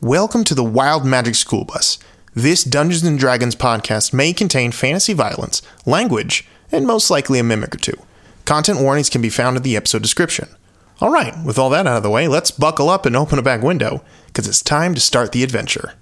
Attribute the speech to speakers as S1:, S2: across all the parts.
S1: Welcome to the Wild Magic School Bus. This Dungeons and Dragons podcast may contain fantasy violence, language, and most likely a mimic or two. Content warnings can be found in the episode description. All right, with all that out of the way, let's buckle up and open a back window because it's time to start the adventure.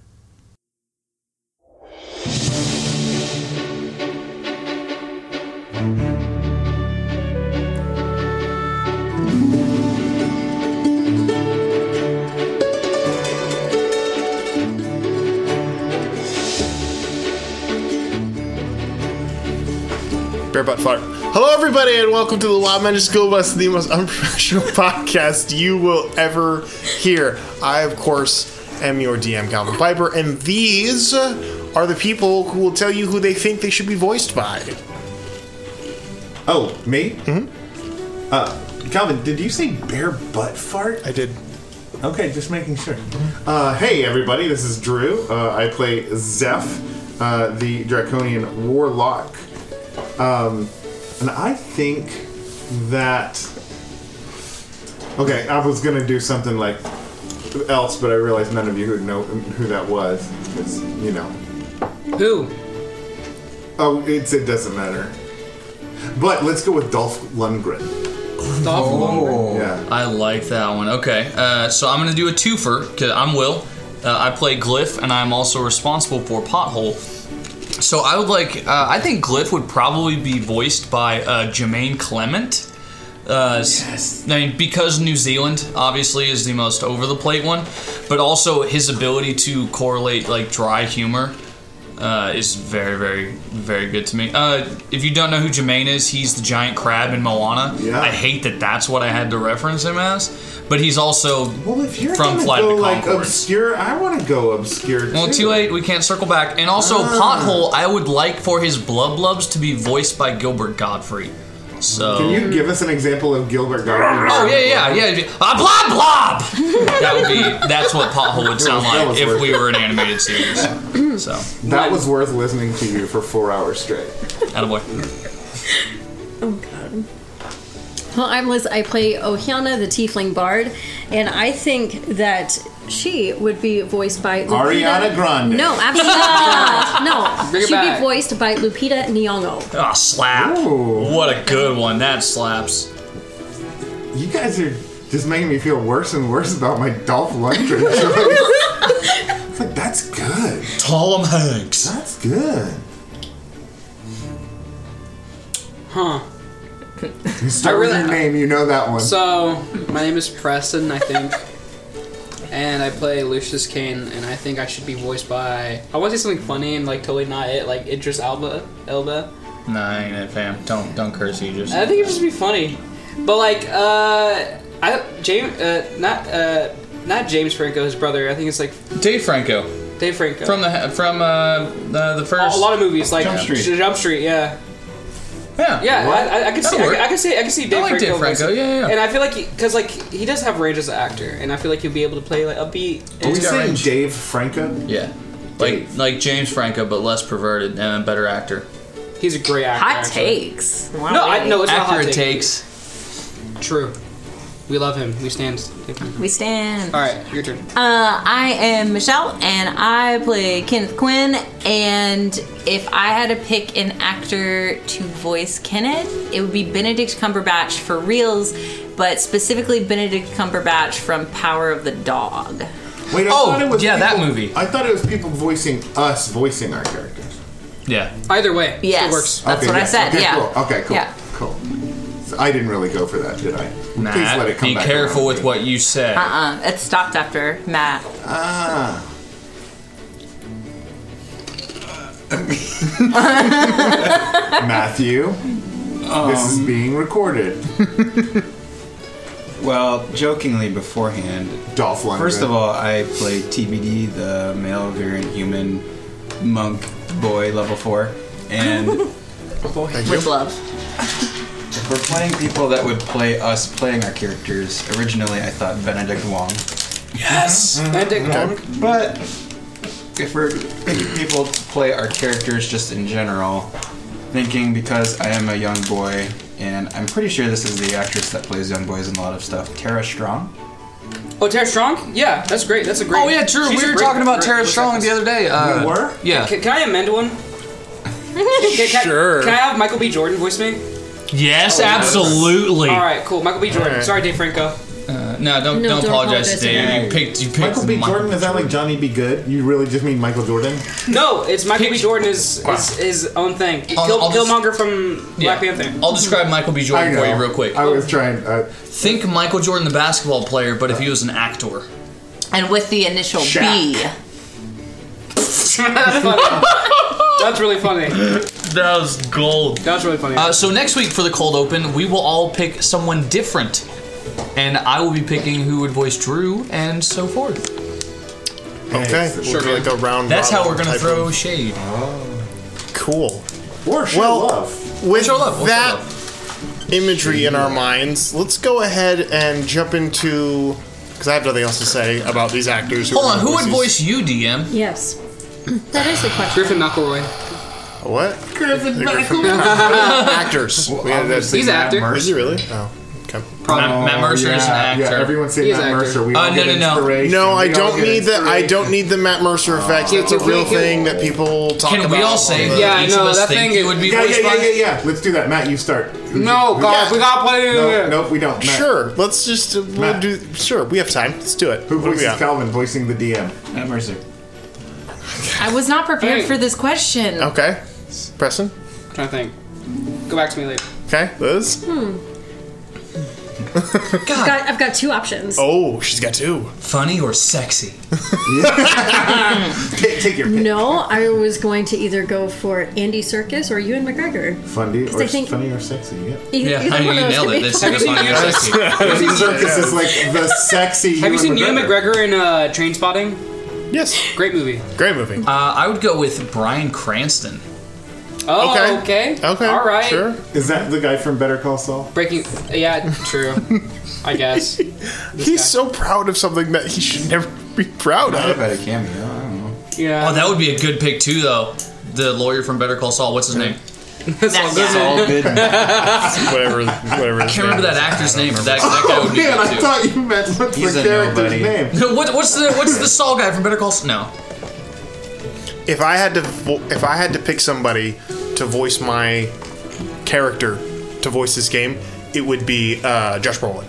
S1: Bear butt fart. Hello, everybody, and welcome to the Wild Magic School Bus, the most unprofessional podcast you will ever hear. I, of course, am your DM, Calvin Piper, and these are the people who will tell you who they think they should be voiced by.
S2: Oh, me? Mm-hmm. Uh, Calvin, did you say bear butt fart?
S1: I did.
S2: Okay, just making sure. Uh, hey, everybody, this is Drew. Uh, I play Zeph, uh, the Draconian Warlock. Um, and I think that. Okay, I was going to do something like else, but I realized none of you would know who that was. 'cause, you know.
S3: Who?
S2: Oh, it's, it doesn't matter. But let's go with Dolph Lundgren.
S3: Dolph Lundgren.
S2: Yeah.
S3: I like that one. Okay, uh, so I'm gonna do a twofer because I'm Will. Uh, I play Glyph, and I'm also responsible for Pothole. So I would like. Uh, I think Glyph would probably be voiced by uh, Jermaine Clement. Uh, s- I mean, because New Zealand obviously is the most over the plate one, but also his ability to correlate like dry humor uh, is very, very, very good to me. Uh, if you don't know who Jermaine is, he's the giant crab in Moana.
S2: Yeah.
S3: I hate that that's what I had to reference him as, but he's also
S2: Well, if you're
S3: from
S2: gonna
S3: Flight of
S2: go
S3: the
S2: like
S3: Conchords.
S2: obscure, I want to go obscure. Ah.
S3: Well, too late. We can't circle back. And also, Pothole. I would like for his blub blubs to be voiced by Gilbert Godfrey. So.
S2: Can you give us an example of Gilbert Godfrey?
S3: Oh yeah, yeah, yeah. it'd be, Ah, blob, blob. that would be. That's what Pothole would sound
S2: That was
S3: like if
S2: worth
S3: we were an animated series. So,
S2: That was worth listening to you for four hours straight.
S3: attaboy.
S4: Oh, Well, I'm Liz. I play Ohiana, the Tiefling Bard, and I think that she would be voiced by Lupita.
S2: Ariana Grande.
S4: No, absolutely not. No,
S3: Bring it
S4: she'd
S3: back.
S4: be voiced by Lupita Nyong'o.
S3: Ah, slap.
S2: Ooh.
S3: What a good one. That slaps.
S2: You guys are just making me feel worse and worse about my Dolph Lundgren choice. it's like that's good.
S3: Tom Hanks.
S2: That's good.
S3: Huh.
S2: You start with
S3: really-
S2: your name, you know that one.
S3: So, my name is Preston, I think. And I play Lucius Kane, and I think I should be voiced by. I want to say something funny and like totally not it, like Idris Alba. Elba. Nah, ain't it, fam. Don't don't curse Idris. I think it'd just be funny, but like, uh, I James, uh, not uh, not James Franco, his brother. I think it's like Dave Franco. Dave Franco from the from uh, the, the first a, lot of movies like
S2: Jump Street.
S3: Jump Street, yeah. Yeah, yeah, I, I, I can see, I, can- I can see, I can see Dave Franco. yeah, yeah. And I feel like, because like he does have range as an actor, and I feel like he'll be able to play like upbeat.
S2: Are we saying Dave Franco?
S3: Yeah, like like James Franco, but less perverted and a better actor. He's a great actor.
S5: Hot
S3: actually.
S5: takes.
S3: No, I, no, it's accurate takes. True.
S5: We love him. We stand. Thank you.
S6: We stand.
S5: All right, your turn.
S6: Uh, I am Michelle, and I play Kenneth Quinn. And if I had to pick an actor to voice Kenneth, it would be Benedict Cumberbatch for reals, but specifically Benedict Cumberbatch from Power of the Dog.
S2: Wait, I
S3: Oh,
S2: thought it was
S3: yeah, that
S2: people-
S3: movie.
S2: I thought it was people voicing us voicing our characters.
S3: Yeah.
S5: Either way, still
S6: Yes,
S5: works.
S6: that's
S2: Okay,
S6: what I
S2: yeah,
S6: said.
S2: okay,
S6: yeah.
S2: Cool. Okay. Cool.
S6: Yeah.
S2: Cool. So I didn't really go for that, did I?
S3: Nah,
S2: Please let it come
S3: be
S2: back
S3: careful
S2: around.
S3: with what you say.
S6: Uh, it stopped after Matt.
S2: Ah. Matthew, this
S5: Um,
S2: is being recorded.
S7: Well, jokingly beforehand,
S2: Dolph Lundgren.
S7: first of all, I play TBD, the male variant human monk boy level four, and
S6: With love.
S7: if we're playing people that would play us playing our characters, originally I thought Benedict Wong,
S3: Yes.
S5: And Dick Wong.
S7: but if we're picking people to play our characters just in general, thinking because I am a young boy, and I'm pretty sure this is the actress that plays young boys in a lot of stuff, Tara Strong.
S5: Oh, Tara Strong? Yeah, that's great. That's a great.
S3: Oh yeah, true.
S5: She's
S3: we
S5: a
S3: were
S5: great-
S3: talking about
S5: great
S3: Tara
S5: voice
S3: Strong
S5: actress.
S3: the other day. Uh,
S2: We were?
S3: Yeah.
S5: Can, can I amend one? Can- can-
S3: Sure.
S5: Can I have Michael B. Jordan voice me?
S8: Yes, absolutely.
S5: All right, cool. Michael B. Jordan.
S2: Oh, right.
S5: Sorry, Dave Franco.
S3: No, don't,
S4: No,
S3: don't,
S4: don't
S3: apologize
S4: apologize
S3: to
S4: to
S3: Dave.
S7: me.
S3: You picked you picked
S2: Michael B.
S3: Michael
S2: Jordan, is that like Johnny B. Good? You really just mean Michael Jordan?
S5: No, it's Michael B.
S3: Pick-
S5: Jordan is is his own thing.
S3: I'll-
S5: Kill,
S3: I'll just-
S5: Killmonger from
S3: Yeah.
S5: Black Panther.
S3: I'll describe Michael B.
S2: I
S3: Jordan
S2: know.
S3: for you real quick.
S2: I was trying. Uh,
S3: Think Michael Jordan, the basketball player, but if he was an actor.
S6: And with the initial B.
S5: That's funny. That's really funny.
S3: That was gold.
S5: That's really funny.
S3: Uh, so next week for the cold open, we will all pick someone different, and I will be picking who would voice Drew and so forth.
S9: Okay.
S2: Sure,
S9: Sort of like a round.
S3: That's how
S9: robin
S3: we're gonna
S9: type
S3: throw
S9: of-
S3: shade.
S9: Cool.
S2: or show
S9: Well-
S2: love.
S9: With
S3: Show love, we'll show
S9: that
S3: love.
S9: imagery in our minds, let's go ahead and jump into because I have nothing else to say about these actors. Who
S3: Hold
S9: are
S3: on, who would
S9: voices.
S3: voice you, DM?
S4: Yes. That is the question.
S5: Griffin McElroy.
S9: What?
S2: Griffin
S9: actors. We had that-
S5: He's an actor.
S9: Is he really? Oh. Okay.
S3: Matt, Matt Mercer is an
S2: Oh, yeah,
S3: actor.
S2: Yeah, everyone's saying
S5: He's
S2: Matt
S5: an actor.
S2: Mercer. We
S3: Uh,
S2: all
S3: no,
S2: get
S3: no, no.
S2: inspiration.
S9: No, I
S2: We all
S9: don't
S2: get
S9: need the I
S2: inspiration. Oh.
S9: don't need the Matt Mercer effect. That's a
S5: Can-
S9: real
S5: can-
S9: thing that people talk
S3: Can
S9: about.
S3: we all
S9: on
S3: say
S9: the-
S3: that
S5: Yeah, I
S3: each
S5: know,
S3: of us
S5: that
S3: think
S5: thing
S3: it would be
S2: Yeah, yeah,
S3: voiced
S2: yeah,
S3: by?
S2: yeah, yeah. Let's do that. Matt, you start.
S5: No, guys,
S9: Yeah.
S5: we gotta play it.
S2: No, nope, we don't. Matt.
S9: Sure. Let's just uh, we'll
S2: Matt.
S9: do. Sure, we have time. Let's do it.
S2: Who
S9: What do we
S2: voices
S9: got?
S2: Calvin voicing the DM?
S7: Matt Mercer.
S6: I was not prepared
S5: Hey.
S6: for this question.
S9: Okay. Preston.
S5: I'm trying to think. Go back to me later.
S9: Okay. Liz.
S4: Hmm. I've got, I've got two options.
S9: Oh, she's got two.
S3: Funny or sexy?
S2: Take, take your pick.
S4: No, I was going to either go for Andy Circus or Ewan McGregor.
S2: Fundy
S4: I
S2: or
S4: think-
S2: funny or sexy? Yeah.
S4: E-
S3: Yeah,
S4: either
S3: I mean,
S4: one
S3: you
S4: of those
S3: nailed
S4: could
S3: it.
S4: be
S3: That's
S4: fun.
S3: funny or sexy.
S2: Circus is like the sexy.
S5: Have you seen Ewan McGregor in uh, Train Spotting?
S9: Yes.
S5: Great movie.
S9: Great movie.
S3: Uh, I would go with Brian Cranston.
S5: Oh,
S9: Okay.
S5: okay.
S9: okay.
S5: All right.
S9: Sure.
S2: Is that the guy from Better Call Saul?
S5: Breaking. Yeah, true. I guess.
S9: He's so proud of something that he should never be proud
S7: I've
S9: of.
S7: had a cameo. I don't know.
S5: Yeah.
S3: Oh, that would be a good pick too, though. The lawyer from Better Call Saul. What's his name?
S6: That guy.
S7: All good.
S9: whatever. Whatever. I
S3: Can't remember that actor's name. That, that guy would be
S2: Oh, Man,
S3: good
S2: I
S3: too.
S2: thought you meant what's
S7: He's
S2: the
S7: a
S2: character's
S7: nobody.
S2: name.
S3: what, what's the what's the Saul guy from Better Call Saul? No.
S9: If I had to, vo- if I had to pick somebody to voice my character to voice this game, it would be uh, Josh Brolin. Mm-hmm.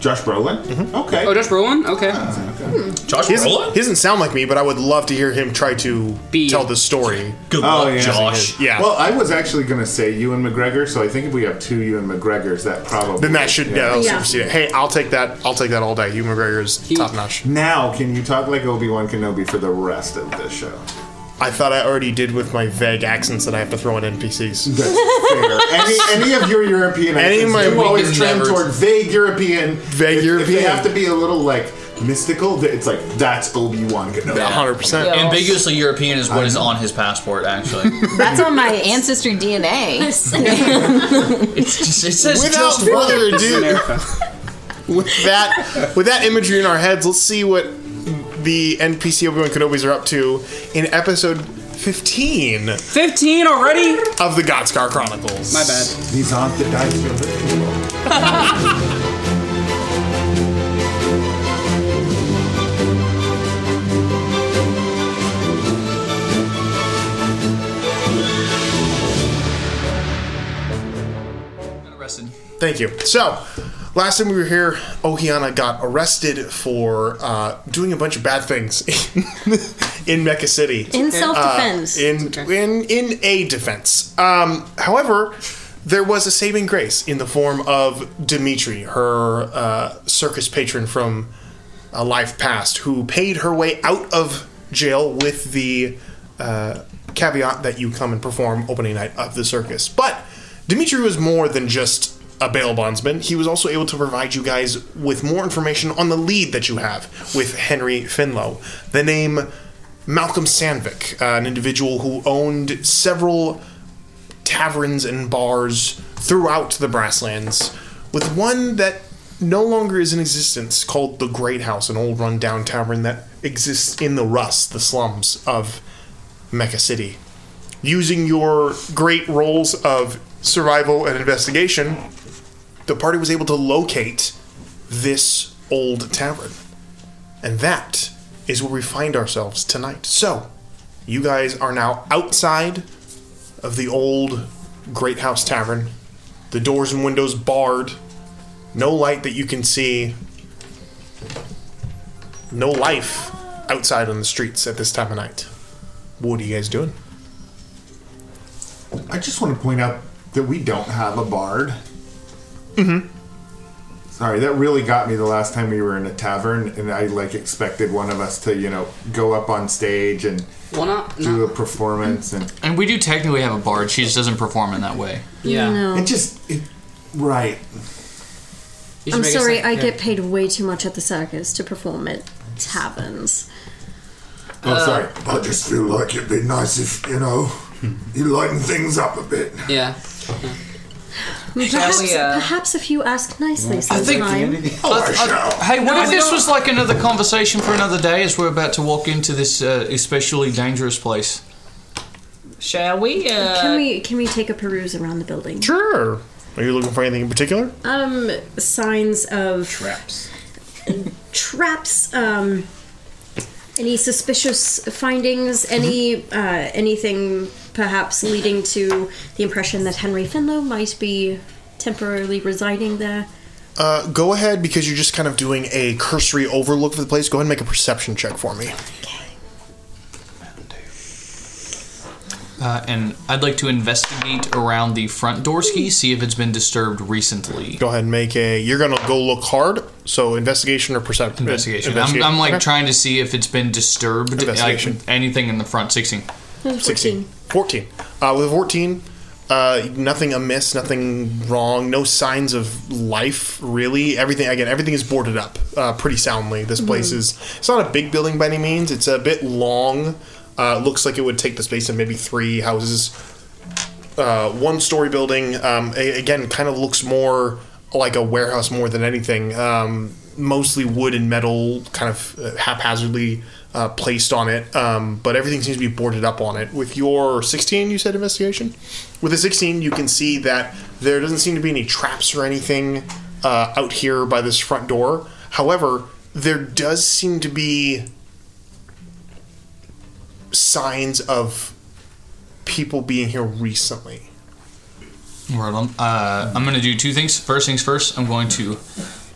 S2: Josh Brolin. Okay.
S5: oh, just Brolin. Okay. Hmm.
S3: Josh
S9: He doesn't,
S3: Brolin?
S9: he doesn't sound like me, but I would love to hear him try to
S5: Be-
S9: tell the story.
S3: Good
S2: Oh,
S3: luck,
S2: yeah.
S3: Josh.
S9: Yeah.
S2: Well, uh, I was actually going to say Ewan McGregor, so I think if we have two Ewan McGregors, that probably.
S9: then that should yeah. that'll
S4: Yeah.
S9: supersede it. Hey, I'll take that. I'll take that all day. Hugh McGregor's top notch.
S2: Now, can you talk like Obi Wan Kenobi for the rest of this show?
S9: I thought I already did with my vague accents that I have to throw in NPCs.
S2: That's fair. any, any of your European
S9: Any of
S2: accents,
S9: my-
S2: you
S9: we
S2: always
S3: can
S2: trend
S3: never-
S2: toward vague European.
S9: Vague
S2: if, If
S9: European.
S2: they have to be a little like mystical, th- it's like that's Obi Wan Kenobi.
S9: Hundred percent.
S3: Ambiguously European is what is on his passport, actually.
S6: That's on my ancestry DNA.
S3: it's just, it says
S9: Without
S3: just
S9: further ado, with that with that imagery in our heads, let's see what the NPC Obi Wan Kenobi's are up to in episode fifteen
S5: Fifteen already.
S9: of the Godscar Chronicles.
S5: My bad.
S2: He's on the dice.
S9: Thank you. So, last time we were here, Ohiana got arrested for uh, doing a bunch of bad things in, in Mecha City.
S4: In self-defense.
S9: Uh, in, in in a defense. Um, however, there was a saving grace in the form of Dimitri, her uh, circus patron from a life past, who paid her way out of jail with the uh, caveat that you come and perform opening night of the circus. But Dimitri was more than just a bail bondsman. He was also able to provide you guys with more information on the lead that you have with Henry Finlow. The name Malcolm Sandvik, uh, an individual who owned several taverns and bars throughout the Brasslands, with one that no longer is in existence called the Great House, an old rundown tavern that exists in the rust, the slums of Mecca City. Using your great roles of survival and investigation, the party was able to locate this old tavern. And that is where we find ourselves tonight. So, you guys are now outside of the old Great House Tavern. The doors and windows barred. No light that you can see. No life outside on the streets at this time of night. What are you guys doing?
S2: I just want to point out that we don't have a bard.
S9: Mm-hmm.
S2: Sorry, that really got me the last time we were in a tavern, and I like expected one of us to, you know, go up on stage and
S5: Well, not-
S2: do a performance and
S3: And we do technically have a bard. She just doesn't perform in that way.
S5: Yeah. No.
S2: It just it, right.
S4: I'm sorry, I get paid way too much at the circus to perform at taverns.
S10: Oh, sorry. I just feel like it'd be nice if, you know, you lighten things up a bit.
S5: Yeah.
S4: Perhaps,
S3: we, uh, Oh,
S4: perhaps if you ask nicely
S3: I think-
S4: sometime.
S3: Hey, what
S4: No,
S3: if
S4: I
S3: this
S4: don't-
S3: was like another conversation for another day as we're about to walk into this uh, especially dangerous place?
S6: Shall we? Uh,
S4: Can we can we take a peruse around the building?
S9: Sure. Are you looking for anything in particular?
S4: Um, signs of
S9: Traps.
S4: traps. Um, any suspicious findings? Any uh, anything perhaps leading to the impression that Henry Finlow might be temporarily residing there?
S9: Uh, go ahead because you're just kind of doing a cursory overlook for the place. Go ahead and make a perception check for me.
S3: Uh, and I'd like to investigate around the front doorski, see if it's been disturbed recently.
S9: Go ahead and make a. You're gonna go look hard. So investigation or perception?
S3: Investigation. I'm, I'm like trying to see if it's been disturbed. like,
S9: Investigation.
S3: anything in the front. 16.
S9: 16. 14. Uh, with a 14, uh, nothing amiss, nothing wrong, no signs of life, really. Everything, again, everything is boarded up uh, pretty soundly. This place
S2: Mhm.
S9: is, it's not a big building by any means. It's a bit long. Uh, looks like it would take the space of maybe three houses. Uh, one story building, um, a- again, kind of looks more like a warehouse more than anything. Um, mostly wood and metal, kind of uh, haphazardly uh, placed on it, um, but everything seems to be boarded up on it. With your 16, you said investigation? With a 16, you can see that there doesn't seem to be any traps or anything uh, out here by this front door. However, there does seem to be signs of people being here recently.
S3: Alright, I'm, uh, I'm going to do two things. First things first, I'm going to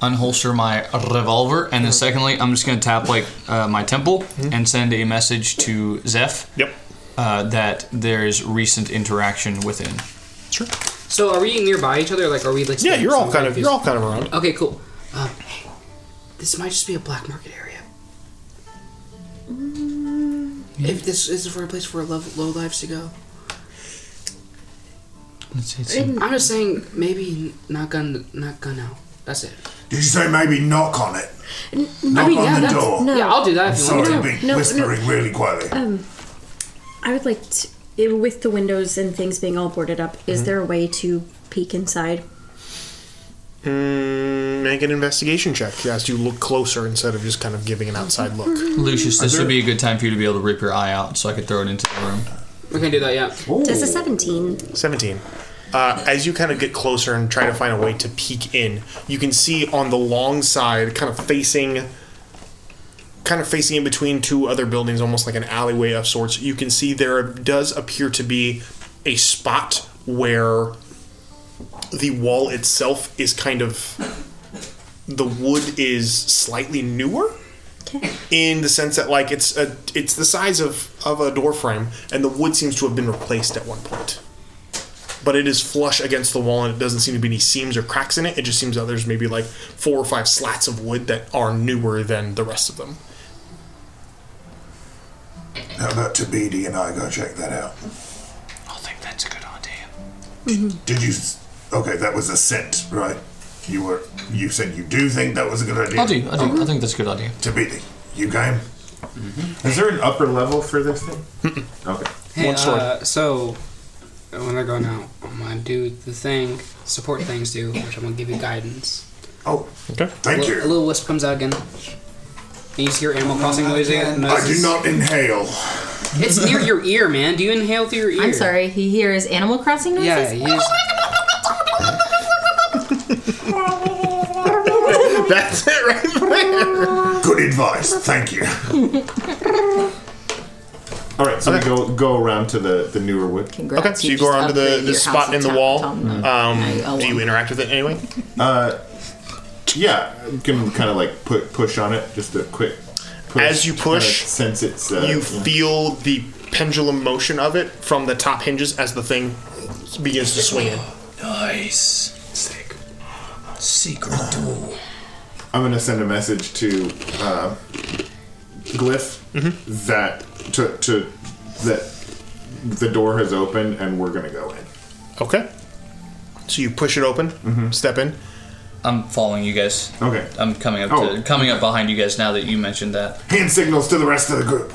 S3: unholster my revolver, and then secondly, I'm just going to tap like uh, my temple and send a message to Zeph.
S9: Yep.
S3: Uh, that there's recent interaction within.
S9: Sure.
S5: So are we nearby each other? Like, are we like?
S3: Yeah, you're all
S9: kind of- you're all kind of around.
S5: Okay, cool. Um, hey, this might just be a black market area.
S9: Mm.
S5: If this is for a place for low, low lives to go, I'm just saying maybe not gun, not gun out. That's it.
S10: Did you say maybe knock on it?
S5: I
S10: Knock
S5: mean,
S10: on
S5: yeah,
S10: the
S5: that's-
S10: door.
S5: no. Yeah, I'll do that
S10: I'm
S5: if you
S10: sorry,
S5: want
S10: to
S5: to.
S10: be
S4: No, no.
S10: whispering really quietly.
S4: Um, I would like to, eh, with the windows and things being all boarded up. Is
S10: Mm-hmm.
S9: Mhm.
S4: there a way to peek inside?
S9: Mm, make an investigation check as you look closer instead of just kind of giving an outside look.
S3: Lucius, this would be a good time for you to be able to rip your eye out so I could throw it into the room.
S5: We can do that, yeah.
S4: Does a seventeen?
S9: 17. Uh, as you kind of get closer and try to find a way to peek in, you can see on the long side, kind of facing, kind of facing in between two other buildings, almost like an alleyway of sorts. You can see there does appear to be a spot where the wall itself is kind of the wood is slightly newer in the sense that like it's a it's the size of of a door frame and the wood seems to have been replaced at one point but it is flush against the wall and it doesn't seem to be any seams or cracks in it it just seems that there's maybe like four or five slats of wood that are newer than the rest of them
S10: How about Tabidi and I go check that out?
S3: I think that's a good idea.
S9: Mm-hmm.
S10: Did you? s- Okay, that was a scent, right? You were. You said you do think that was a good idea. Oh.
S3: I do. I do.
S10: Mm-hmm.
S3: I think that's a good idea.
S10: Tabidi, you game?
S2: Is there an upper level for this thing?
S10: Okay.
S5: Hey,
S2: One sword.
S5: Uh, so when I go now, I'm gonna do the thing support things do, which I'm gonna give you guidance.
S10: Oh,
S9: okay.
S10: Thank
S5: a li-
S10: you.
S5: A little wisp comes out again. And you just hear Animal Crossing noise again.
S10: I do not inhale.
S5: It's near your ear, man. Do you inhale through your ear?
S6: I'm sorry, he hears Animal Crossing noises?
S5: Yeah, you just-
S9: That's it right there.
S10: Good advice. Thank you.
S2: All right, so we go go around to the the newer wood.
S6: Congrats,
S9: Okay, so you you go just around to the- upgraded the your spot house in the and wall. town- town. Um, do you interact with it anyway?
S2: Uh, yeah, you can kind of like put push on it, just a quick. Push,
S9: As you
S2: to
S9: push,
S2: kinda sense it's uh,
S9: you
S2: yeah.
S9: feel the pendulum motion of it from the top hinges as the thing begins to swing in
S3: Nice. Sick. Secret tool.
S2: I'm gonna send a message to uh, Glyph
S9: Mm-hmm.
S2: that to to that the door has opened and we're gonna go in.
S9: Okay. So you push it open, step in.
S3: Mm-hmm. I'm following you guys.
S2: Okay.
S3: I'm coming up
S2: Oh.
S3: to coming up behind you guys now that you mentioned that.
S10: Hand signals to the rest of the group.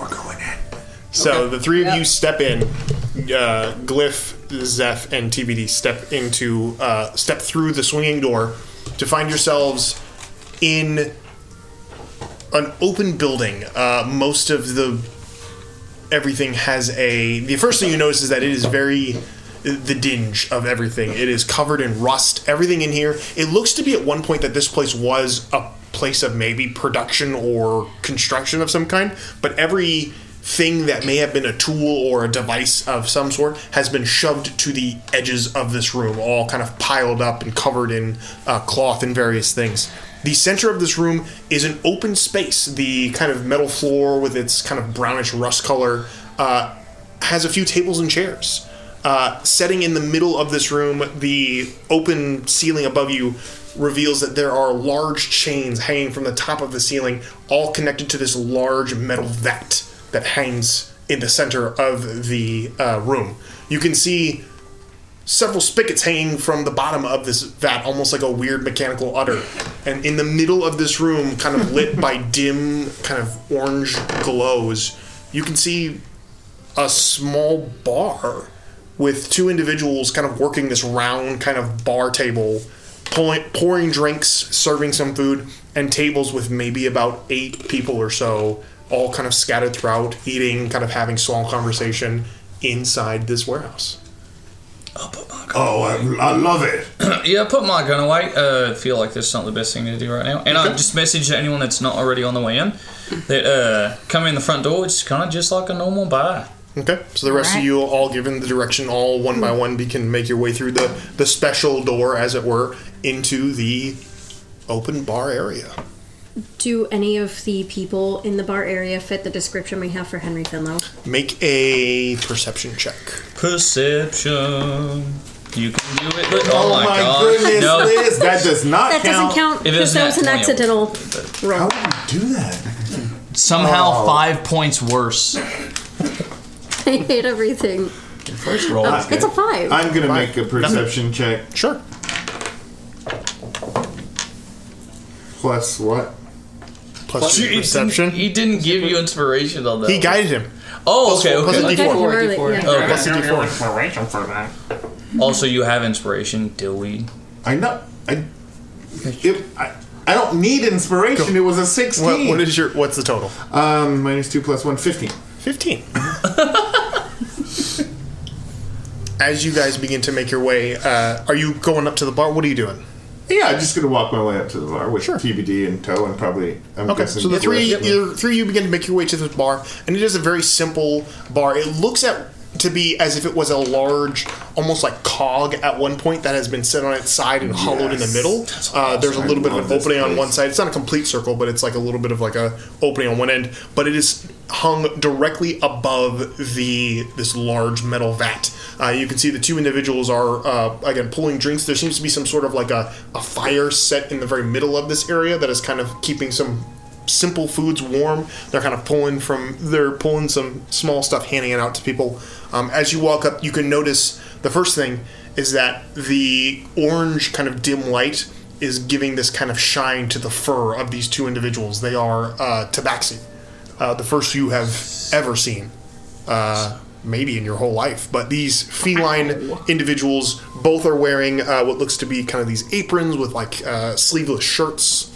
S9: So the three of you step in. Uh, Glyph, Zeph, and TBD step into uh, step through the swinging door to find yourselves in an open building. Uh, most of the everything has a. The first thing you notice is that it is very the dinge of everything. It is covered in rust. Everything in here. It looks to be at one point that this place was a place of maybe production or construction of some kind, but every thing that may have been a tool or a device of some sort has been shoved to the edges of this room, all kind of piled up and covered in uh, cloth and various things. The center of this room is an open space. The kind of metal floor with its kind of brownish rust color uh, has a few tables and chairs. Uh, setting in the middle of this room, the open ceiling above you reveals that there are large chains hanging from the top of the ceiling, all connected to this large metal vat that hangs in the center of the uh, room. You can see several spigots hanging from the bottom of this vat, almost like a weird mechanical udder. And in the middle of this room, kind of lit by dim, kind of orange glows, you can see a small bar with two individuals kind of working this round kind of bar table, pulling, pouring drinks, serving some food, and tables with maybe about eight people or so, all kind of scattered throughout, eating, kind of having small conversation inside this warehouse.
S10: Oh, I, I love it.
S3: yeah, I put my gun away. Uh, I feel like that's not the best thing to do right now. And I just message to anyone that's not already on the way in that uh, coming in the front door, it's kind of just like a normal bar.
S9: Okay, so the rest of you all given the direction, all one by one, you can make your way through the, the special door, as it were, into the open bar area.
S4: Do any of the people in the bar area fit the description we have for Henry Finlow?
S9: Make a perception check.
S3: Perception. You can do it, but oh,
S2: Oh
S3: my,
S2: my
S3: god.
S2: goodness,
S3: no.
S2: Liz, that does not
S4: that doesn't count
S3: It
S4: because
S3: is
S4: that was an
S3: nat 20.
S4: accidental roll.
S10: Do that.
S3: Somehow
S4: Oh.
S3: five points worse.
S4: I hate everything.
S2: First roll.
S4: Uh, it's a five.
S2: I'm gonna make a perception check.
S9: Sure.
S2: Plus what?
S3: Plus your perception. He didn't give you inspiration on that.
S2: He guided
S9: him.
S3: Oh, okay,
S9: Plus
S3: okay.
S9: a D4.
S3: Okay.
S9: Oh, plus a D4.
S2: inspiration for that.
S3: Also, you have inspiration, Dewey.
S2: I know. I, it, I, I don't need inspiration. It was a
S9: What-
S2: sixteen.
S9: what is your? What's the total?
S2: Um, minus two plus one, fifteen.
S9: Fifteen. As you guys begin to make your way, uh, are you going up to the bar? What are you doing?
S2: Yeah, I'm just gonna walk my way up to the bar with TBD in tow, and probably. I'm
S9: okay,
S2: guessing
S9: so the
S2: Glyph.
S9: three, your, three of you begin to make your way to this bar, and it is a very simple bar. It looks at to be as if it was a large, almost like cog at one point that has been set on its side and hollowed in the
S2: Yes.
S9: middle. Uh, there's a
S2: I
S9: little bit of
S2: love
S9: an
S2: this
S9: opening on
S2: place.
S9: one side. It's not a complete circle, but it's like a little bit of like a opening on one end. But it is hung directly above the this large metal vat. Uh, you can see the two individuals are uh, again pulling drinks. There seems to be some sort of like a, a fire set in the very middle of this area that is kind of keeping some simple foods warm. They're kind of pulling from they're pulling some small stuff, handing it out to people. Um, as you walk up, you can notice the first thing is that the orange kind of dim light is giving this kind of shine to the fur of these two individuals. They are uh, tabaxi, uh, the first you have ever seen. Uh, Maybe in your whole life, but these feline individuals both are wearing uh, what looks to be kind of these aprons with like uh, sleeveless shirts.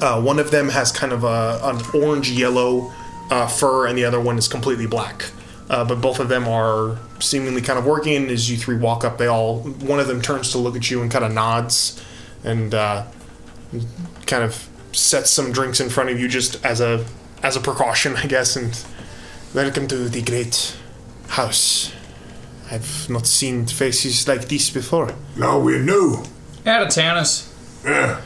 S9: Uh, one of them has kind of a, an orange yellow uh, fur, and the other one is completely black. Uh, but both of them are seemingly kind of working. And as you three walk up, they all one of them turns to look at you and kind of nods, and uh, kind of sets some drinks in front of you just as a as a precaution, I guess. And welcome to the great house. I've not seen faces like this before.
S10: No, we're new.
S3: Out of Tannis.
S10: Yeah.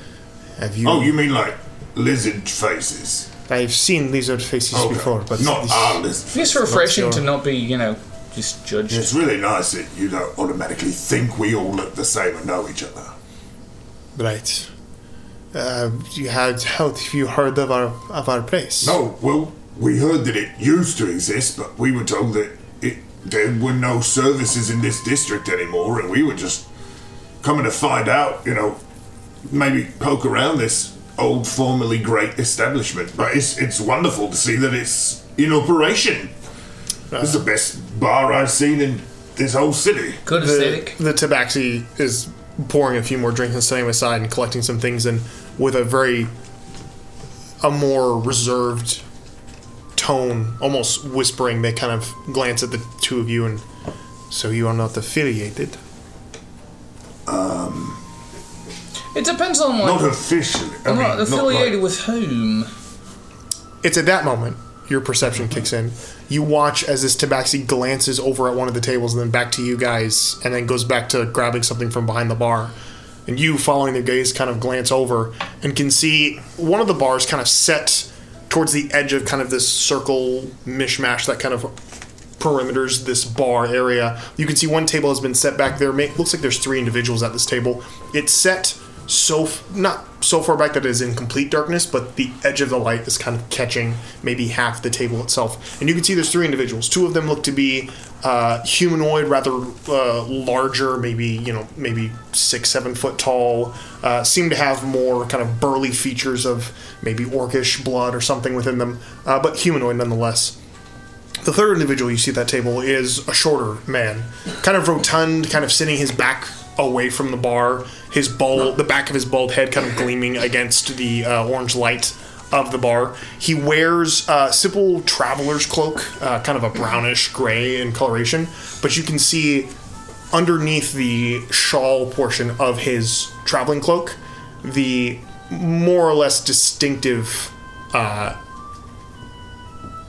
S9: Have you?
S10: Oh, you mean like lizard faces?
S9: I've seen lizard faces
S10: Okay.
S9: before, but
S10: Not
S9: this-
S10: our lizard
S3: It's refreshing to not be, you know, just judged.
S10: It's really nice that you don't automatically think we all look the same and know each other.
S9: Right. Uh, you had how have you heard of our of our place?
S10: No, well, we heard that it used to exist, but we were told that it there were no services in this district anymore, and we were just coming to find out, you know, maybe poke around this old, formerly great establishment. But it's it's wonderful to see that it's in operation. It's the best bar I've seen in this whole city.
S3: Good
S9: the, The tabaxi is pouring a few more drinks and setting them aside and collecting some things, and with a very a more reserved tone, almost whispering, they kind of glance at the two of you and so you are not affiliated.
S10: Um,
S3: It depends on like.
S10: not officially. I
S3: I'm
S10: mean,
S3: not affiliated with whom. Mm-hmm.
S9: It's at that moment your perception kicks in. You watch as this tabaxi glances over at one of the tables and then back to you guys, and then goes back to grabbing something from behind the bar. And you, following their gaze, kind of glance over and can see one of the bars kind of set towards the edge of kind of this circle mishmash that kind of perimeters this bar area. You can see one table has been set back there. Ma- Looks like there's three individuals at this table. It's set so f- not so far back that it is in complete darkness, but the edge of the light is kind of catching maybe half the table itself. And you can see there's three individuals. Two of them look to be uh, humanoid, rather uh, larger, maybe you know maybe six seven foot tall. Uh, seem to have more kind of burly features of maybe orcish blood or something within them, uh, but humanoid nonetheless. The third individual you see at that table is a shorter man, kind of rotund, kind of sitting his back away from the bar, his bald, the back of his bald head kind of gleaming against the uh, orange light of the bar. He wears uh, simple traveler's cloak, uh, kind of a brownish gray in coloration, but you can see underneath the shawl portion of his traveling cloak the more or less distinctive. Uh,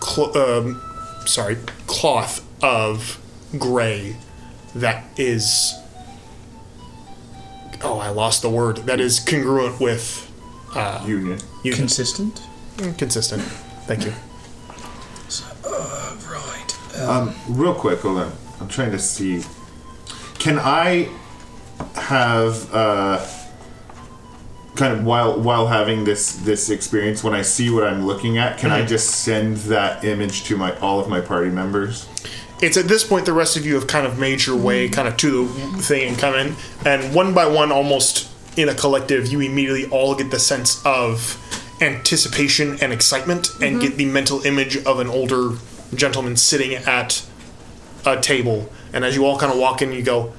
S9: cl- um, sorry, cloth of gray that is. Oh, I lost the word. That is congruent with. Uh,
S10: union.
S3: Consistent?
S9: Consistent. Thank you.
S2: Um, real quick, hold on. I'm trying to see. Can I have uh, kind of while while having this this experience when I see what I'm looking at? Can I
S9: Mhm.
S2: just send that image to my all of my party members?
S9: It's at this point the rest of you have kind of made your way kind of to the thing and come in, and one by one, almost in a collective, you immediately all get the sense of anticipation and excitement, and
S2: Mhm.
S9: get the mental image of an older gentleman sitting at a table. And as you all kind of walk in, you go,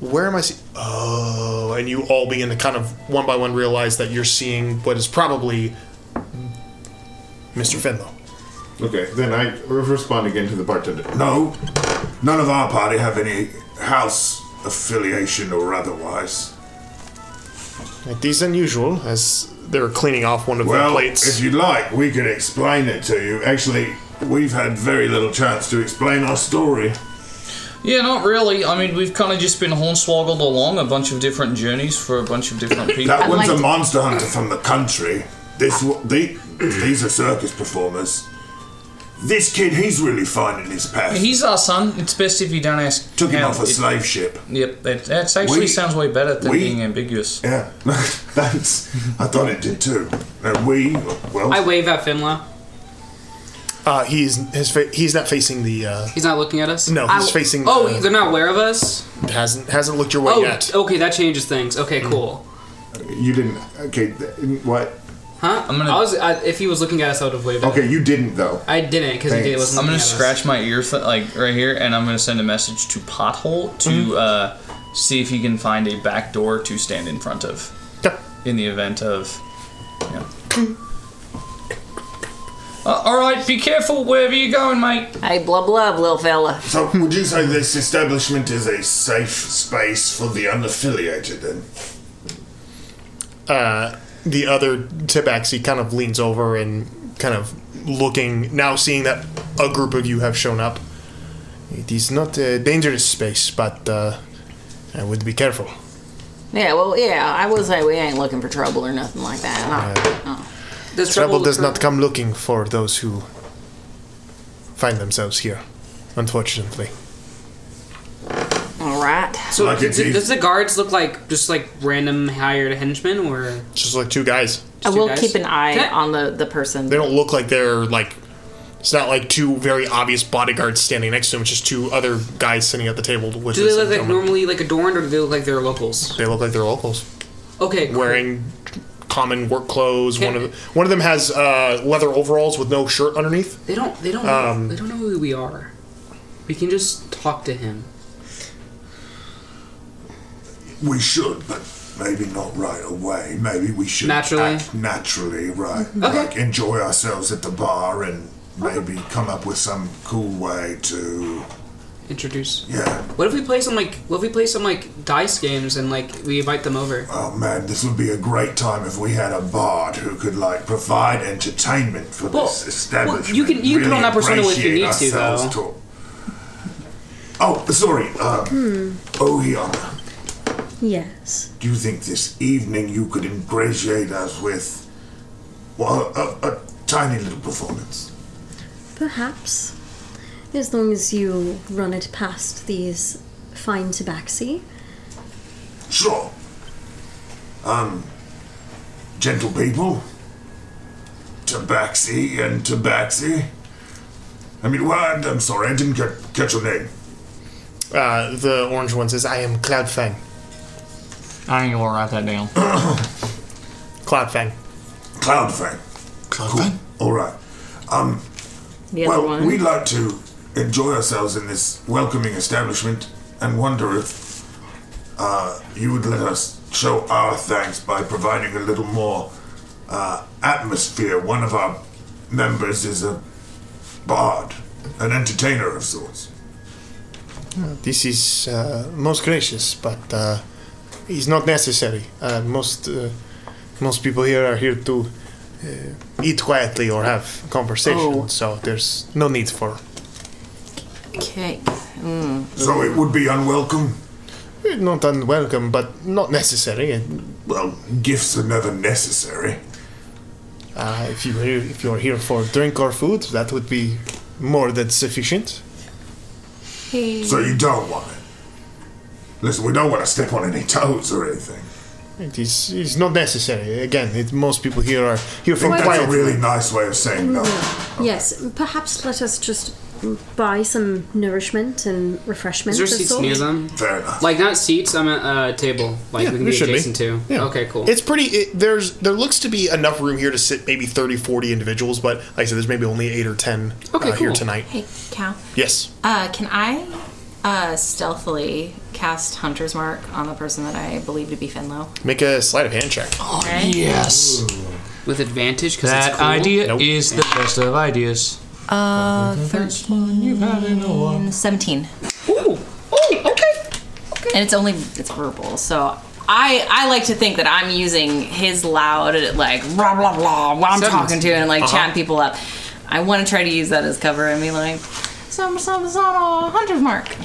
S9: where am I see Oh, and you all begin to kind of one by one realize that you're seeing what is probably Mr. Finlow.
S2: Okay, then I re- respond again to the bartender.
S10: No, none of our party have any house affiliation or otherwise.
S9: It is unusual as they're cleaning off one of the
S10: Well,
S9: plates.
S10: if you'd like, we could explain it to you. Actually, we've had very little chance to explain our story.
S3: Yeah, not really. I mean, we've kind of just been hornswoggled along a bunch of different journeys for a bunch of different people.
S10: That one's a monster hunter from the country. This one- the, these are circus performers. This kid, he's really finding his path.
S3: He's our son. It's best if you don't ask.
S10: Took him
S3: how
S10: off a
S3: it-
S10: slave ship.
S3: Yep, that that's actually
S10: We-
S3: sounds way better than
S10: we-
S3: being ambiguous.
S10: Yeah, that's. I thought it did too. And we, well,
S5: I wave at Finla.
S9: Uh, he's his fa- he's not facing the. Uh,
S5: he's not looking at us.
S9: No,
S5: I-
S9: he's facing.
S5: Oh,
S9: the,
S5: they're not aware of us.
S9: hasn't hasn't looked your way
S5: oh,
S9: yet. Mm.
S5: okay, that changes things. Okay, cool.
S10: you didn't. Okay, th- what?
S5: Huh? I'm gonna. I was. I, if he was looking at us, I would have waved. at
S10: Okay,
S5: him.
S10: you didn't though.
S5: I didn't because he did,
S10: Thanks.
S5: wasn't.
S3: I'm gonna
S5: looking at us.
S3: scratch my ear th- like right here, and I'm gonna send a message to Pothole to
S10: Mm-hmm.
S3: uh, see if he can find a back door to stand in front of. In the event of, yeah. Uh, all right, be careful wherever you're going, mate.
S6: Hey, blah blah, little fella.
S10: So, would you say this establishment is a safe space for the unaffiliated then?
S9: Uh, the other Tibaxi kind of leans over and kind of looking now, seeing that a group of you have shown up. It is not a dangerous space, but uh, I would be careful.
S6: Yeah, well, yeah, I would say we ain't looking for trouble or nothing like that. No.
S9: Trouble, does not come looking for those who find themselves here, unfortunately.
S6: All right.
S5: So
S9: Like
S5: does,
S9: it's easy.
S5: does the guards look like just like random hired henchmen or
S9: just like two guys?
S6: I will keep an eye on the, the person.
S9: They don't look like they're like. It's not like two very obvious bodyguards standing next to him. It's just two other guys sitting at the table. With
S5: Do they
S9: this
S5: look like
S9: gentleman.
S5: normally like adorned or do they look like they're locals?
S9: They look like they're locals.
S5: Okay, cool.
S9: Wearing common work clothes. One of one of them has uh, leather overalls with no shirt underneath.
S5: They don't. They don't.
S9: Um,
S5: know, they don't know who we are. We can just talk to him.
S10: We should, but maybe not right away. Maybe we should
S5: Naturally? Mm-hmm.
S10: act naturally, right?
S5: Okay.
S10: Like enjoy ourselves at the bar and maybe come up with some cool way to
S5: introduce.
S10: Yeah.
S5: What if we play some like? What if we play some like dice games and like we invite them over?
S10: Oh man, this would be a great time if we had a bard who could like provide entertainment for this establishment.
S5: you can- you can put on that persona if you
S10: appreciate
S5: need to, though.
S10: ourselves to- Oh, sorry. Uh,
S4: Hmm,
S10: Oh, Yana.
S4: Yes.
S10: Do you think this evening you could ingratiate us with well, a, a tiny little performance?
S4: Perhaps. As long as you run it past these fine tabaxi.
S10: Sure. Um, gentle people, Tabaxi and Tabaxi. I mean, well, I'm, I'm sorry, I didn't get, catch your name.
S9: Uh, the orange one says, "I am Cloudfang."
S3: I ain't gonna write that down.
S9: Cloudfang.
S10: Cloudfang. Cloudfang. Cool. All right. Um,
S6: The other
S10: well,
S6: one.
S10: we like to enjoy ourselves in this welcoming establishment and wonder if uh, you would let us show our thanks by providing a little more uh, atmosphere. One of our members is a bard, an entertainer of sorts.
S9: This is uh, most gracious, but uh, it's not necessary. Uh, most uh, most people here are here to uh, eat quietly or have conversation,
S6: Oh.
S9: so there's no need for.
S6: Okay. Mm.
S10: So it would be unwelcome.
S9: Uh, Not unwelcome, but not necessary.
S10: Well, gifts are never necessary.
S9: Uh, if you here, if you're here for drink or food, that would be more than sufficient.
S6: Hey.
S10: So you don't want it. Listen, we don't want to step on any toes or anything.
S9: It is it's not necessary. Again, it, most people here are here
S10: I
S9: for
S10: think
S9: quiet.
S10: that's a really nice way of saying no.
S4: Yes, perhaps let us just buy some nourishment and refreshment.
S5: Is there
S4: of
S5: seats
S4: sorts.
S5: near them?
S10: Fair enough.
S5: Like not seats. I'm at a table. Like we can
S9: there
S5: be
S9: should be.
S5: adjacent to.
S9: Yeah.
S5: Okay, cool.
S9: It's pretty. It, there's there looks to be enough room here to sit maybe 30, 40 individuals, but like I said, there's maybe only eight or ten
S6: Okay,
S9: uh, here
S6: cool.
S9: tonight.
S6: Hey, Cal.
S9: Yes.
S6: Uh, can I uh, stealthily cast Hunter's Mark on the person that I believe to be Finlow?
S9: Make a sleight of hand check.
S6: Oh,
S3: yes.
S5: With advantage because
S3: That
S5: it's cool.
S3: idea is the best of ideas.
S6: Uh, 13. You've had in a while. 17. okay. And it's only, it's verbal, so... I, I like to think that I'm using his loud, like, blah, blah, blah, while I'm
S3: Sentence.
S6: talking to and, like,
S3: Uh-huh.
S6: chatting people up. I want to try to use that as cover and be like, some some some a hunter's mark.
S2: Is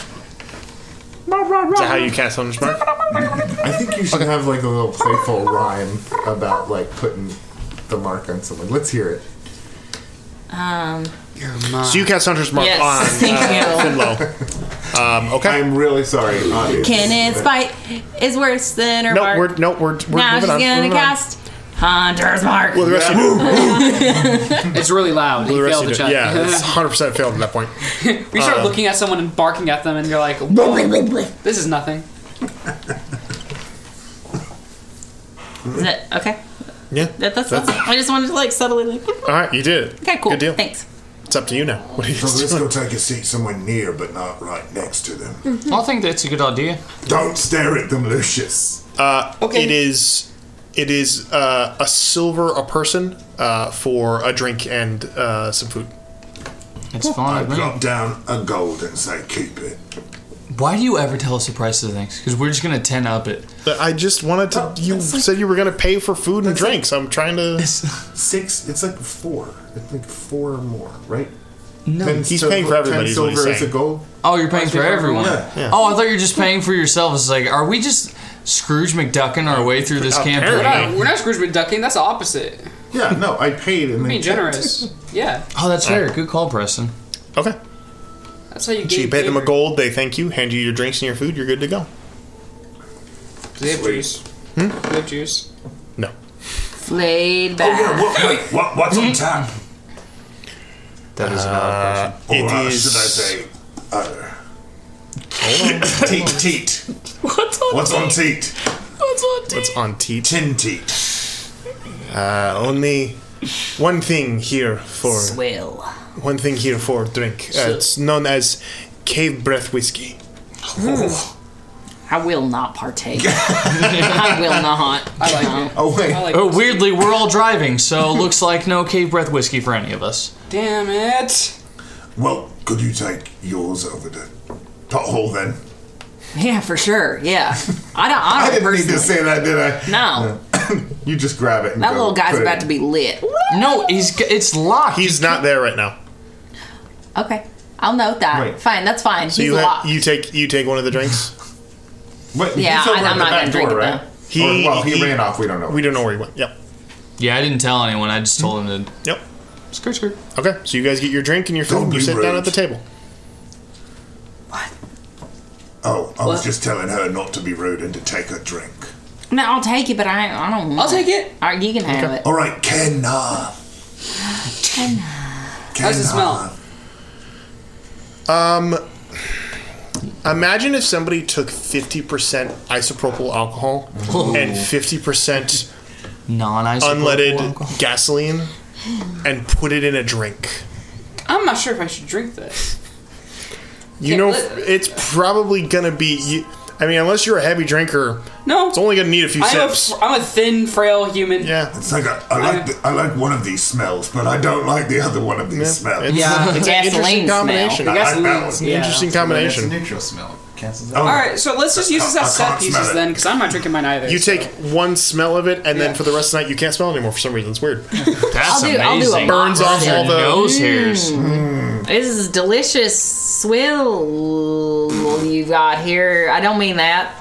S2: that how you cast Hunter's Mark? I think you should have like a little playful rhyme about like putting the mark on someone. Let's hear it.
S6: Um,
S9: So you cast Hunter's Mark
S6: Yes,
S9: on
S6: thank
S9: uh,
S6: you.
S9: Finlow. Um, okay.
S2: I'm really sorry.
S6: Kenneth's bite is worse than her
S9: No,
S6: bark.
S9: we're no, we're, we're
S6: now she's
S9: moving on.
S6: gonna
S9: moving on.
S6: cast Hunter's Mark.
S9: Well, the rest you do.
S5: it's really loud.
S9: Well, the
S5: You
S9: rest
S5: failed
S9: you
S5: the
S9: do.
S5: check.
S9: Yeah, it's 100 percent failed at that point.
S5: You start
S9: Um,
S5: looking at someone and barking at them, and you're like, "This is nothing."
S6: Is that okay?
S9: Yeah.
S6: That, that's, that's. I just wanted to like subtly like.
S9: All right, you did. it.
S6: Okay, cool.
S9: Good deal.
S6: Thanks.
S9: It's up to you now. What are you
S10: So let's
S9: doing?
S10: go take a seat somewhere near, but not right next to them.
S5: Mm-hmm.
S3: I think that's a good idea.
S10: Don't stare at them, Lucius.
S9: Uh, It is it is uh, a silver a person uh, for a drink and uh, some food.
S3: It's fine.
S10: I drop down a gold and say, keep it.
S3: Why do you ever tell us the price of things? Because we're just gonna ten up it.
S9: But I just wanted to. you said you were going to pay for food and drinks. I'm trying to.
S2: Six. It's like four. I think four or more, right?
S3: No,
S2: Ten
S9: He's
S2: sil-
S9: paying for everybody,
S2: Ten
S9: is what he's
S2: silver is a
S9: saying.
S2: gold.
S3: Oh, you're paying for everyone.
S2: Yeah. Yeah.
S3: Oh, I thought you were just paying for yourself. It's like, are we just Scrooge McDucking our way through this
S5: We're not,
S3: campaign?
S5: we're not Scrooge McDucking. That's the opposite.
S2: Yeah, no, I paid and
S5: We're
S2: then
S5: being
S2: kept
S5: generous. Yeah,
S3: Oh, that's fair. Good call, Preston.
S9: Okay.
S5: that's how you
S9: So you
S5: get.
S9: pay them a gold. They thank you. Hand you your drinks and your food. You're good to go.
S5: Do they have juice?
S9: Hmm?
S5: Do they have juice?
S9: No.
S6: Laid
S9: Oh,
S6: back.
S10: wait, what, what's on tap?
S9: That is a valid
S10: Or
S9: question.
S10: uh,
S9: It is.
S10: should I say, uh, teat, teat.
S3: What's on
S10: What's on teat?
S3: What's on
S9: What's on teat?
S10: Tin teat.
S9: Uh, only one thing here for
S6: Swill.
S9: one thing here for drink. Uh, it's known as cave breath whiskey.
S6: Hmm.
S9: oh.
S6: I will not partake. I will not. I like it.
S2: Oh wait.
S3: Oh, weirdly, we're all driving, so looks like no cave breath whiskey for any of us.
S5: Damn it!
S10: Well, could you take yours over to Pothole then?
S6: Yeah, for sure. Yeah. I don't. I
S10: I
S6: don't
S10: didn't
S6: personally.
S10: need to say that, did I?
S6: No.
S10: you just grab it. And
S6: That
S10: go
S6: little guy's
S10: put it
S6: about to be lit.
S3: No, he's it's locked.
S9: He's not there right now.
S6: Okay. I'll note that.
S9: Right.
S6: Fine. That's fine.
S9: So
S6: He's
S9: you ha-
S6: locked.
S9: you take you take one of the drinks.
S2: But
S6: Yeah, I- I'm not gonna drink it, though.
S9: He-
S2: or, well, he,
S9: he-
S2: ran off. We don't know.
S9: We don't know where he went. Yep.
S3: Yeah, I didn't tell anyone. I just told him to.
S9: Yep.
S3: Skirt, skirt.
S9: Okay, so you guys get your drink and your food.
S10: Don't
S9: and You
S10: be
S9: sit down
S10: rude.
S9: at the table.
S10: Oh, I was
S5: What?
S10: just telling her not to be rude and to take a drink.
S6: No, I'll take it, but I, I don't want
S5: I'll take it.
S6: All right, you can have it.
S10: All right, Kenna. Kenna.
S5: How's it smell?
S9: Um, imagine if somebody took fifty percent isopropyl alcohol and fifty percent
S3: Non
S9: unleaded gasoline and put it in a drink.
S5: I'm not sure if I should drink this.
S9: You know, it's probably gonna be. You, I mean, unless you're a heavy drinker,
S5: No,
S9: it's only gonna need a few
S5: I'm a,
S9: sips.
S5: fr- I'm a thin, frail human.
S9: yeah,
S10: It's like I, I like the, I like one of these smells, but I don't like the other one of these smells.
S9: it's, it's an interesting
S6: Gasoline smell.
S9: combination.
S10: I like that one.
S9: It's an interesting combination.
S7: neutral smell. Cancels
S10: Oh,
S7: out.
S5: All right, so let's just use this
S10: I
S5: as set
S10: can't smell
S5: pieces
S10: it.
S5: then, because I'm not drinking mine either.
S9: You take
S5: so.
S9: one smell of it, and then
S5: Yeah.
S9: for the rest of the night, you can't smell it anymore for some reason. It's weird.
S3: That's
S6: I'll do- I'll do a amazing.
S3: amazing.
S6: box.
S9: Burns off all the- Mm.
S3: nose hairs.
S6: This is delicious swill you got here. I don't mean that.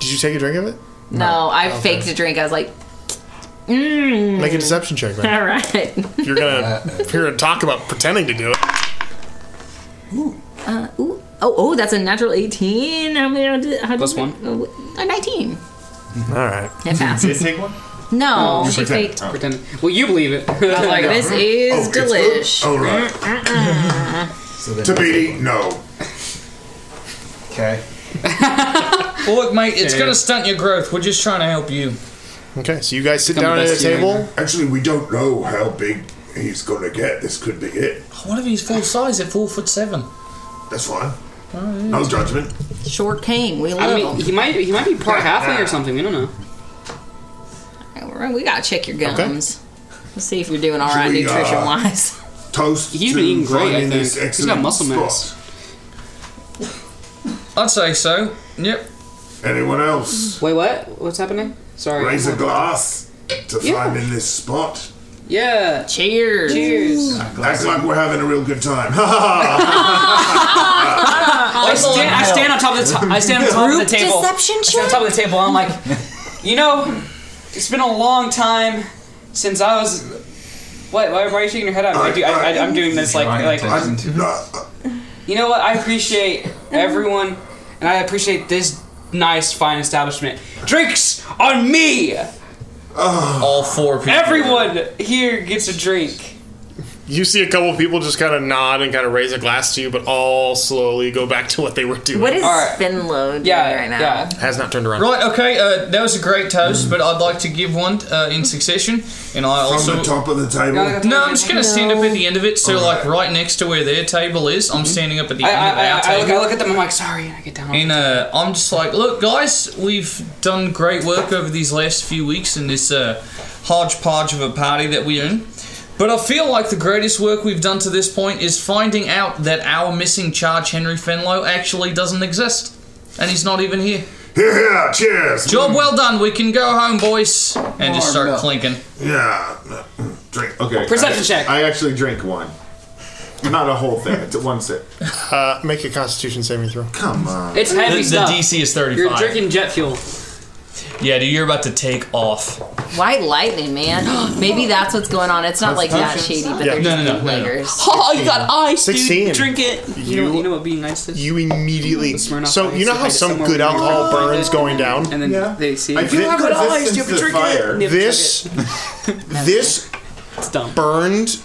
S9: Did you take a drink of it?
S6: No, I faked a drink. I was like, mmm.
S9: Make a deception check, man.
S6: All right.
S9: If you're gonna if you're gonna talk about pretending to do it.
S6: Uh, ooh. Oh, oh, that's a natural 18. How many- how did- how did- Oh,
S5: Plus one.
S6: A 19.
S9: All right.
S6: It passes.
S7: take one?
S6: No,
S5: Oh,
S6: she faked. I
S5: Pretend. Well, you believe it.
S6: was like, this is
S10: Oh, it's-
S6: delish.
S10: All right,
S7: So then
S10: Tabidi, no.
S7: Okay.
S3: Well, look, mate, it's
S5: Yeah.
S3: gonna stunt your growth. We're just trying to help you.
S9: Okay, so you guys sit
S5: Become
S9: down
S5: the
S9: at a
S5: best human.
S9: table.
S10: Actually, we don't know how big he's gonna get. This could be it.
S3: One of these full size at four foot seven.
S10: That's fine. No judgment.
S6: Short king. We love
S5: Mm-hmm. I
S6: him.
S5: mean, he might he might be part halfway or something. We don't know.
S6: Alright, We gotta check your gums. Let's see if you're doing all right
S10: We, uh,
S6: nutrition wise.
S10: Toast
S5: He's
S10: to
S5: been eating great. I
S10: finding
S5: think
S10: this
S5: he's got
S10: excellent
S5: muscle mass.
S10: spot.
S3: I'd say so. Yep.
S10: Anyone else?
S5: Wait, what? What's happening? Sorry.
S10: Raise a glass to
S5: Yeah.
S10: finding this spot.
S11: Yeah.
S6: Cheers.
S11: Cheers.
S10: Act like we're having a real good time.
S5: I stand, I stand on top of the top. I stand on top of the table.
S6: Deception
S5: I stand on top of the table. I'm like, you know, it's been a long time since I was. What? Why, why are you shaking your head? I'm, I do, I, I, I'm doing this like like. You know what? I appreciate everyone, and I appreciate this nice fine establishment. Drinks on me.
S3: All four people.
S5: Everyone here gets a drink.
S9: You see a couple of people just kind of nod and kind of raise a glass to you, but all slowly go back to what they were doing.
S6: What is Finlow doing
S9: Yeah,
S6: right now?
S9: Has not turned around.
S3: Right, okay, uh, that was a great toast, but I'd like to give one uh, in succession, and I
S10: From
S3: also
S10: the top of the table.
S3: No, I'm just gonna stand up at the end of it, so like right next to where their table is, I'm standing up at the
S5: I,
S3: end
S5: I, I,
S3: of our
S5: I, look,
S3: table.
S5: I look at them. I'm like, sorry. And I get down.
S3: And uh, I'm just like, look, guys, we've done great work over these last few weeks in this uh, hodgepodge of a party that we're in. But I feel like the greatest work we've done to this point is finding out that our missing charge, Henry Fenlow, actually doesn't exist. And he's not even here.
S10: Here, here, cheers.
S3: Job well done. We can go home, boys. And just start clinking.
S10: Yeah.
S2: mm,
S10: Drink. Okay.
S3: Perception
S10: I,
S3: check.
S10: I actually drink one. Not a whole thing. It's one sip.
S12: Uh, make a Constitution saving throw.
S10: Come on.
S5: It's heavy
S3: The- the
S5: stuff.
S3: DC is 35.
S5: You're drinking jet fuel.
S3: Yeah, dude, you're about to take off.
S6: White lightning, man. Maybe that's what's going on. It's not like that shady, but they're just no,
S5: Oh, you got ice, dude.
S12: 16.
S5: Drink it. You, know, you know what being nice is?
S12: You immediately. So you know
S5: ice,
S12: how
S5: I just
S12: some
S5: somewhere
S12: good
S5: weird
S12: alcohol
S5: find
S12: burns going down.
S5: And then they see.
S12: I feel like
S5: good
S12: with
S5: eyes,
S12: this
S5: you
S12: is the
S5: drink
S12: fire.
S5: it. You have to
S12: This-
S5: drink it.
S12: This
S9: burned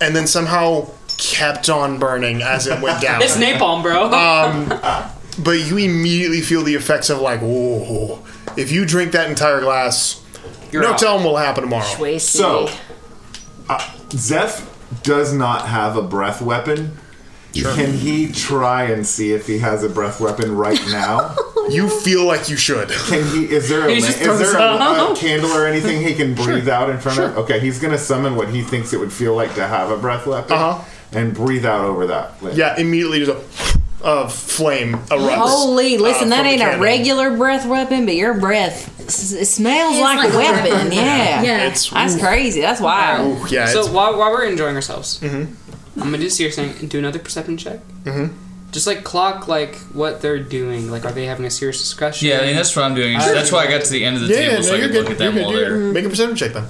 S9: and then somehow kept on burning as it went down.
S5: It's napalm, bro.
S9: Um, but you immediately feel the effects of like, whoa. If you drink that entire glass,
S2: You're
S9: no
S2: out.
S9: telling what'll happen tomorrow.
S2: So, uh, Zeph does not have a breath weapon. Can he try and see if he has a breath weapon right now?
S9: you feel like you should.
S2: Can he? Is there a,
S9: He
S2: la-
S9: just
S2: is
S9: throws
S2: there
S9: it
S2: a,
S9: out.
S2: a candle or anything he can breathe out in front of? Okay, he's gonna summon what he thinks it would feel like to have a breath weapon and breathe out over that. Lid.
S9: Uh-huh. Yeah, immediately just a, a flame erupts.
S6: Holy,
S9: uh,
S6: listen, that
S9: from the
S6: ain't a
S9: candle.
S6: regular breath weapon, but your breath s- it smells
S5: It's
S6: like,
S5: like
S6: a
S5: a
S6: weapon.
S5: weapon.
S6: Yeah.
S5: Yeah. It's-
S6: That's
S5: ooh.
S6: crazy. That's wild.
S9: yeah,
S5: So
S9: it's-
S5: while, while we're enjoying ourselves, I'm gonna do serious thing and do another perception check.
S9: Mhm.
S5: Just like clock, like what they're doing. Like, are they having a serious discussion?
S3: Yeah, I mean, that's what I'm doing.
S5: I-
S3: That's why I got to the end of the
S5: Yeah,
S3: table so
S5: no,
S3: I
S5: you're
S3: could
S5: good,
S3: look at
S5: you're
S3: them
S5: good,
S3: while
S5: you're
S3: they're.
S9: Make a perception check then.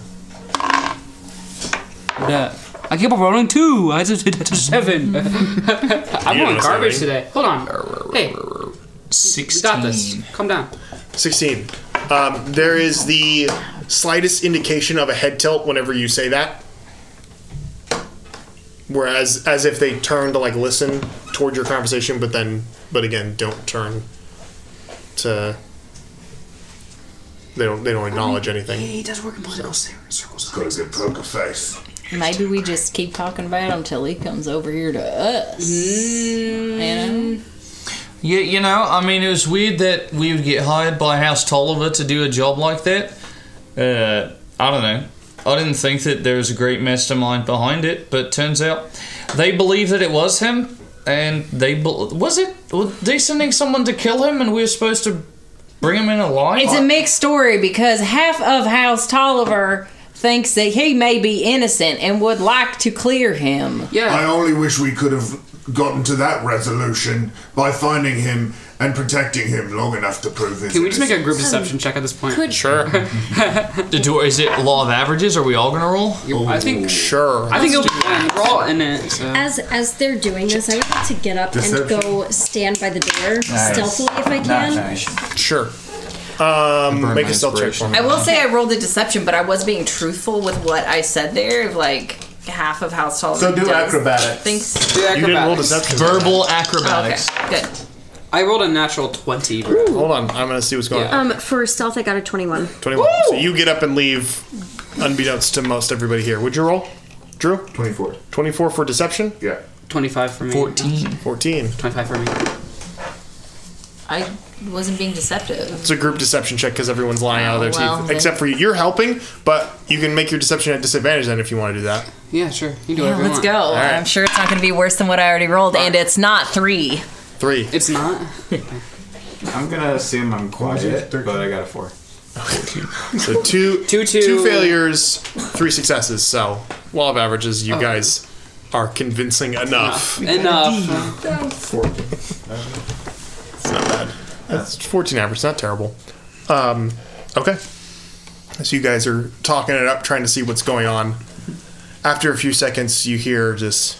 S5: Yeah. I keep on rolling two. I just hit a seven. I'm
S9: You
S5: on
S9: know
S5: garbage
S9: something.
S5: today. Hold on. Hey.
S3: Sixteen.
S5: We got this. Calm down.
S9: 16. Um, there is the slightest indication of a head tilt whenever you say that. Whereas, as if they turn to like listen toward your conversation, but then, but again, don't turn to. They don't. They don't acknowledge anything.
S5: he does work in circles. Circles.
S10: Got a good poker face.
S6: Maybe we just keep talking about him till he comes over here to us. Mm. You know?
S3: Yeah, you know, I mean, it was weird that we would get hired by House Tolliver to do a job like that. Uh, I don't know. I didn't think that there was a great mastermind behind it, but turns out they believe that it was him, and they bel was it. Were they sending someone to kill him, and we were supposed to bring him in alive.
S6: It's a mixed story because half of House Tolliver thinks that he may be innocent and would like to clear him.
S10: I only wish we could have gotten to that resolution by finding him and protecting him long enough to prove his.
S5: Can we just make a group
S10: innocence.
S5: deception check at this point?
S6: Could-
S9: Sure.
S3: the door is it law of averages? Are we all gonna roll?
S5: I think
S9: sure.
S5: I think it'll be fine. We're all in it. So.
S4: As as they're doing this, I would like to get up and
S9: Deception.
S4: go stand by the door stealthily if I can.
S9: Sure. Um, make a stealth check for me.
S6: I will say I rolled a deception, but I was being truthful with what I said there. Of like half of House Tolliver.
S5: So do
S6: does
S5: acrobatics.
S6: Thinks
S5: Do You didn't roll acrobatics. deception.
S3: Verbal
S6: Okay,
S3: acrobatics.
S6: good.
S5: I rolled a natural 20. Bro.
S9: Hold on. I'm gonna see what's going on.
S4: Um, for stealth, I got a twenty-one.
S9: 21. So you get up and leave, unbeknownst to most everybody here. Would you roll, Drew?
S10: 24.
S9: 24 for deception?
S10: Yeah.
S5: 25 for me.
S3: 14.
S9: 14.
S5: 25 for me.
S6: I wasn't being deceptive.
S9: It's a group deception check because everyone's lying out of their
S6: Oh, well,
S9: teeth.
S6: then-
S9: Except for you. You're helping, but you can make your deception at disadvantage then if you want to do that.
S5: Yeah, sure. You do
S6: Yeah,
S5: whatever you
S6: let's
S5: want.
S6: go. I'm sure it's not going to be worse than what I already rolled, and it's not three.
S9: Three.
S5: It's not.
S7: I'm gonna assume I'm quiet, but I got a four.
S9: So two,
S13: two, two.
S9: two failures, three successes. So law of averages,
S5: Oh.
S9: you guys are convincing enough.
S13: Enough.
S9: It's not bad. That's 14 average, not terrible. Um, okay. So you guys are talking it up, trying to see what's going on. After a few seconds, you hear just.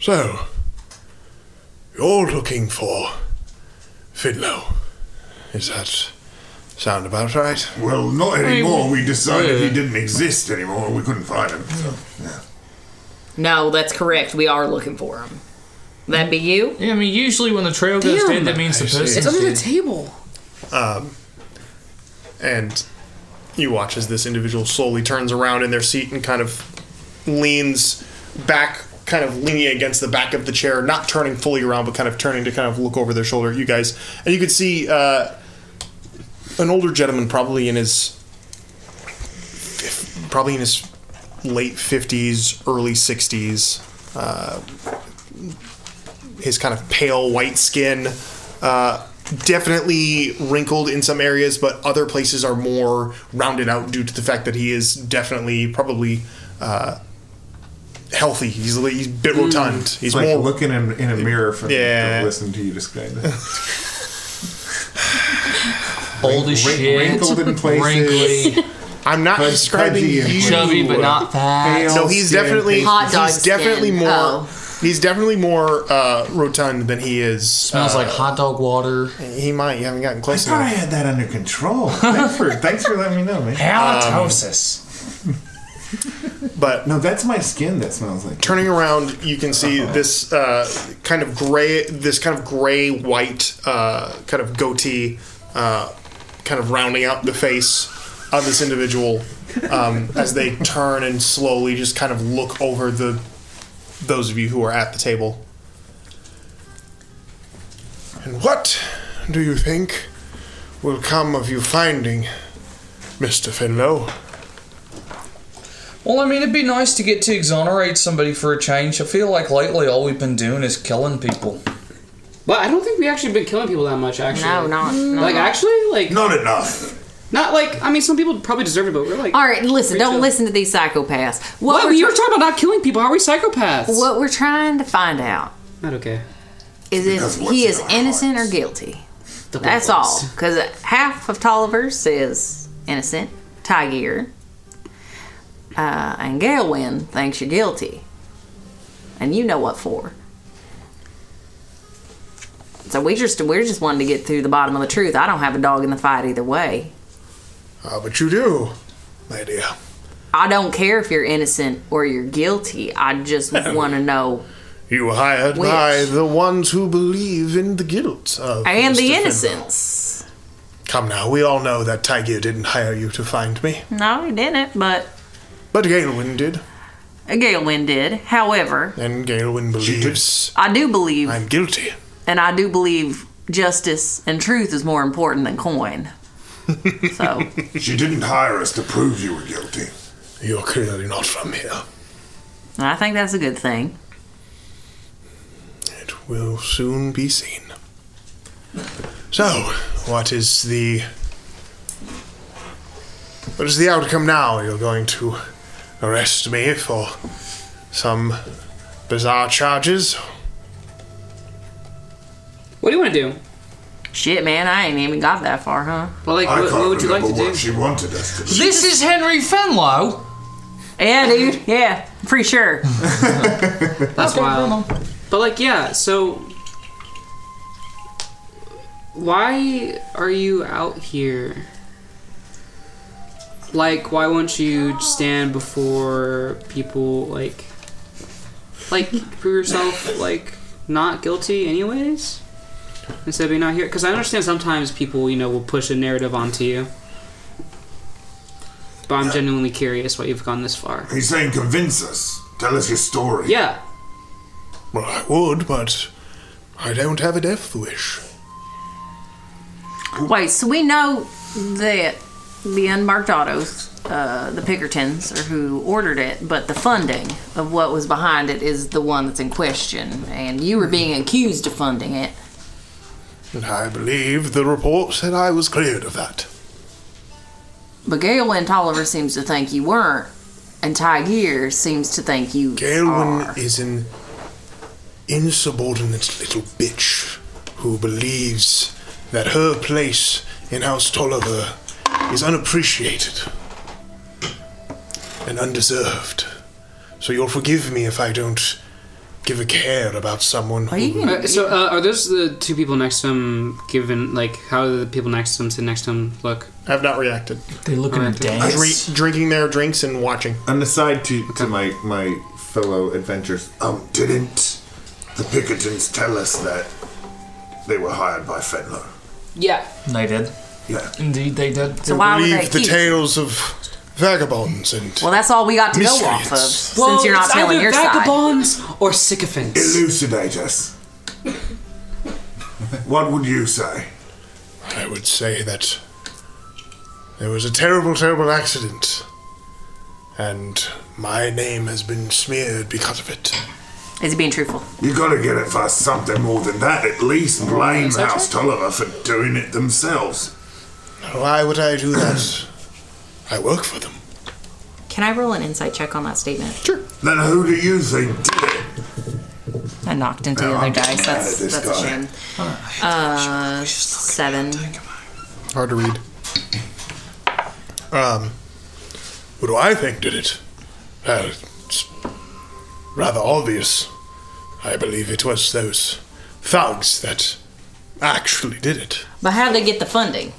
S14: So, you're looking for Fidlow. Is that sound about right?
S10: Well, not anymore. We decided he didn't exist anymore. We couldn't find him. So, yeah.
S15: No, that's correct. We are looking for him. That'd be you?
S3: Yeah, I mean, usually when the trail goes dead, that means the
S15: It's
S3: person.
S15: under the table.
S9: Um, and you watch as this individual slowly turns around in their seat and kind of leans back, kind of leaning against the back of the chair, not turning fully around, but kind of turning to kind of look over their shoulder at you guys. And you can see uh, an older gentleman, probably in his probably in his late 50s, early 60s. Uh, his kind of pale white skin, uh, definitely wrinkled in some areas, but other places are more rounded out due to the fact that he is definitely probably uh, healthy. He's, a li- he's a bit rotund. He's
S2: It's Hmm. like
S9: more
S2: looking in, in a mirror from
S9: Yeah.
S2: to listen to you describe that.
S3: Old as
S2: Wrin-
S3: shit.
S2: wrinkled in places.
S3: Wrinkly.
S9: I'm not
S3: Pudgy
S9: describing
S3: and
S9: you.
S3: Chubby, but not fat.
S9: No, he's
S3: Pale
S9: definitely
S3: skin. Hot dog
S9: he's definitely
S3: skin.
S9: more
S3: Oh.
S9: he's definitely more uh, rotund than he is. Smells
S3: like hot dog water.
S9: He might. You haven't gotten close.
S2: I thought I
S9: enough.
S2: had that under control. thanks, for, thanks for letting me know, man.
S9: Halitosis. Um, but
S2: no, that's my skin that smells like.
S9: turning around, you can see
S3: Uh-huh.
S9: this uh, kind of gray, this kind of gray white uh, kind of goatee, uh, kind of rounding out the face of this individual um, as they turn and slowly just kind of look over the those of you who are at the table.
S14: And what do you think will come of you finding Mr. Finlow?
S3: Well, I mean, it'd be nice to get to exonerate somebody for a change. I feel like lately all we've been doing is killing people.
S5: But I don't think we actually been killing people that much. Actually,
S3: No,
S5: not
S3: no.
S5: like actually like
S10: not enough.
S5: Not like I mean, some people probably deserve it, but we're like
S6: All right, listen.
S5: Rachel-
S6: Don't listen to these psychopaths.
S5: What?
S6: we're
S5: You were
S6: tr-
S5: talking about not killing people. How are we psychopaths?
S6: What we're trying to find out
S5: Not okay.
S6: is
S5: Because
S6: if
S5: what's
S6: he
S5: in
S6: is
S5: our
S6: innocent or guilty.
S5: The
S6: That's
S5: boys.
S6: all. Because half of Tolliver says innocent. Tiger uh, and Gailwin thinks you're guilty, and you know what for. So we just we're just wanting to get through the bottom of the truth. I don't have a dog in the fight either way.
S14: Ah, but you do, my dear.
S6: I don't care if you're innocent or you're guilty. I just want to know
S14: You were hired
S6: Which?
S14: by the ones who believe in the guilt of
S6: and
S14: Mr.
S6: the
S14: Finlow.
S6: innocence.
S14: Come now, we all know that Tiger didn't hire you to find me,
S6: No, he didn't. But
S14: but Galenwin did,
S6: Gailwin did. However,
S14: and Galenwin believes
S6: I do believe
S14: I'm guilty.
S6: and I do believe justice and truth is more important than coin. So
S10: She didn't hire us to prove you were guilty.
S14: You're clearly not from here.
S6: and I think that's a good thing.
S14: Will soon be seen. So, what is the what is the outcome now? You're going to arrest me for some bizarre charges.
S5: What do you want to do?
S6: Shit, man, I ain't even got that far, huh?
S5: Well, like,
S10: I can't remember what she wanted us to do.
S3: This is Henry Fenlow.
S6: Yeah, dude. Yeah, pretty sure.
S5: That's wild. But like, yeah. So, why are you out here? Like, why won't you stand before people? Like, like prove yourself like not guilty, anyways. Instead of being out here, because I understand sometimes people, you know, will push a narrative onto you. But I'm genuinely curious why you've gone this far.
S10: He's saying, convince us. Tell us your story.
S5: Yeah.
S14: Well, I would, but I don't have a death wish.
S6: Wait, so we know that the unmarked autos, uh, the Pickertons, are who ordered it, but the funding of what was behind it is the one that's in question, and you were being accused of funding it.
S14: And I believe the report said I was cleared of that.
S15: But Galen Tolliver seems to think you weren't, and Ty Gear seems to think you
S14: Gaelwyn
S15: are.
S14: is an insubordinate little bitch who believes that her place in House Tolliver is unappreciated and undeserved. So you'll forgive me if I don't give a care about someone who
S5: Uh, so uh, are those the two people next to him given like how do the people next to him sit next to him look
S9: i have not reacted
S5: they look in a
S9: Dre- drinking their drinks and watching.
S2: An aside to, to my, my fellow adventurers.
S10: Um, didn't the Pickertons tell us that they were hired by Fenler?
S13: Yeah.
S10: They did. Yeah.
S9: Indeed, they did.
S15: So why were they
S14: believe the
S15: accused?
S14: tales of vagabonds and
S15: Well, that's all we got to go off of,
S14: Miscreants.
S15: since you're not
S13: it's
S15: telling
S13: either
S15: your side.
S13: vagabonds or sycophants.
S10: Elucidate us.
S14: What would you say? I would say that there was a terrible, terrible accident, and my name has been smeared because of it.
S15: Is he being truthful?
S10: You gotta get it for something more than that. At least blame
S14: Is that
S10: House Tolliver for doing it themselves.
S14: Why would I do that? I work for them.
S6: Can I roll an insight check on that statement?
S14: Sure.
S10: Then who do you think did it?
S6: I knocked into the
S10: Now
S6: other
S10: I'm getting
S6: dice.
S10: mad
S6: That's
S10: at this
S6: that's a
S10: guy.
S6: shame. Uh, seven.
S9: Hard to read.
S14: Um, what do I think did it? Well, it's rather obvious. I believe it was those thugs that actually did it.
S6: But how do they get the funding?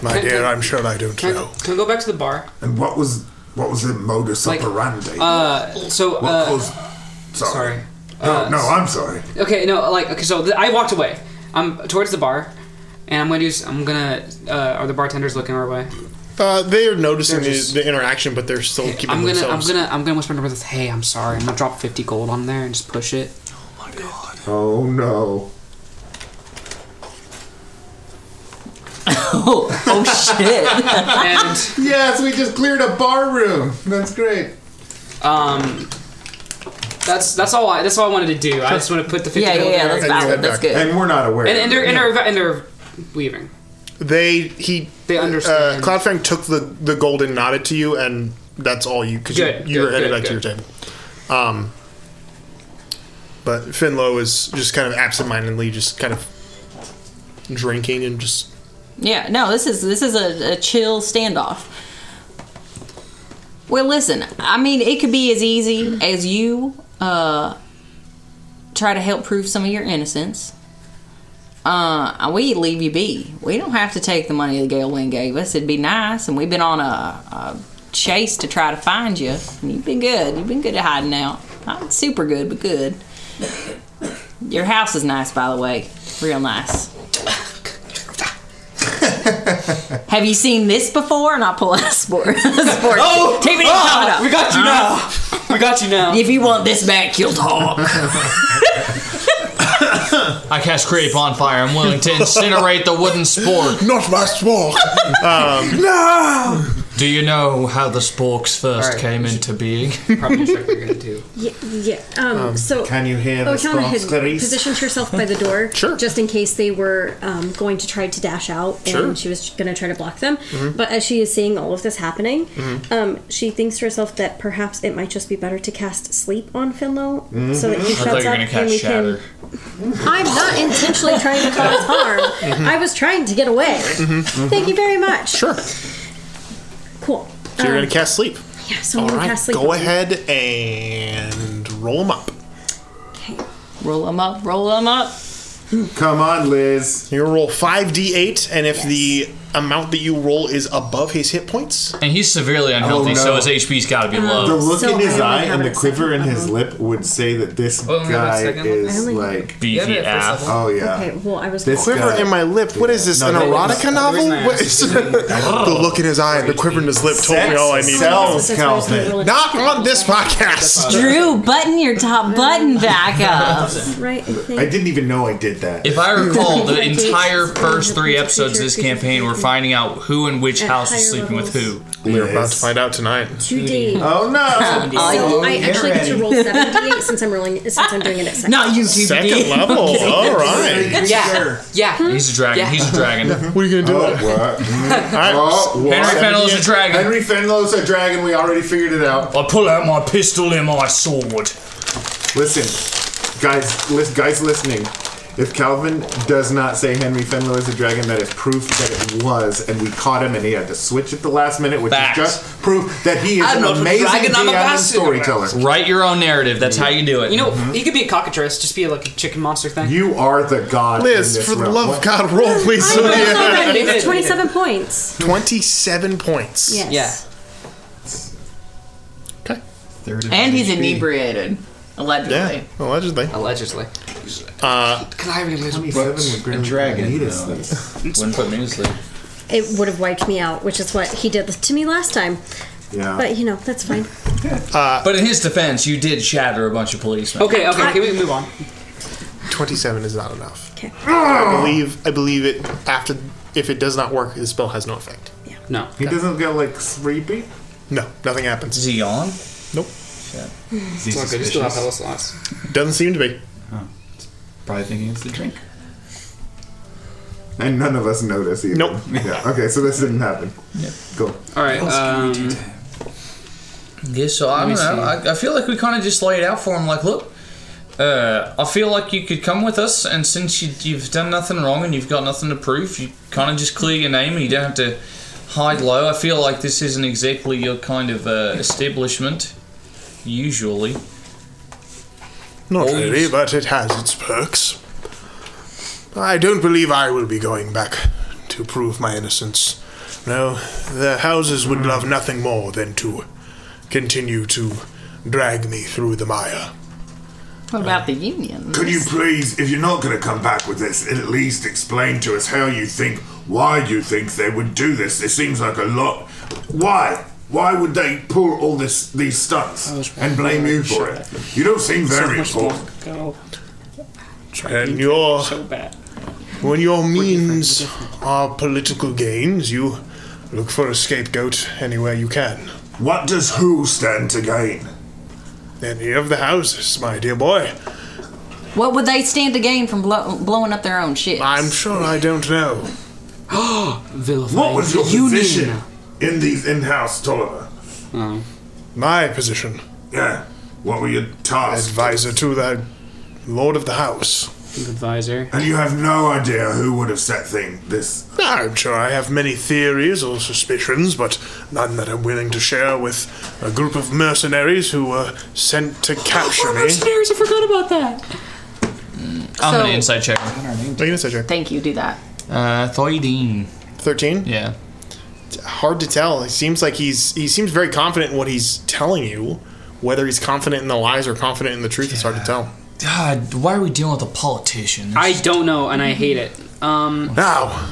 S14: My dear, I'm sure I don't know.
S13: Can we go back to the bar?
S10: And what was what was the modus
S13: Like,
S10: operandi?
S13: Uh, so
S10: what
S13: uh,
S10: caused? Sorry.
S13: Uh,
S10: no, no, I'm sorry.
S13: Okay, no, like okay, so th- I walked away. I'm towards the bar, and I'm gonna do. s- I'm gonna. Uh, are the bartenders looking our way?
S9: Uh, they are noticing
S13: They're
S9: the,
S13: just-
S9: the interaction, but they're still keeping
S13: I'm gonna.
S9: themselves.
S13: I'm gonna. I'm gonna whisper to this. Hey, I'm sorry. I'm gonna drop fifty gold on there and just push it.
S2: Oh no.
S6: Oh, oh shit.
S13: and
S2: yes, we just cleared a bar room. That's great.
S13: Um. That's that's all. I, that's all I wanted to do. I just want to put the fifty
S6: Yeah, yeah,
S13: gold.
S6: yeah,
S13: there.
S6: that's And you valid, head that's back. good.
S2: And we're not aware.
S13: And, and they're and they're, and they're weaving.
S9: They he
S13: they
S9: understand. Uh, Cloudfang took the the gold and nodded to you, and that's all you because you,
S13: Good,
S9: you were
S13: good,
S9: headed
S13: good,
S9: back to your table. Um, but Finlow is just kind of absentmindedly, just kind of drinking and just
S6: Yeah, no, this is this is a, a chill standoff. Well, listen, I mean, it could be as easy as you uh, try to help prove some of your innocence. Uh, and we leave you be. We don't have to take the money that Gail Wynn gave us. It'd be nice, and we've been on a, a chase to try to find you. And you've been good. You've been good at hiding out. Not super good, but good. Your house is nice, by the way. Real nice. Have you seen this before? And I'll pull out a sport. sport.
S13: Oh,
S6: Take me
S13: ah,
S6: to
S13: we got you now. We got you now.
S6: If you want this back, you'll talk.
S3: I cast creep on fire. I'm willing to incinerate the wooden spork.
S14: Not my spork.
S3: Um,
S14: no.
S3: Do you know how the sporks first came into being?
S13: Probably check we're gonna do.
S4: Yeah. yeah. Um,
S3: Um,
S4: so
S3: can you hear
S4: Oh,
S3: the
S4: Helena
S3: squawks,
S4: had
S3: Clarice?
S4: positioned herself by the door, sure, just in case they were um, going to try to dash out, and
S16: Sure.
S4: she was going to try to block them.
S16: Mhm.
S4: But as she is seeing all of this happening,
S16: Mhm.
S4: um, she thinks to herself that perhaps it might just be better to cast sleep on Finlow so that
S16: Mhm. I
S4: he
S16: thought
S17: Mm-hmm.
S4: shuts
S16: you were
S4: up
S16: gonna
S4: and
S16: cast
S4: we
S16: Shatter.
S4: can. I'm not intentionally trying to cause harm.
S16: Mhm.
S4: I was trying to get away.
S9: mm-hmm.
S4: Thank you very much.
S9: Sure.
S4: Cool.
S9: So you're
S4: Um,
S9: gonna cast sleep.
S4: Yeah, so I'm gonna cast sleep
S9: Go
S4: on him.
S9: ahead and roll them up.
S6: Roll them up. Roll them up.
S9: Come on, Liz. You're gonna roll five d8, and if the amount that you roll is above his hit points,
S3: And he's severely unhealthy,
S9: Oh,
S3: so
S9: no.
S3: his HP's got to
S4: Uh,
S3: be
S9: Um,
S3: low.
S2: The look
S9: So
S2: in his
S9: I only
S2: eye
S9: have
S2: and the
S9: a
S2: quiver in
S9: second
S2: his lip would say that this
S3: Oh,
S2: guy is like
S3: beefy ass.
S2: Oh yeah.
S4: Okay, well, I was
S2: This
S9: quiver
S2: guy-
S9: in my lip. What is this?
S2: No,
S9: an
S2: that-
S9: erotica
S2: the
S9: novel?
S2: reason I
S9: What
S2: asked
S9: is the look in his eye and the quiver in his lip told me all I
S2: Sex
S9: need.
S2: sells, That's why it's Calvin. really-
S9: Not on this podcast.
S6: Drew, button your top button back up.
S4: Right.
S2: I didn't even know I did that.
S3: If I recall, the entire first three episodes of this campaign were finding out who in which
S4: At
S3: house is
S4: higher
S3: sleeping with who.
S9: We're about to find out tonight.
S4: Today.
S3: Oh, no.
S4: So I
S3: get
S4: actually get to
S3: ready.
S4: roll seven d8 since I'm rolling since I'm doing it at second.
S18: Not you,
S9: Second level. All right.
S3: Yeah.
S18: Yeah.
S4: Hmm?
S3: He's a dragon.
S4: Yeah.
S3: He's a dragon.
S9: What are you gonna do?
S2: Oh, what?
S3: Henry Fennell's a dragon.
S2: Henry Fennell's a dragon. We already figured it out.
S3: I pull out my pistol and my sword.
S2: Listen, guys, listen, guys, listening. If Calvin does not say Henry Fenlow is a dragon, that is proof that it was, and we caught him, and he had to switch at the last minute, which
S3: Facts.
S2: is just proof that he is
S3: I'm
S2: an
S3: not a
S2: amazing
S3: dragon, I'm a
S2: DM and
S3: bastard.
S2: storyteller. Mm-hmm.
S3: Write your own narrative. That's how you do it.
S5: You know, he could be a cockatrice, just be like a chicken monster thing.
S2: You are the god.
S9: Liz, for the love of God, roll please.
S4: Alright, it's 27 points.
S9: 27 points.
S4: Yes.
S6: And he's inebriated, allegedly.
S9: Yeah, allegedly.
S5: Allegedly.
S9: Uh,
S5: Can I have any laser
S7: a dragon. though.
S3: Wouldn't put me to sleep.
S4: It would have wiped me out, which is what he did to me last time.
S3: Yeah.
S4: But you know, that's fine.
S9: Uh,
S3: but in his defense, you did shatter a bunch of policemen.
S5: Okay, okay, can we move on?
S9: 27 is not enough.
S4: Okay.
S9: I believe I believe it after if it does not work, the spell has no effect. Yeah.
S5: No.
S2: He doesn't get like sleepy?
S9: No, nothing happens. Is
S3: he on?
S9: Nope.
S7: Is he It's not good, you still have suspicious?
S9: Doesn't seem to be.
S7: Probably thinking it's the drink.
S2: And none of us notice either. Nope. Yeah. Okay, so this didn't happen.
S3: Yeah.
S2: Cool.
S5: All right. Um,
S3: yeah, so I don't
S5: Let me
S3: know. I, I feel like we kind of just laid out for him, like, look, uh, I feel like you could come with us, and since you, you've done nothing wrong and you've got nothing to prove, you kind of just clear your name and you don't have to hide low. I feel like this isn't exactly your kind of uh, establishment, usually.
S14: Not
S3: Always.
S14: really, but it has its perks. I don't believe I will be going back to prove my innocence. No, the houses would love nothing more than to continue to drag me through the mire.
S6: What about the union?
S10: Could you please, if you're not going to come back with this, at least explain to us how you think, why you think they would do this? This seems like a lot. Why? Why would they pull all this these stunts and blame you for it? You don't seem very important.
S14: And your when your means are political gains, you look for a scapegoat anywhere you can.
S10: What does who stand to gain?
S14: Any of the houses, my dear boy.
S6: What would they stand to gain from blow- blowing up their own shit?
S14: I'm sure I don't know.
S10: what was your position in these in-house Tolliver?
S14: My position.
S10: Yeah. What were your tasks?
S14: Advisor to the Lord of the House.
S5: Advisor.
S10: And you have no idea who would have set thing this.
S14: I'm sure I have many theories or suspicions, but none that I'm willing to share with a group of mercenaries who were sent to capture me.
S6: Mercenaries, I forgot about that.
S3: I'm
S6: So-
S3: going to inside check.
S6: Thank you, do that.
S3: Uh, Thoidine.
S9: 13?
S3: Yeah.
S9: Hard to tell. He seems like he's he seems very confident in what he's telling you. Whether he's confident in the lies or confident in the truth is hard to tell.
S3: God, why are we dealing with a politician?
S5: I don't know, and I hate it. Um,
S14: now,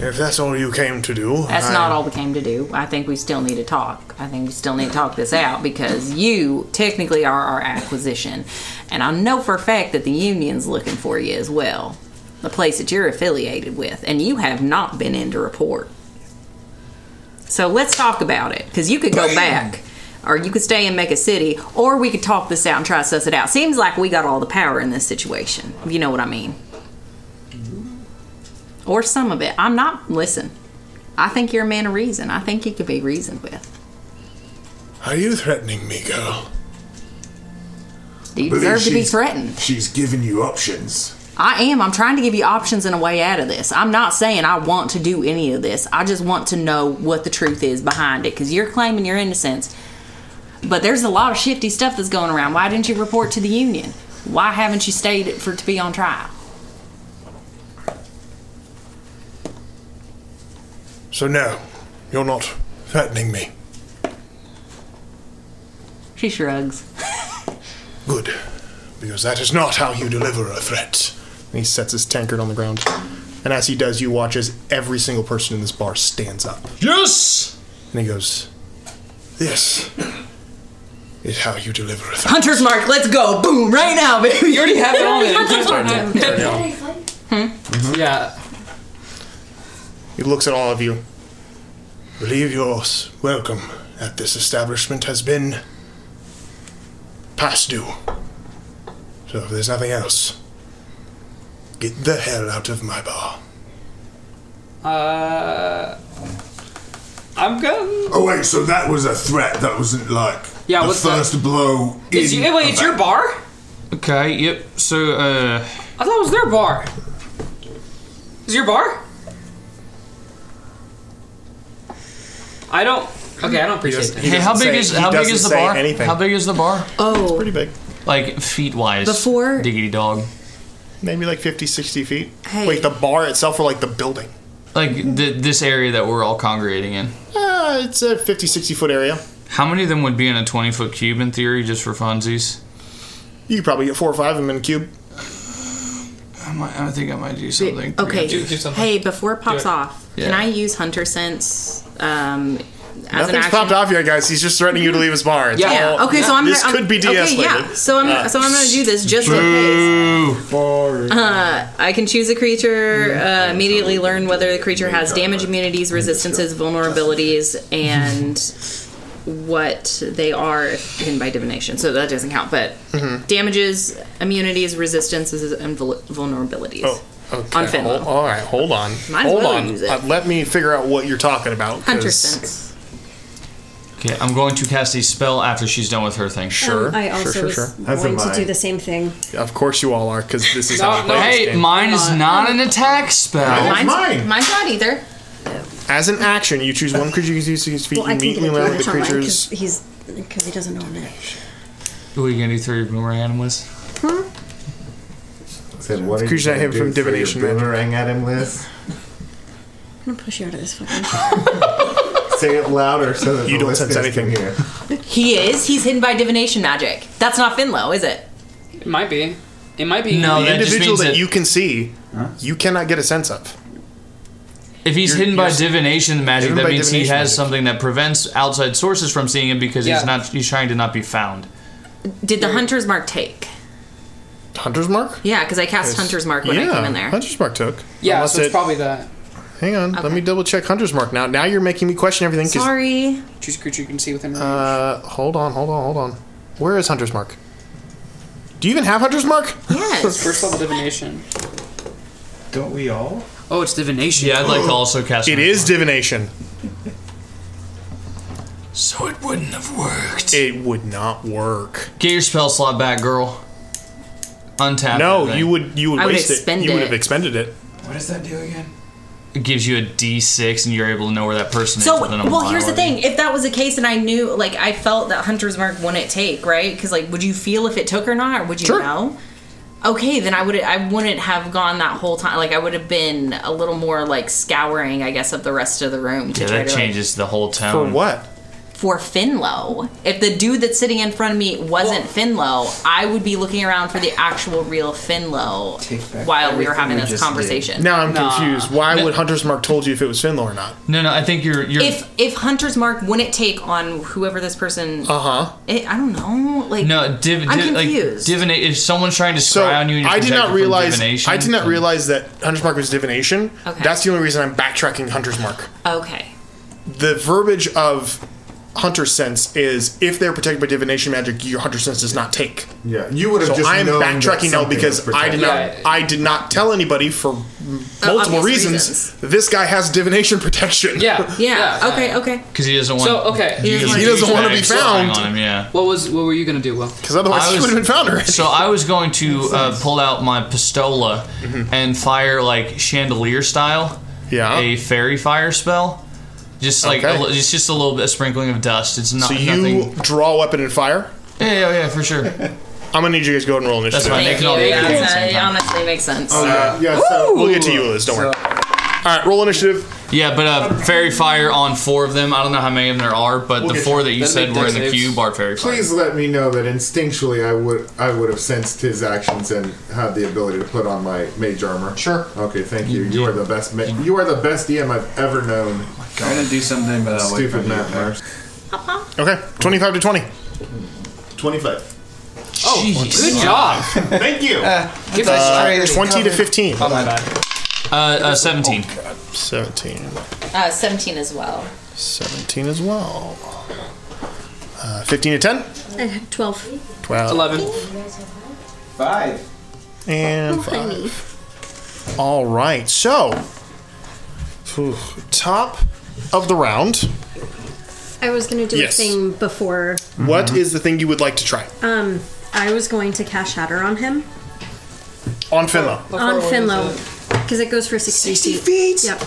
S14: if that's all you came to do,
S6: That's
S14: I-
S6: not all we came to do. I think we still need to talk. I think we still need to talk this out because you technically are our acquisition. And I know for a fact that the union's looking for you as well. The place that you're affiliated with. And you have not been in to report. So let's talk about it because you could go back. Or you could stay and make a city, or we could talk this out and try to suss it out. Seems like we got all the power in this situation, if you know what I mean. Or some of it. I'm not, listen, I think you're a man of reason. I think you could be reasoned with.
S14: Are you threatening me, girl?
S6: Do you
S10: But then
S6: deserve to be
S10: she's-
S6: threatened?
S10: She's giving you options.
S6: I am. I'm trying to give you options and a way out of this. I'm not saying I want to do any of this. I just want to know what the truth is behind it because you're claiming your innocence. But there's a lot of shifty stuff that's going around. Why didn't you report to the union? Why haven't you stayed for to be on trial?
S14: So no, you're not threatening me.
S6: She shrugs.
S14: Good, because that is not how you deliver a threat.
S9: And he sets his tankard on the ground. And as he does, you watch as every single person in this bar stands up.
S3: Yes!
S9: And he goes,
S14: This is how you deliver a threat.
S6: Hunter's mark. Let's go. Boom. Right now, baby.
S5: You already have it on it.
S3: Mm-hmm.
S6: Hunter's mark.
S5: Yeah.
S9: He He looks at all of you.
S14: believe your s- welcome at this establishment has been past due. So if there's nothing else, get the hell out of my bar.
S5: Uh, I'm good.
S10: Oh wait, so that was a threat. That wasn't like
S5: Yeah,
S10: the
S5: what's that?
S10: first blow.
S5: Is
S10: in
S5: you, wait,
S10: of
S5: it's
S10: that.
S5: your bar?
S3: Okay, yep. So, uh.
S5: I thought it was their bar. Is it your bar? I don't. Okay, I don't appreciate that.
S3: hey, how big is how big is the bar? How big is the bar?
S4: Oh, it's
S9: pretty big.
S3: Like feet wise.
S4: Before-
S3: diggity dog.
S9: Maybe like 50, 60 feet.
S4: Hey.
S9: Wait, the bar itself or like the building?
S3: Like th- this area that we're all congregating in.
S9: Uh, it's a 50, 60 foot area.
S3: How many of them would be in a twenty foot cube in theory, just for funsies?
S9: You could probably get four or five of them in a cube.
S3: I, might, I think I might do something.
S6: Okay.
S3: creative.
S6: Hey, before it pops
S3: Do it.
S6: off, can
S3: Yeah.
S6: I use Hunter Sense um, as an
S9: Nothing's
S6: action?
S9: popped off yet, guys. He's just threatening you to leave his bar. It's
S6: Yeah.
S9: all-
S6: okay, so I'm
S9: This
S6: gonna, I'm-
S9: could be de-escalated.
S6: Okay, yeah. So I'm
S9: Uh,
S6: so I'm gonna do this just in case. Uh, I can choose a creature,
S3: Mm-hmm.
S6: uh, immediately learn whether the creature has damage immunities, resistances, vulnerabilities, and what they are if hidden by divination. So that doesn't count, but
S4: Mm-hmm.
S9: Mhm.
S6: damages, immunities, resistances, and vul- vulnerabilities.
S9: Oh, okay.
S6: On Finlow.
S9: Hol- all right, hold on.
S6: Might as
S9: hold
S6: well
S9: on.
S6: use it.
S9: Uh, let me figure out what you're talking about. 'cause-
S6: Hunter sense.
S3: Okay, I'm going to cast a spell after she's done with her thing.
S4: Sure, Um, I sure, also sure, was sure. going to do the same thing.
S9: Of course you all are, because this is
S3: No,
S9: how we
S3: no,
S9: play this
S3: hey,
S9: game.
S3: mine is not an attack spell.
S9: Mine's- mine.
S6: Mine's not either.
S9: As an action, you choose one creature you can use to use feet
S4: Well, I can get
S9: immediately
S4: a
S9: land with
S4: damage
S9: the
S4: on mine
S9: creature's
S4: because he's because he doesn't know I'm in it.
S3: Who are you gonna do three boomerang animals?
S2: Said, what are you
S9: Creature that
S2: gonna
S9: hit from
S2: do for your
S9: divination magic.
S2: Boomerang at him, Liz.
S4: I'm gonna push you out of this fucking.
S2: Say it louder so that you don't sense anything here.
S6: He is. He's hidden by divination magic. That's not Finlow, is it?
S5: It might be. It might be.
S3: No,
S9: the
S3: that just
S9: individual
S3: means
S9: that,
S3: that-
S9: you can see, you cannot get a sense of.
S3: If he's
S9: You're-
S3: hidden by
S9: you're-
S3: divination magic,
S9: Hidden
S3: that
S9: by
S3: means he has
S9: divination magic.
S3: something that prevents outside sources from seeing him because
S6: Yeah.
S3: he's not he's trying to not be found.
S6: Did the hunter's mark take?
S9: Hunter's mark?
S6: Yeah, because I cast
S9: Yes.
S6: hunter's mark when I
S9: Yeah,
S6: came in there.
S9: Hunter's mark took.
S6: Yeah,
S9: Unless
S6: so it's
S9: it-
S5: Probably that.
S9: Hang on, let me double check Hunter's mark now. Now you're making me question everything. 'cause-
S6: Sorry.
S5: Choose a creature you can see within.
S9: Uh, hold on, hold on, hold on. Where is Hunter's mark? Do you even have Hunter's mark?
S5: Yes. First level divination.
S9: Don't we all?
S5: Oh, it's divination.
S3: Yeah, I'd like to also cast.
S9: It is divination.
S3: So it wouldn't have worked.
S9: It would not work.
S3: Get your spell slot back, girl. Untap.
S9: No,
S3: that thing.
S9: you would you would
S3: I would
S9: waste it.
S3: expend
S9: You would have
S3: it.
S9: expended it.
S7: What does that do again?
S3: It gives you a D6, and you're able to know where that person
S6: So,
S3: is. within a
S6: well, here's
S3: mile
S6: the
S3: of
S6: thing. If that was the case, and I knew, like, I felt that Hunter's Mark wouldn't take, right? Because, like, would you feel if it took or not, or would you know? Okay, then I would I wouldn't have gone that whole time. Like, I would have been a little more like scouring, I guess, of the rest of the room
S3: you.
S6: to
S3: Yeah,
S6: try
S3: that
S6: to like,
S3: changes the whole tone.
S9: what?
S6: for Finlow. If the dude that's sitting in front of me wasn't Finlow, I would be looking around for the actual real Finlow while we were having this conversation.
S9: Now I'm confused. Why would Hunter's mark told you if it was Finlow or not?
S3: No, no, I think you're you're.
S6: If if Hunter's Mark wouldn't take on whoever this person,
S9: uh huh.
S6: I don't know, like
S3: no, div,
S6: I'm
S3: div- like,
S6: confused.
S3: divina- if someone's trying to spy on you, and you're
S9: I did not
S3: protected from
S9: realize.
S3: divination,
S9: I did not
S3: then-
S9: realize that Hunter's mark was divination.
S6: Okay.
S9: That's the only reason I'm backtracking Hunter's mark.
S6: Okay.
S9: The verbiage of Hunter sense is if they're protected by divination magic, your Hunter sense does not take.
S2: Yeah, you would have
S9: So
S2: just
S9: I'm
S2: known that
S9: backtracking now
S2: something
S9: because
S2: was
S9: I did
S2: protected.
S9: not. I did not tell anybody for
S6: Uh,
S9: multiple
S5: obvious
S9: reasons,
S5: reasons.
S9: This guy has divination protection.
S5: Yeah.
S6: Yeah. Okay. Okay.
S3: Because he doesn't want.
S5: So okay.
S3: you guys
S9: He doesn't want to be
S3: douchebags spying
S9: found.
S3: On him, yeah.
S5: What was? What were you gonna do, Will?
S9: Because otherwise,
S3: I
S9: he
S3: was-
S9: would have been found already.
S3: So I was going to uh, pull out my pistola and fire like chandelier style,
S9: Mm-hmm. yeah,
S3: a fairy fire spell. Just like
S9: Okay.
S3: a, li- it's just a little bit of sprinkling of dust. It's not
S9: so you
S3: nothing.
S9: draw a weapon and fire.
S3: Yeah, yeah, yeah, for sure.
S9: I'm gonna need you guys to go ahead and roll initiative.
S3: That's fine. They can all be
S6: Yeah,
S3: equal at the
S6: that's- Uh,
S3: same
S6: it
S3: time.
S6: honestly makes sense.
S2: Oh,
S9: Uh, we'll get to you, Liz. Don't worry. All right, roll initiative.
S3: Yeah, but uh, fairy fire on four of them. I don't know how many of them there are, but
S2: We'll
S3: the
S2: get
S3: four
S2: you.
S3: that you
S2: Then
S3: said
S2: make
S3: were
S2: dex
S3: in the
S2: saves.
S3: cube are fairy fire.
S2: Please let me know that instinctually I would I would have sensed his actions and had the ability to put on my mage armor. Sure. Okay, thank you. You are the best. Ma- you are the best DM I've ever known.
S7: I'm gonna do something, but I'll wait for
S2: stupid
S7: you
S2: math
S7: back.
S2: nerds.
S9: Okay, twenty-five to twenty.
S2: Twenty-five.
S5: Oh, good job.
S2: Thank you.
S5: Uh, give
S9: Uh,
S5: us straight.
S9: Twenty to fifteen.
S5: Oh my bad.
S3: Uh, uh, 17.
S9: Oh, 17.
S6: Uh, 17 as well.
S9: 17 as well. Uh, 15 to 10?
S4: I had 12.
S9: 12.
S7: 5.
S9: And 5. All right. So, phew, top of the round.
S4: I was going to do
S9: Yes.
S4: a thing before.
S9: What is the thing you would like to try?
S4: Um, I was going to cash Hatter on him.
S9: On Finlow.
S4: on Finlow. Because it goes for 60, feet. Yep. Um,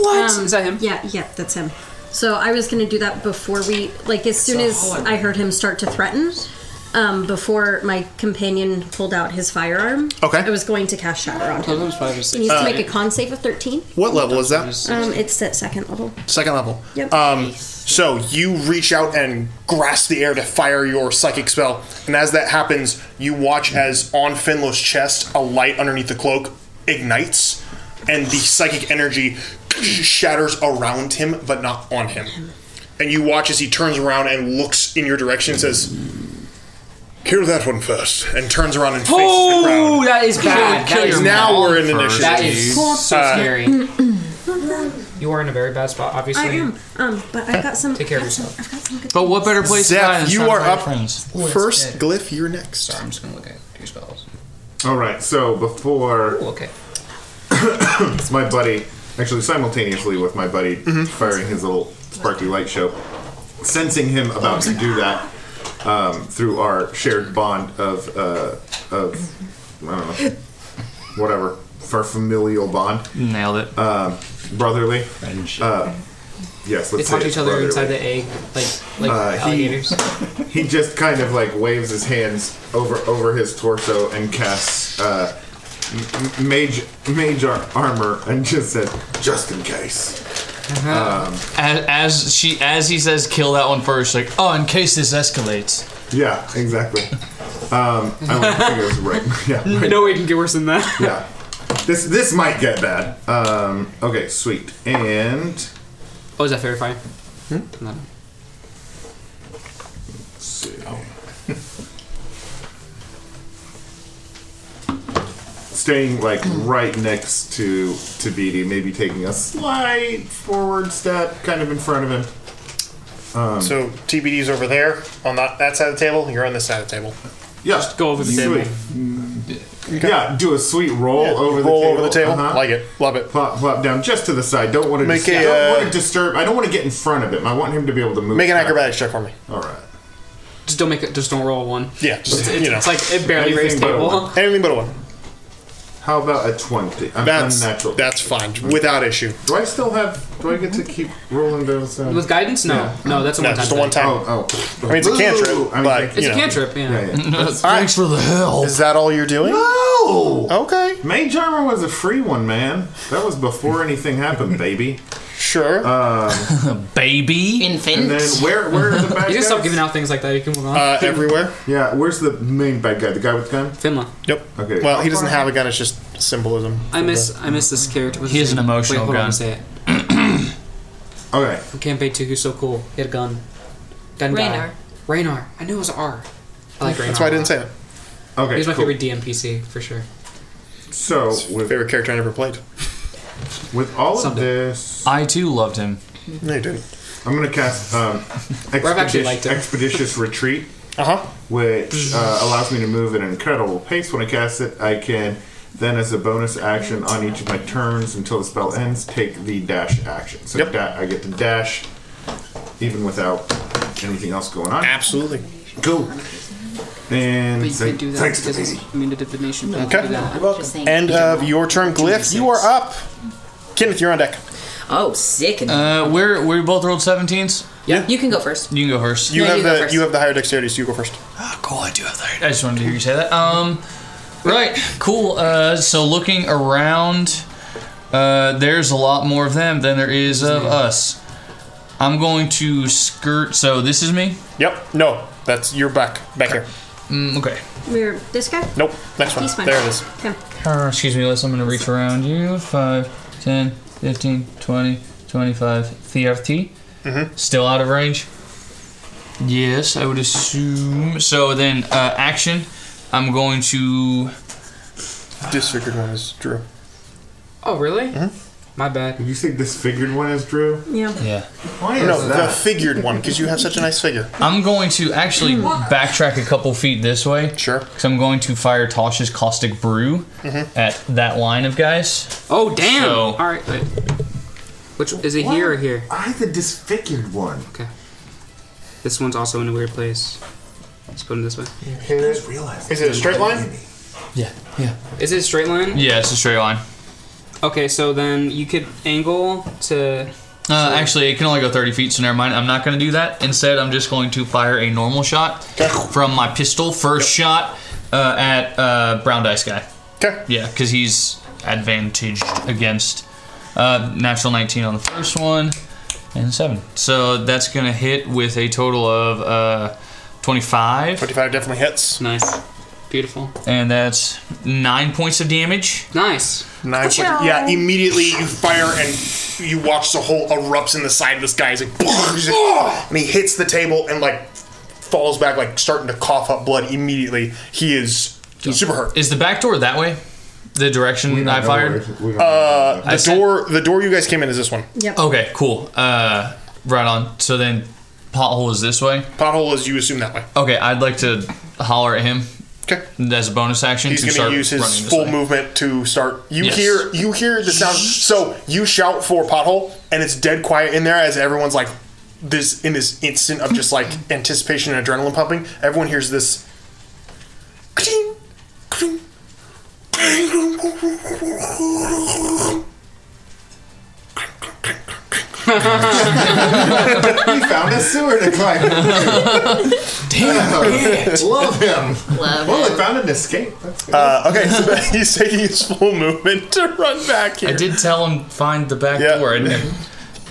S13: What? Is that him?
S4: Yeah, yeah, that's him. So I was going to do that before we, like, as soon as I heard him start to threaten, um, before my companion pulled out his firearm.
S9: Okay.
S4: I was going to cast Shatter on him. He needs
S9: Uh,
S4: to make a con save of 13.
S9: What level is that?
S4: Um, it's at second level.
S9: Second level.
S4: Yep.
S9: Um, so you reach out and grasp the air to fire your psychic spell, and as that happens, you watch as on Finlow's chest a light underneath the cloak ignites, and the psychic energy shatters around him, but not on him. And you watch as he turns around and looks in your direction and says, "Kill that one first, and turns around and faces the crowd.
S5: Oh, that is bad.
S9: Kill
S5: That
S9: your
S5: is
S9: now
S5: bad.
S9: we're in initiative.
S5: That is so
S4: Uh,
S5: scary. You are in a very bad spot,
S4: I
S5: obviously.
S4: am. Um, but I've got some.
S5: Take care of
S4: I've got
S5: yourself.
S4: some- I've got some good
S3: But what better place to die
S9: Zeph,
S3: than
S9: you
S3: Sound
S9: are
S3: Fire
S9: up
S3: Friends?
S9: first. Glyph, you're next. Sorry,
S3: I'm just gonna look at two spells.
S2: All right. So before,
S3: okay.
S2: my buddy, actually simultaneously with my buddy
S9: Mm-hmm.
S2: firing his little sparkly light show, sensing him about to do that um, through our shared bond of uh, of I don't know, whatever, our familial bond.
S3: Nailed it.
S2: Um, brotherly. Uh, yes. Let's say
S5: They talk to
S2: it's
S5: each other
S2: brotherly.
S5: inside the egg, like like
S2: Uh, he-
S5: alligators.
S2: He just kind of like waves his hands over over his torso and casts uh, m- m- mage mage ar- armor and just said, "Just in case."
S6: Uh-huh.
S2: Um,
S3: As, as she, as he says, kill that one first. Like, oh, in case this escalates.
S2: yeah, exactly. Um, I don't think it was right. Yeah, right.
S5: no way it can get worse than that.
S2: yeah. This this might get bad. Um, okay, sweet. And
S5: Oh, is that fair fire?
S3: Hmm?
S5: No.
S2: let's see.
S3: Oh,
S2: Staying like right next to to BD, maybe taking a slight forward step, kind of in front of him. Um,
S9: so TBD's over there on that, that side of the table. You're on this side of the table.
S2: Yeah, just
S5: go over
S9: the table.
S2: Yeah, do a sweet roll over the
S9: roll
S2: table.
S9: over the table. Like
S2: it,
S9: love it.
S2: Plop, plop down just to the side. Don't want to.
S9: Make
S2: Dis- I
S9: a,
S2: don't
S9: uh,
S2: want to disturb. I don't want to get in front of him. I want him to be able to move.
S9: Make an
S2: back.
S9: acrobatics check for me.
S2: All right.
S5: Just don't make it. Just don't roll a one.
S9: Yeah, just,
S5: it's, it's-
S9: you know.
S5: it's like it barely raised
S2: Anything but a
S5: table.
S2: one.
S9: Anything but a one.
S2: How about a twenty? I'm
S9: That's-
S2: unnatural.
S9: That's fine, without issue.
S2: Do I still have? Do I get to keep rolling down the side?
S5: With guidance, no, no, that's a
S9: No,
S5: one time.
S9: just a one time.
S2: Oh,
S9: I mean, it's a cantrip, but,
S5: it's a cantrip. Yeah.
S9: Thanks
S3: for the help.
S9: Is that all you're doing?
S2: No.
S9: Okay.
S2: Mage armor was a free one, man. That was before anything happened, baby.
S9: Sure.
S2: Um,
S3: baby.
S6: Infant.
S2: And then where- where are the bad
S5: You can
S2: guys?
S5: stop giving out things like that. You can move on.
S9: Uh, everywhere.
S2: Yeah. Where's the main bad guy? The guy with the gun?
S5: Finla.
S9: Yep.
S2: Okay.
S9: Well, he doesn't have a gun. It's just symbolism.
S5: I miss I miss this character. What's
S3: He
S5: his
S3: is an
S5: name?
S3: emotional
S5: Wait, hold
S3: gun.
S5: On, say it.
S2: okay.
S5: From Campaign Two, who's so cool? He had a gun. Gun
S6: Raynar.
S5: guy. Raynar. I knew it was an R. I like Raynar.
S9: That's why I didn't say it.
S2: Okay,
S5: He's my
S2: cool.
S5: favorite DMPC for sure.
S2: So, with,
S9: favorite character I never played.
S2: With all
S5: Someday.
S2: of this,
S3: I too loved him.
S9: No, you didn't.
S2: I'm going to cast um,
S5: actually
S2: expeditious,
S5: liked him.
S2: expeditious retreat,
S9: uh-huh.
S2: which uh, allows me to move at an incredible pace. When I cast it, I can then, as a bonus action on each of my turns until the spell ends, take the dash action. So da- I get to dash even without anything else going on.
S9: Absolutely.
S2: Cool. And
S5: But you
S2: say,
S5: can't do that
S2: thanks to
S5: because
S2: me.
S5: it's immune to divination. but you can do
S9: Okay.
S5: that.
S9: End of your turn, Glyph. You are up. Kenneth, you're on deck.
S6: Oh, sick.
S3: Uh, we're we both rolled 17s.
S9: Yeah.
S6: You can go first.
S3: You can go first.
S9: You have the you have the higher dexterity, so you go first.
S3: Cool, I do have that. I just wanted to hear you say that. Um, right, cool. Uh, so looking around, uh, there's a lot more of them than there is of us. I'm going to skirt. So this is me.
S9: Yep. No, that's you're back back here.
S3: Mm, okay.
S4: We're this guy?
S9: Nope. Next one.
S4: He's fine.
S9: There it is.
S4: Him.
S3: Uh, excuse me, Liz. I'm going to reach around you. 5, 10, 15, 20, 25. TFT. Still out of range? Yes, I would assume. So then, uh, action. I'm going to.
S9: Disfigured one is Drew.
S5: Oh, really?
S9: Mm-hmm.
S2: My bad. You say this figured one is Drew?
S5: Yeah.
S3: Yeah.
S2: Why is
S9: no,
S2: that?
S9: the figured one because you have such a nice figure.
S3: I'm going to actually
S5: Mm.
S3: backtrack a couple feet this way. Sure. Because I'm going to fire Tosh's caustic brew
S9: Mm-hmm.
S5: Mhm.
S3: at that line of guys.
S5: Oh damn!
S3: So-
S5: All right, wait. Which is it? Here or here? I the disfigured one. Okay. This one's also in a weird place. Let's put it this way.
S14: Is it a straight line?
S5: Is it a straight line?
S3: Yeah, it's a straight line.
S5: Okay, so then you could angle to.
S3: Uh, actually, it can only go 30 feet, so never mind. I'm not going to do that. Instead, I'm just going to fire a normal shot from my pistol. First shot uh, at uh, Brown Dice Guy.
S9: Okay.
S3: Yeah, because he's advantaged against uh, natural 19 on the first one and 7. So that's going to hit with a total of uh, 25.
S9: 25 definitely hits.
S5: Nice. Beautiful.
S3: And that's 9 points of damage.
S5: Nice.
S9: Nine points. Yeah, immediately you fire and you watch the hole erupts in the side of this guy. He's like, he's like- and he hits the table and like falls back, like starting to cough up blood immediately. He is super hurt.
S3: Is the back door that way? The direction I fired?
S9: Uh, the
S3: I sent-
S9: door, the door you guys came in is this one.
S19: Yep.
S3: Okay, cool. Uh, right on. So then, pothole is this way.
S9: Pothole is you assume that way.
S3: Okay, I'd like to holler at him.
S9: Okay.
S3: As a bonus action,
S9: He's
S3: to
S9: going
S3: start
S9: to use
S3: running
S9: his
S3: this
S9: full
S3: way.
S9: movement to start. You
S3: Yes.
S9: hear, you hear the sound. So you shout for pothole, and it's dead quiet in there as everyone's like this in this instant of just like anticipation and adrenaline pumping. Everyone hears this. ka-ting, ka-ting,
S2: he found a sewer to climb.
S3: Damn
S9: it.
S2: Love him.
S9: Love
S2: well,
S9: him.
S2: I found an escape.
S9: Uh, okay, so that- he's taking his full movement to run back here.
S3: I did tell him find the back door. I didn't,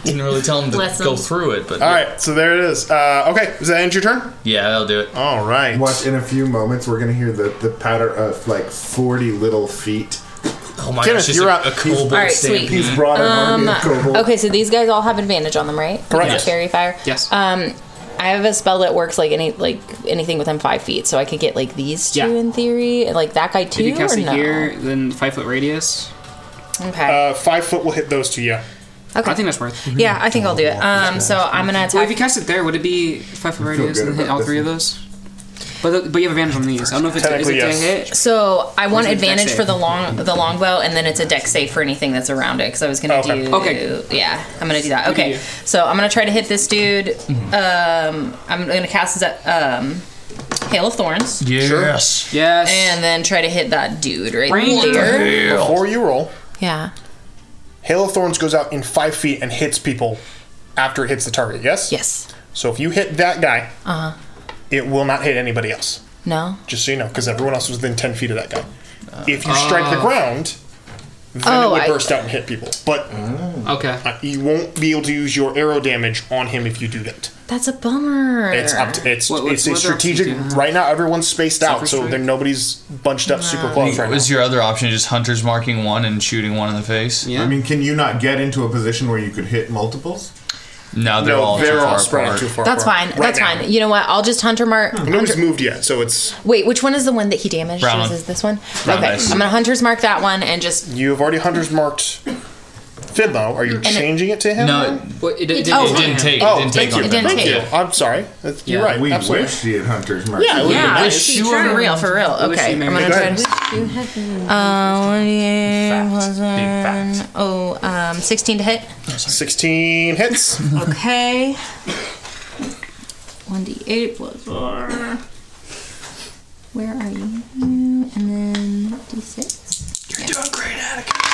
S3: didn't really tell him to
S9: Bless him.
S3: go through it, but
S9: All right, so there it is. Uh, okay, does that end your turn?
S3: yeah, that'll do it.
S9: All right.
S2: Watch in a few moments. We're gonna hear the the patter of like forty little feet.
S3: Oh
S6: my Kenneth, gosh, it's you're a- up. a kobold
S2: He's,
S6: All right, sweet. stampede.
S2: He's brought an army of kobolds.
S6: okay, so these guys all have advantage on them, right?
S2: Correct.
S6: Because it's Fairy fire.
S2: Yes.
S6: Um, I have a spell that works like any like anything within five feet, so I could get like these two
S5: Yeah.
S6: in theory, and like that guy
S5: If
S6: too,
S5: you cast
S6: or
S5: it
S6: no?
S5: here, then five foot radius.
S6: Okay.
S9: Uh, five foot will hit those two. Yeah.
S6: Okay.
S5: I think that's worth. it.
S6: yeah, I think I'll do it. Um, so I'm gonna attack.
S5: Well, if you cast it there, would it be five foot radius
S6: good
S5: and hit
S6: about
S5: all three of those? But but you have advantage on these. I don't know if it's is it
S6: Technically,
S5: to
S6: yes.
S5: hit.
S6: So I want
S5: Or is it dex
S6: advantage
S5: save?
S6: for the long the longbow, and then it's a deck save for anything that's around it. Because I was gonna
S5: Okay.
S6: do
S5: Okay.
S6: yeah, I'm gonna do that.
S5: You do
S6: Okay,
S5: you.
S6: so I'm gonna try to hit this dude.
S5: Mm-hmm.
S6: Um, I'm gonna cast Z- um, hail of thorns.
S3: Yes.
S5: Yes.
S6: And then try to hit that dude right there.
S9: Before you roll,
S6: Yeah.
S9: Hail of Thorns goes out in five feet and hits people after it hits the target. Yes.
S6: Yes.
S9: So if you hit that guy,
S6: Uh huh.
S9: it will not hit anybody else.
S6: No.
S9: Just so you know, because everyone else was within ten feet of that guy. if you strike the
S6: Oh.
S9: ground, then
S6: Oh,
S9: it would
S6: I-
S9: burst out and hit people. But
S5: okay,
S9: you won't be able to use your arrow damage on him if you do that.
S6: That's a bummer.
S9: It's up to, it's
S6: what-
S9: it's a
S6: what other options
S9: strategic. Right now, everyone's spaced out, so
S6: Self-restraint?
S9: then nobody's bunched up super close right now.
S3: Was your other option just hunters marking one and shooting one in the face?
S2: I mean, can you not get into a position where you could hit multiples?
S3: No, they're all too far apart.
S6: That's fine. that's fine. You know what? I'll just hunter mark.
S9: Nobody's Hmm. moved yet, so it's
S6: Wait, which one is the one that he damaged?
S9: Brown
S6: Is
S9: one.
S6: is this one?
S9: Brown
S6: okay,
S9: dice.
S6: I'm gonna hunters mark that one and just
S9: you have already hunters marked. Fidlo, are you
S6: And it-
S9: changing it, to him?
S3: No,
S5: Well, it,
S6: it didn't- Oh. it didn't
S3: take- it
S9: Oh,
S3: didn't
S9: thank
S3: take on
S9: you.
S3: It didn't
S9: Thank
S3: take.
S9: you. I'm sorry. That's, You're
S2: Yeah.
S9: right.
S2: We
S9: absolutely.
S2: wish he had hunter's mark.
S9: Yeah, it would've been nice.
S6: for real, for real.
S9: Wish
S6: Okay,
S9: you
S6: I'm
S9: may-
S6: gonna
S9: Go
S6: try
S9: ahead.
S6: to. Oh yeah, was um, Oh, um, 16 to hit.
S9: 16 hits.
S6: Okay. 1d8 plus 4. Where are you? And then d6. You're doing great, Atticus.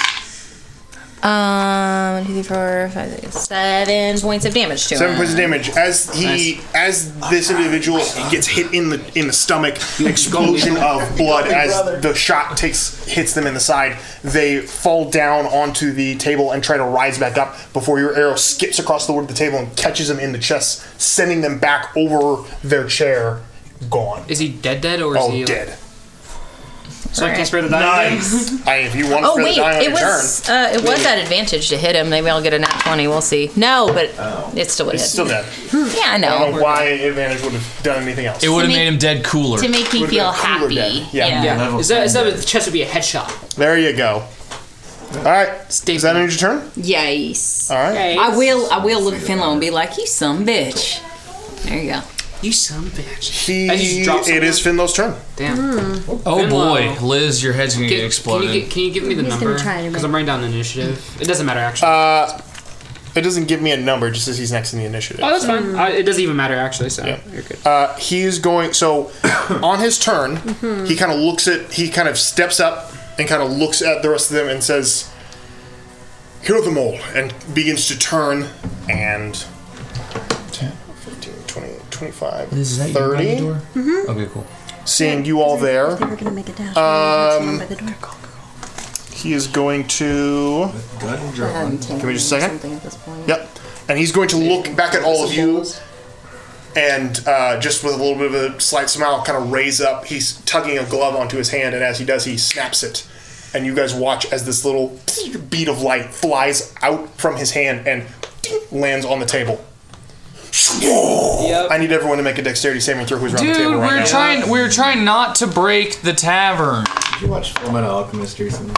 S6: Um, 2, 3, 4, 5, 6, 7 points of damage to
S9: Seven
S6: him.
S9: points of damage as he as this individual gets hit in the in the stomach. An explosion of blood as the shot takes hits them in the side. They fall down onto the table and try to rise back up before your arrow skips across the wood of the table and catches them in the chest, sending them back over their chair. Gone.
S5: Is he dead dead or is
S9: Oh,
S5: he like-
S9: dead.
S5: So I can spare the die.
S9: Nice. I, if you want to
S6: Oh
S9: spare
S6: wait,
S9: the die on
S6: it
S9: your
S6: was
S9: turn,
S6: uh, it was at advantage to hit him. Maybe I'll get a nat twenty. We'll see. No, but it still
S9: Oh.
S6: would
S9: It's
S6: hit.
S9: still dead.
S6: Yeah, I know.
S9: I don't know why advantage would have done anything else.
S3: It would have made him dead cooler.
S6: to make me
S9: Would've
S6: feel
S9: been cooler
S6: happy.
S9: dead. Yeah.
S5: Is that is that the chest would be a headshot?
S9: There you go. All right. Is that end your turn?
S15: Yes.
S9: All right.
S15: I will. I will look at Finlow and be like, "You some bitch." There you go.
S5: You some bitch.
S9: He, it is Finlow's turn.
S5: Damn.
S3: Oh
S5: Finlow.
S3: boy, Liz, your head's gonna
S5: Can-
S3: get exploded.
S5: Can you, gi- can you give me the
S4: He's gonna
S5: number?
S4: try to
S5: Because
S4: make-
S5: I'm writing down the initiative. It doesn't matter actually.
S9: Uh, it doesn't give me a number, just says he's next in the initiative.
S5: oh, that's fine.
S6: Hmm.
S5: I, it doesn't even matter actually. So you're good.
S9: Uh, he's going. So on his turn, he kind of looks at. He kind of steps up and kind of looks at the rest of them and says, "Hear them all," and begins to turn and 10, 15, 20, 25,
S3: Liz, is that you by the
S9: 30.
S3: door?
S9: Okay, cool. Mm-hmm. Seeing you all there,
S4: They Mm-hmm. were gonna make a dash.
S9: Um,
S4: by the door.
S9: he is going to. Give me just a second.
S15: At this point.
S9: Yep. And he's going to look back at all of you and uh, just with a little bit of a slight smile, kind of raise up. He's tugging a glove onto his hand, and as he does, he snaps it. And you guys watch as this little bead of light flies out from his hand and lands on the table. I need everyone to make a dexterity saving throw who's around
S3: Dude,
S9: the table
S3: we're
S9: right now.
S3: trying. We're trying not to break the tavern.
S7: Did you watch Full Metal Alchemist recently?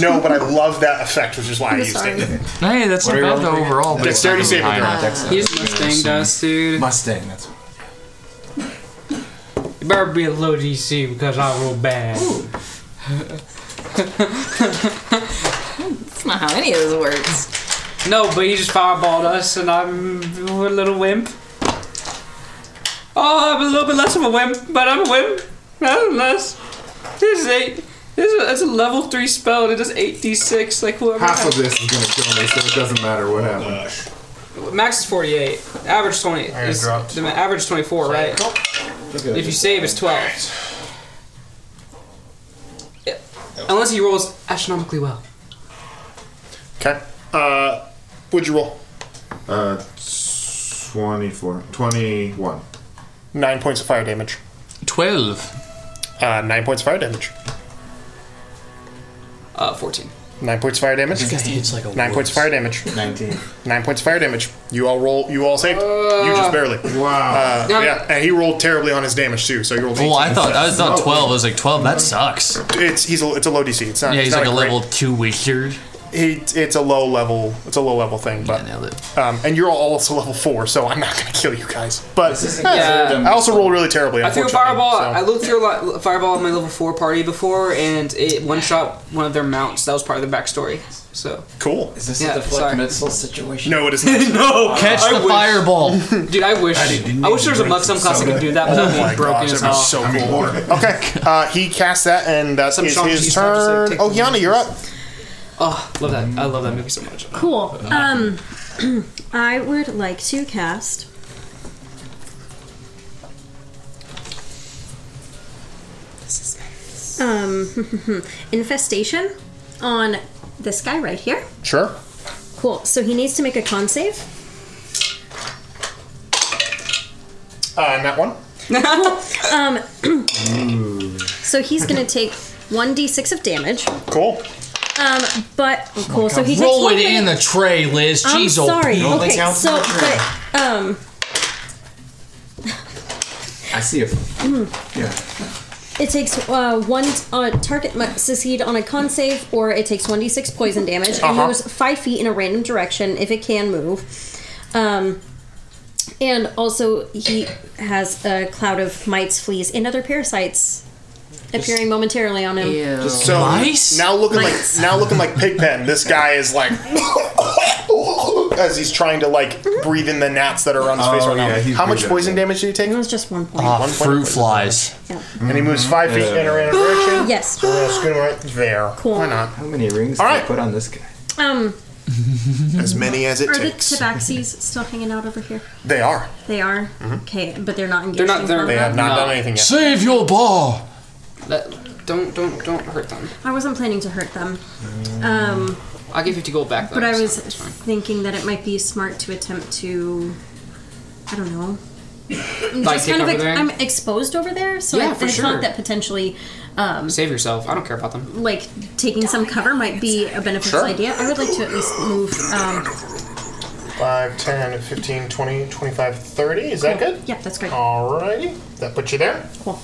S9: No, but I love that effect, which is why I used it.
S3: Hey, that's
S7: What are
S3: not
S7: you
S3: bad though
S7: rolling?
S3: overall. but it's not
S9: Dexterity
S3: gonna be
S9: saving
S3: high
S9: throw.
S3: enough.
S5: He's Mustang dust, dude.
S7: Mustang, that's what.
S5: You better be a low DC because I roll bad.
S15: That's not how any of this works.
S5: No, but he just fireballed us, and I'm a little wimp. Oh, I'm a little bit less of a wimp, but I'm a wimp. I'm less. This is eight. This is it's a level three spell, and it does eight d six. Like whoever.
S2: Half
S5: has-
S2: of this is going to kill me, so it doesn't matter what
S9: Oh
S2: happens.
S5: Max is forty eight. Average twenty.
S2: I
S5: Is,
S2: dropped.
S5: the ma- average twenty four, right? If you save, it's twelve. Yeah. Unless he rolls astronomically well.
S9: Okay. Uh, would you roll?
S2: Uh, 24. 21.
S9: Nine points of fire damage.
S3: Twelve.
S9: Uh, nine points of fire damage.
S5: Uh, fourteen.
S9: Nine points of fire damage. Nine points of fire damage.
S7: Nineteen.
S9: Nine points of fire damage. You all roll. You all saved. you
S3: Uh,
S9: just barely. Wow. Uh, yeah, and he rolled terribly on his damage too. So you rolled.
S3: Well, Oh, I
S9: 18.
S3: thought I thought twelve. I was like twelve. That sucks.
S9: It's he's a, it's a low DC. It's not.
S3: Yeah,
S9: it's
S3: he's
S9: not
S3: like a
S9: great-
S3: level two wizard.
S9: He, it's a low level. It's a low level thing. But Um, and you're all also level four, so I'm not gonna kill you guys. But
S5: isn't
S9: yeah.
S5: good.
S9: I also rolled really terribly.
S5: I threw a
S9: unfortunately,
S5: fireball.
S9: so-
S5: I looked through a lot, fireball at my level four party before, and it one shot one of their mounts. That was part of their backstory. So
S9: Cool.
S7: Is this
S5: Yeah,
S7: a
S5: sorry.
S7: deflect missile situation? Uh,
S9: No, it is not.
S5: No,
S3: catch the
S5: fireball, dude. I wish. I, wish there was a mug some class that could do that, but that
S9: Oh
S5: would
S9: my
S5: be broken
S9: gosh,
S5: as
S9: that'd
S5: hell.
S9: be so cool. okay, uh, he casts that, and that's
S5: Some Shang-Chi
S9: his
S5: stuff, just, like,
S9: turn.
S5: take
S9: oh, Yana, you're up.
S5: Oh, love that! I love that movie so much.
S4: Cool. Um, I would like to cast. Um, infestation on this guy right here.
S9: Sure.
S4: Cool. So he needs to make a con save.
S9: Uh, and that one.
S4: Um, so he's gonna take one d6 of damage.
S9: Cool.
S4: Um, but cool. so he takes
S3: Roll
S4: one
S3: it in the tray, Liz.
S4: I'm
S3: Jeez, old
S4: sorry.
S3: Pete.
S4: Okay, so but um,
S7: I see it. Yeah.
S4: Hmm. It takes uh, one uh, target must succeed on a con save, or it takes one d six poison damage and
S6: Uh-huh.
S4: moves five feet in a random direction if it can move. Um, and also, he has a cloud of mites, fleas, and other parasites appearing momentarily on him.
S9: So now looking like now looking like Pigpen, this guy is like as he's trying to like breathe in the gnats that are on his face
S2: Oh,
S9: right
S2: yeah,
S9: now.
S2: he's
S9: How much
S2: pretty
S9: poison damage did he take? It
S4: was just one point.
S3: Ah, fruit flies.
S9: And he moves five feet in a random direction.
S4: Yes.
S9: So we're gonna scoot him right there.
S4: Cool.
S9: Why not?
S7: How many rings
S9: All
S7: can I
S9: right.
S7: put on this guy?
S4: Um,
S9: As many as
S4: are the tabaxis still hanging out over here?
S9: They are. Mm-hmm.
S4: They are okay, but they're not engaged.
S5: They're not.
S4: in
S5: They're,
S4: combat.
S3: Save your ball.
S5: That, don't don't don't hurt them.
S4: I wasn't planning to hurt them. Um,
S5: I'll give fifty gold back. Though,
S4: But I
S5: so
S4: was
S5: it's fine.
S4: thinking that it might be smart to attempt to, I don't know, I'm
S5: Like,
S4: just
S5: take
S4: kind of
S5: over there?
S4: I'm exposed over there, so
S5: Yeah,
S4: I,
S5: for
S4: I
S5: sure.
S4: thought that potentially, um,
S5: Save yourself. I don't care about them.
S4: like taking some cover might be a beneficial
S5: Sure.
S4: idea. I would like to at least move. Um,
S9: 5, 10, 15, 20, 25, 30. Is that good?
S4: Yep, that's great.
S9: Alrighty. That puts you there.
S4: Cool.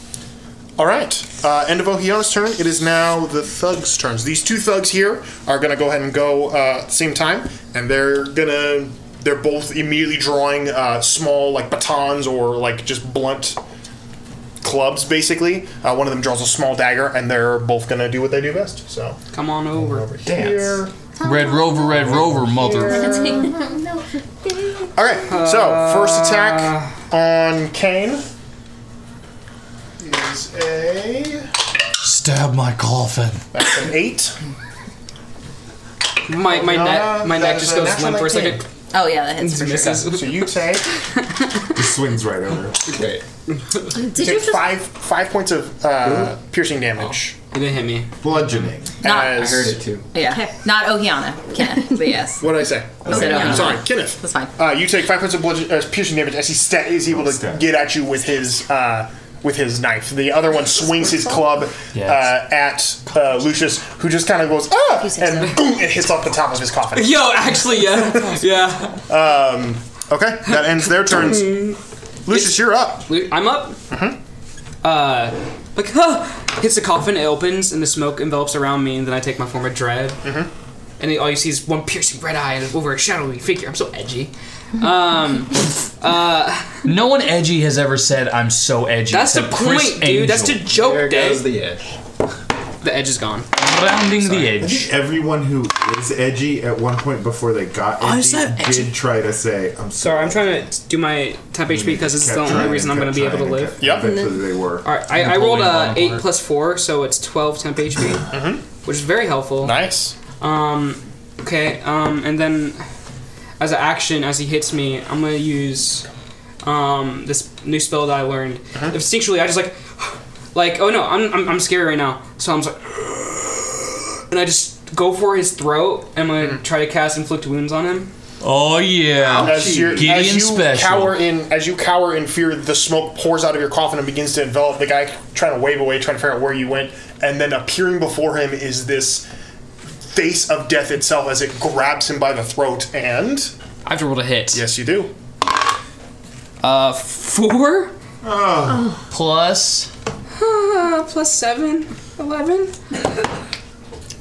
S9: All right. Uh, end of Ohio's turn. It is now the thugs' turns. These two thugs here are going to go ahead and go uh, at the same time, and they're going to. They're both immediately drawing uh, small, like batons or like just blunt clubs, basically. Uh, one of them draws a small dagger, and they're both going to do what they do best. So
S5: come on over, over
S9: dance. Here.
S3: Red Rover, Red Rover, mother.
S9: All right. so first attack
S5: Uh.
S9: on Kane
S2: Uh,
S9: is a
S3: Stab my coffin.
S9: that's an eight.
S5: My my
S9: Uh,
S5: neck my neck just goes limp for a second.
S6: Oh yeah, that hits
S5: It's
S6: for sure.
S5: misses.
S9: So you take
S2: Just swings right over.
S9: Okay.
S6: Did
S9: take five five points of uh, piercing damage.
S5: Oh, You didn't hit me.
S2: Bludgeoning.
S6: Not-
S9: as,
S6: I heard
S9: it too.
S6: Yeah, not Ohiana, Kenneth, but yes.
S9: What did I say?
S6: You said
S9: I'm
S6: Ohiana.
S9: sorry, Kenneth.
S6: That's fine.
S9: Uh, you take five points of bludgeon, uh, piercing damage as he sta- is able to get at you with his uh, with his knife. The other one swings his club uh, at uh, Lucius, who just kind of goes ah, and boom, it hits off the top of his coffin.
S5: Yo, actually, yeah, yeah.
S9: Um, okay, that ends their turns. Lucius, you're up. Mm-hmm.
S5: I'm up. Uh-huh. Uh, like, huh, hits the coffin. It opens, and the smoke envelops around me. And then I take my form of dread,
S9: Mm-hmm.
S5: and all you see is one piercing red eye and over a shadowy figure. I'm so edgy. Um, uh,
S3: No one edgy has ever said I'm so edgy.
S5: that's the
S3: except Chris
S5: point, dude. That's the
S3: Angel.
S5: joke. day.
S7: the edge.
S5: The edge is gone.
S3: Rounding the
S2: I
S3: edge.
S2: think everyone who is edgy at one point before they got
S5: Oh, is
S2: edgy,
S5: that edgy?
S2: did try to say, "I'm sorry."
S5: Sorry, I'm trying to do my tap HP because this is
S2: Kept
S5: the
S2: trying
S5: only
S2: and
S5: reason I'm going
S2: kept
S5: to be able to
S2: trying and
S5: live.
S2: kept- Eventually, they were.
S5: All right, I, I rolled a eight plus four, so it's twelve temp HP, which is very helpful.
S9: Nice.
S5: Um, okay, um, and then as an action, as he hits me, I'm gonna use um, this new spell that I learned. Instinctually, I just like, like, oh no, I'm I'm, I'm scary right now, so I'm just like, and I just go for his throat. and I'm gonna try to cast inflict wounds on him.
S3: Oh yeah,
S9: As, you're,
S3: Gideon
S9: as you
S3: special.
S9: cower in, as you cower in fear, the smoke pours out of your coffin and begins to envelop the guy, trying to wave away, trying to figure out where you went, and then appearing before him is this face of death itself as it grabs him by the throat. And
S5: I have to roll a hit.
S9: yes, you do.
S5: Uh, four
S3: Plus
S5: plus seven, eleven.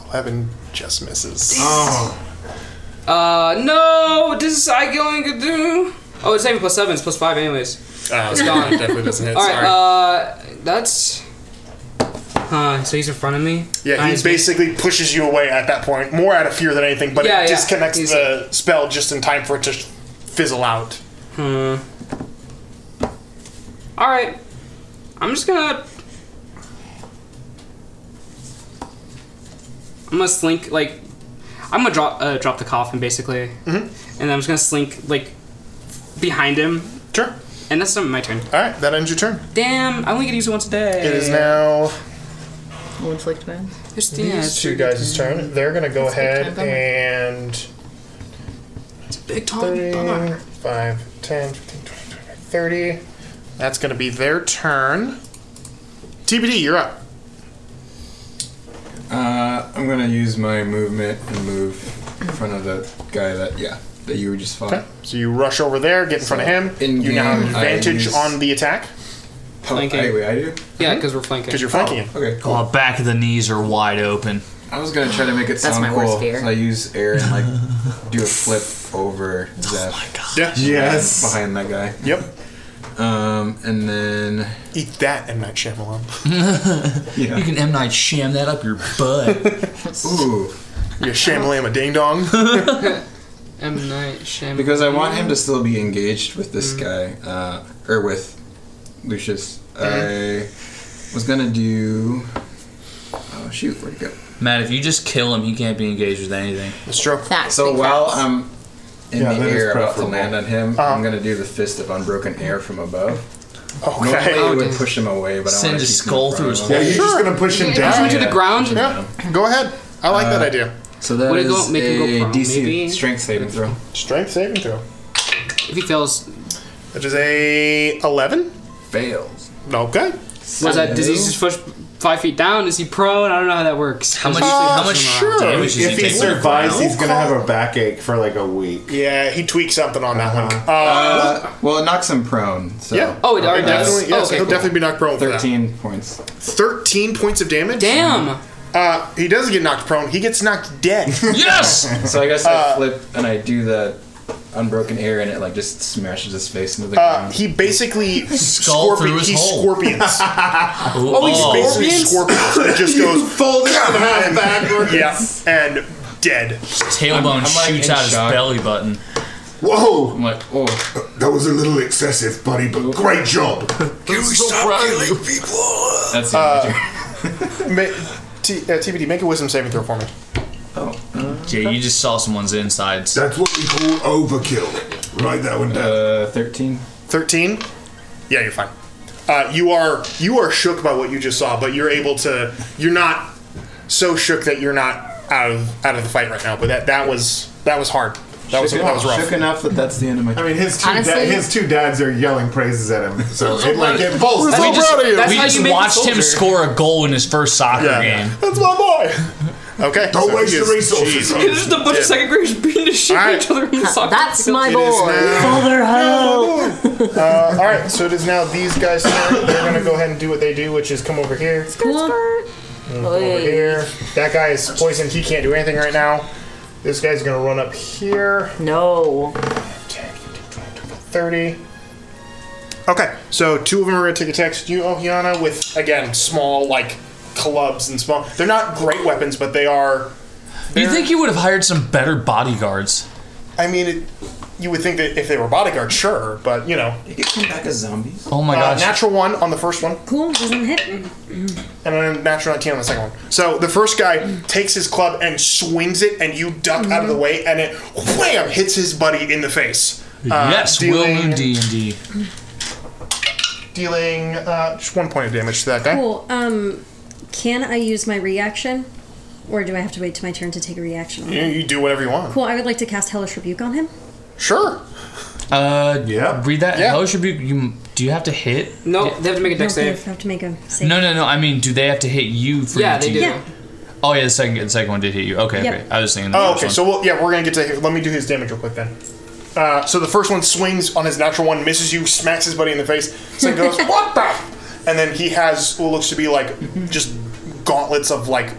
S9: Eleven just misses.
S2: Oh,
S5: Uh, no, this is I going to do. Oh, it's not even plus seven. It's plus five, anyways.
S9: Uh,
S5: It's gone.
S9: Definitely doesn't hit.
S5: All right.
S9: sorry.
S5: Uh, that's. Uh, so he's in front of me.
S9: yeah, he
S5: Eyes-
S9: basically pushes you away at that point, more out of fear than anything. But
S5: Yeah,
S9: it
S5: yeah.
S9: disconnects
S5: He's-
S9: the spell just in time for it to fizzle out.
S5: Hmm. All right. I'm just gonna. I'm gonna slink like. I'm gonna drop uh, drop the coffin basically, mm-hmm. and I'm just gonna slink like behind him.
S9: Sure.
S5: And that's not my turn.
S9: All right, that ends your turn.
S5: Damn, I only get to use it once a day.
S9: It is now.
S6: Will inflict wounds.
S5: There's the
S9: These two guys' turn. They're gonna go ahead and
S5: Big time.
S9: 30, 5, 10, 15, 20, 20, 30. That's gonna be their turn. TBD, you're up.
S7: Uh, I'm gonna use my movement and move in front of the guy that yeah that you were just fought.
S9: Okay. So you rush over there, get in front of him.
S7: in
S9: You now have
S7: game, I
S9: advantage
S7: use-
S9: on the attack
S7: Oh, I,
S5: Flanking.
S7: wait, I do. Mm-hmm.
S5: Yeah, because we're flanking.
S9: because you're flanking him.
S7: Okay, cool.
S3: Oh, back of the knees are wide open.
S7: I was gonna try to make it
S6: That's
S7: sound
S6: my
S7: cool.
S6: worst fear.
S7: So I use air and like do a flip over
S3: Oh
S9: Yeah.
S7: Zeph
S2: yes.
S7: behind that guy.
S9: Yep.
S7: Um, and then
S9: Eat that, M. Night Shyamalan.
S7: yeah.
S3: You can M Night sham that up your butt.
S7: Ooh,
S9: You're Shyamalan a ding dong.
S5: M Night Shyamalan.
S7: because I want him to still be engaged with
S3: Mm.
S7: this guy, uh, or with Lucius.
S3: Mm-hmm.
S7: I was gonna do. Oh shoot, where'd it go?
S3: Matt, if you just kill him, he can't be engaged with anything.
S9: That's true.
S6: That's
S7: So
S6: big
S7: while
S6: facts.
S7: I'm in
S2: Yeah,
S7: the
S2: that is
S7: air about to
S2: preferable. Um,
S7: land on him, I'm gonna do the fist of unbroken air from above.
S9: Okay.
S7: Normally it would
S5: dude.
S7: push him away, but I
S3: Oh, Send
S7: want
S3: a
S7: to
S3: skull through his
S2: Yeah,
S3: hole.
S2: you're just gonna push him down.
S5: to the ground.
S9: Yeah. Go ahead. I like that idea.
S7: Uh, So that
S5: Would it
S7: is
S5: go- make him go
S7: a
S5: prone,
S7: DC
S5: maybe?
S7: strength saving throw.
S9: Strength saving throw.
S5: If he fails,
S9: That is a 11.
S7: Fails.
S9: Okay.
S5: was that disease push five feet down? Is he prone? I don't know how that works. How
S2: much-
S9: Uh,
S2: how much damage does he
S5: If
S2: If he take from the
S7: survives,
S2: he's gonna have a backache for like a week. Uh-huh.
S9: Yeah, he tweaked something on that one.
S7: Uh, well, it knocks him prone. So.
S9: Yeah. Oh, it already does? Definitely, yes, he'll definitely be knocked prone for that.
S7: Thirteen points.
S9: 13 points of damage.
S7: Damn.
S9: Uh, he doesn't get knocked prone. He gets knocked dead.
S7: so I guess I
S9: Uh,
S7: flip and I do the unbroken air, and it like just smashes his face into the
S9: Uh,
S7: ground.
S9: he basically
S7: Skull
S9: scorpion,
S7: through his
S9: he
S7: hole.
S9: scorpions.
S7: Oh,
S9: he's
S7: oh.
S9: basically
S7: Scorpions?
S9: scorpions. It just
S7: You
S9: goes
S7: fold it in half
S9: and-
S7: backwards.
S9: Yeah, and dead.
S3: Tailbone shoots out his belly button.
S10: Whoa!
S7: I'm like, oh.
S10: That was a little excessive, buddy, but great job.
S9: Can we stop killing people? That's the uh, ma- T- uh, TBD, make a wisdom saving throw for me.
S3: Jay, you just saw someone's insides.
S10: That's what we call overkill. Write that one down.
S7: Uh, thirteen.
S9: Thirteen. Yeah, you're fine. Uh, you are you are shook by what you just saw, but you're able to. You're not so shook that you're not out of out of the fight right now. But that that was that was hard. That was that was rough.
S7: Shook enough that that's the end of my.
S2: I mean, his two,
S9: Honestly-
S2: da- his two dads are yelling praises at him, so it like it
S3: we
S2: pulls.
S3: just, we just watched him score a goal in his first soccer game.
S9: That's my boy. Okay.
S3: Don't waste
S9: he
S3: the
S9: is-
S3: resources
S9: Jesus.
S3: on It's just a bunch of
S9: Yeah.
S5: second graders beating the shit out of each other in the soccer
S6: That's
S5: field.
S6: my boy.
S9: Uh, all right, so it is now these guys. turn. They're going to go ahead and do what they do, which is come over here. And Come over
S6: Hey.
S9: here. That guy is poisoned. He can't do anything right now. This guy's going to run up here.
S6: No.
S9: 30. Okay, so two of them are going to take attacks. at You, Ohiana, with again small like clubs and small. They're not great weapons, but they are.
S3: You think you would have hired some better bodyguards?
S9: I mean, it, you would think that if they were bodyguards, sure, but you know.
S7: You could come back as zombies.
S3: Oh my
S9: Uh,
S3: gosh.
S9: Natural one on the first one.
S6: Cool, doesn't hit.
S9: And then a natural 19 on the second one. So the first guy takes his club and swings it, and you duck out of the way, and it wham hits his buddy in the face. Uh,
S3: yes, Will
S9: dealing,
S3: Moon D and D.
S9: dealing uh, just one point of damage to that guy.
S4: Cool. Um, can I use my reaction, or do I have to wait till my turn to take a reaction? On
S9: You,
S4: him?
S9: you do whatever you want.
S4: Cool. I would like to cast Hellish Rebuke on him.
S9: Sure.
S3: Uh, yeah. Read that. Yeah. Hellish Rebuke. You do you have to hit?
S5: No, they have to make a
S4: No,
S5: deck
S4: they
S5: save.
S4: have to make a save.
S3: No, no, no. I mean, do they have to hit you for
S5: Yeah,
S3: you
S5: they
S3: to-
S5: do. Yeah.
S3: Oh yeah, the second the second one did hit you. Okay,
S9: Yep.
S3: okay. I was thinking. The
S9: Oh,
S3: first
S9: okay.
S3: one.
S9: So we'll, yeah, we're gonna get to. Let me do his damage real quick then. Uh, so the first one swings on his natural one, misses you, smacks his buddy in the face. Second goes what the, and then he has what looks to be like just gauntlets of like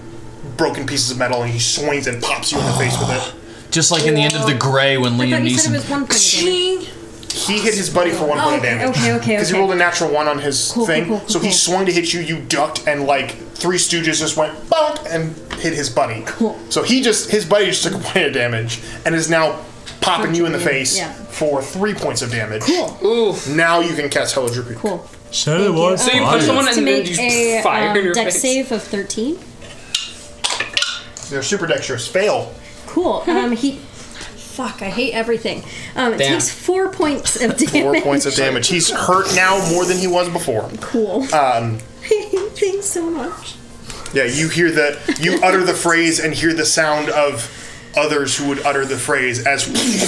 S9: broken pieces of metal, and he swings and pops you in the face with it.
S3: Just like in the end of the Gray when
S4: I thought
S3: Liam
S4: you said it
S3: Neeson.
S4: was one point of damage.
S9: He hit his buddy for one
S4: Oh,
S9: point of
S4: okay,
S9: damage.
S4: okay, okay,
S9: Because he
S4: okay.
S9: rolled a natural one on his
S4: Cool, cool,
S9: thing,
S4: cool, cool,
S9: so he
S4: cool.
S9: swung to hit you. You ducked, and like three stooges just went bonk and hit his buddy. Cool. So he just his buddy just took a point of damage and is now popping you in the face
S4: Yeah.
S9: for three points of damage. Cool. Now you can cast Hellish Rebuke.
S4: Cool.
S20: So
S4: Uh, he needs to make a
S9: fire in
S4: um,
S9: your
S4: deck
S9: face.
S4: save of thirteen.
S9: They're super dexterous. Fail.
S4: Cool. Um, he. Fuck! I hate everything. Um, it
S9: Damn.
S4: takes four points of damage.
S9: Four points of damage. He's hurt now more than he was before.
S4: Cool.
S9: Um,
S4: I hate things so much.
S9: Yeah, you hear the you utter the phrase and hear the sound of others who would utter the phrase as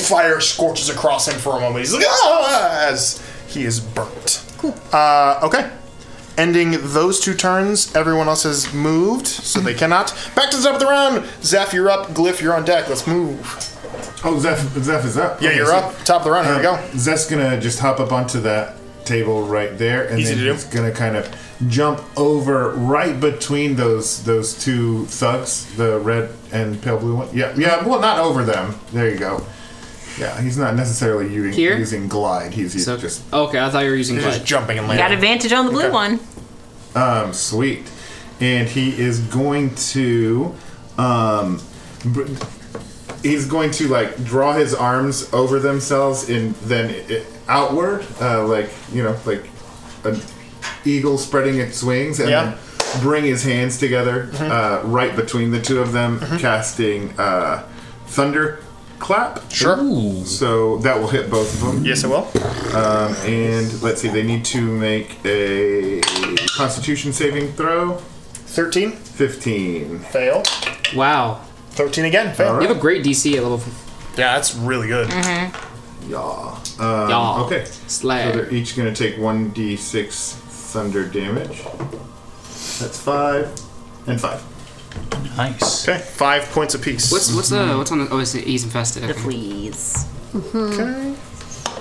S9: fire scorches across him for a moment. He's like ah! as he is burnt. Cool. Uh, okay. Ending those two turns, everyone else has moved, so they cannot. Back to the top of the round. Zeph, you're up. Glyph, you're on deck. Let's move.
S2: Oh, Zeph, Zeph is up.
S9: Yeah, you're up. Top of the round. Here we go.
S2: Zeph's Uh, gonna just hop up onto that table right there, and
S9: Easy
S2: then
S9: to do.
S2: he's gonna kind of jump over right between those those two thugs, the red and pale blue one. Yeah, yeah. Well, not over them. There you go. Yeah, he's not necessarily using
S5: Here?
S2: using glide. He's, he's just
S5: Okay, I thought you were using
S2: He's
S5: glide.
S2: just jumping and
S6: You got advantage on the blue
S2: Okay.
S6: one.
S2: Um, sweet. And he is going to, um, br- he's going to like draw his arms over themselves and then i i- outward, uh, like you know, like an eagle spreading its wings, and
S9: Yeah.
S2: then bring his hands together
S9: Mm-hmm.
S2: uh, right between the two of them, casting uh, thunder. Clap.
S9: Sure.
S2: So that will hit both of them.
S9: Yes, it will.
S2: Um, and let's see, they need to make a Constitution saving throw.
S9: 13.
S2: 15.
S9: Fail.
S5: Wow.
S9: 13 again. Fail.
S5: You have a great DC at level.
S9: Yeah, that's really good.
S6: Mm-hmm.
S2: Yaw. Um,
S5: Yaw.
S2: Okay.
S5: Slay.
S2: So they're each going to take 1d6 thunder damage. That's five and five.
S3: Nice.
S9: Okay, five points apiece.
S5: What's what's the what's on the? Oh, it's the ease infested. The
S15: fleas.
S9: Okay.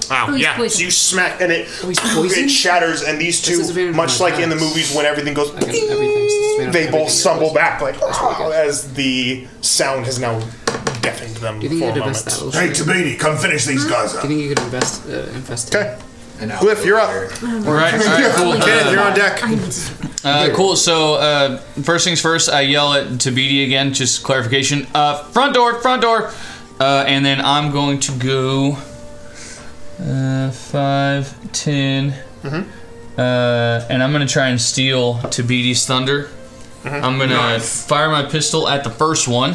S9: Wow,
S5: Oh, he's
S9: yeah. So you smack, and it,
S5: Oh, poisoned?
S9: it shatters, and these two, much like in the movies when everything goes, they both stumble back, like, "Oh," as the sound has now deafened them
S5: Do you think
S9: for
S5: you
S9: a
S5: could
S9: moment.
S5: invest that? little
S10: Hey,
S5: shit?
S10: Tabini, come finish
S9: Hmm?
S10: these guys
S5: Do
S10: up.
S5: you think you could invest uh, invest?
S9: Okay. Glyph, you're up.
S3: All right, all right, cool.
S9: Kenneth,
S3: Uh,
S9: you're on deck.
S3: Uh, cool. So uh, first things first, I yell at Tabidi again. Just clarification. Uh, front door, front door. Uh, and then I'm going to go uh, five, ten,
S9: Mm-hmm.
S3: uh, and I'm gonna try and steal Tabidi's thunder.
S9: Mm-hmm.
S3: I'm gonna fire my pistol at the first one.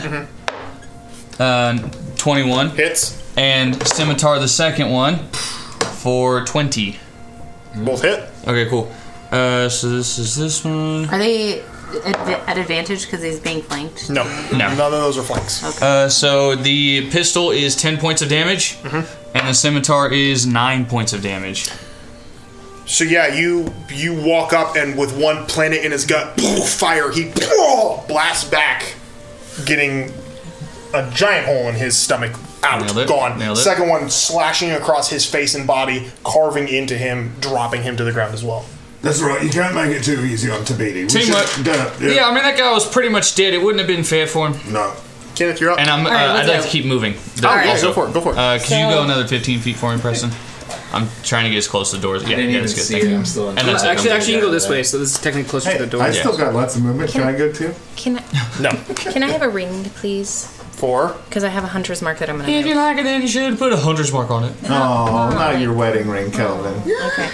S3: Uh, Twenty-one
S9: hits,
S3: and scimitar the second one for twenty.
S9: Both hit.
S3: Okay, cool. Uh, so this is this one.
S15: Are they at, at advantage because he's being flanked?
S9: No.
S3: No. None
S9: of those are flanks.
S3: Uh, so the pistol is 10 points of damage, and the scimitar is 9 points of damage.
S9: So yeah, you you walk up and with one planet in his gut, fire he blasts back, getting a giant hole in his stomach out,
S3: Nailed it,
S9: gone.
S3: nailed it.
S9: Second one slashing across his face and body, carving into him, dropping him to the ground as well.
S10: That's right, you can't make it too easy on Tabini. We should-
S3: Teamwork.
S10: Yeah,
S3: Yeah. I mean, that guy was pretty much dead. It wouldn't have been fair for him.
S10: No.
S9: Kenneth, you're up.
S3: And I'm,
S9: All right,
S3: uh,
S9: let's
S3: I'd like
S9: go.
S3: to keep moving.
S9: All right, go for it, go for it.
S3: Uh, can you go
S9: So-
S3: another 15 feet for me, Preston? I'm trying to get as close to the doors. Yeah,
S5: didn't
S3: yeah,
S5: even
S3: that's good.
S5: see
S3: Thank
S5: it.
S3: you.
S5: I'm still in-
S3: and that's it.
S5: Actually-
S3: I'm
S5: actually, you can go this
S3: good.
S5: way, so this is technically closer to the door.
S2: I still got lots of movement. Can,
S5: Can-
S2: I go too?
S16: Can I,
S9: No.
S16: can I have a ring, please?
S9: Four.
S16: Because I have a hunter's mark that I'm gonna.
S3: If you
S16: do.
S3: like it, then you should put a hunter's mark on it.
S2: Oh, not your wedding ring, Kelvin.
S16: Okay.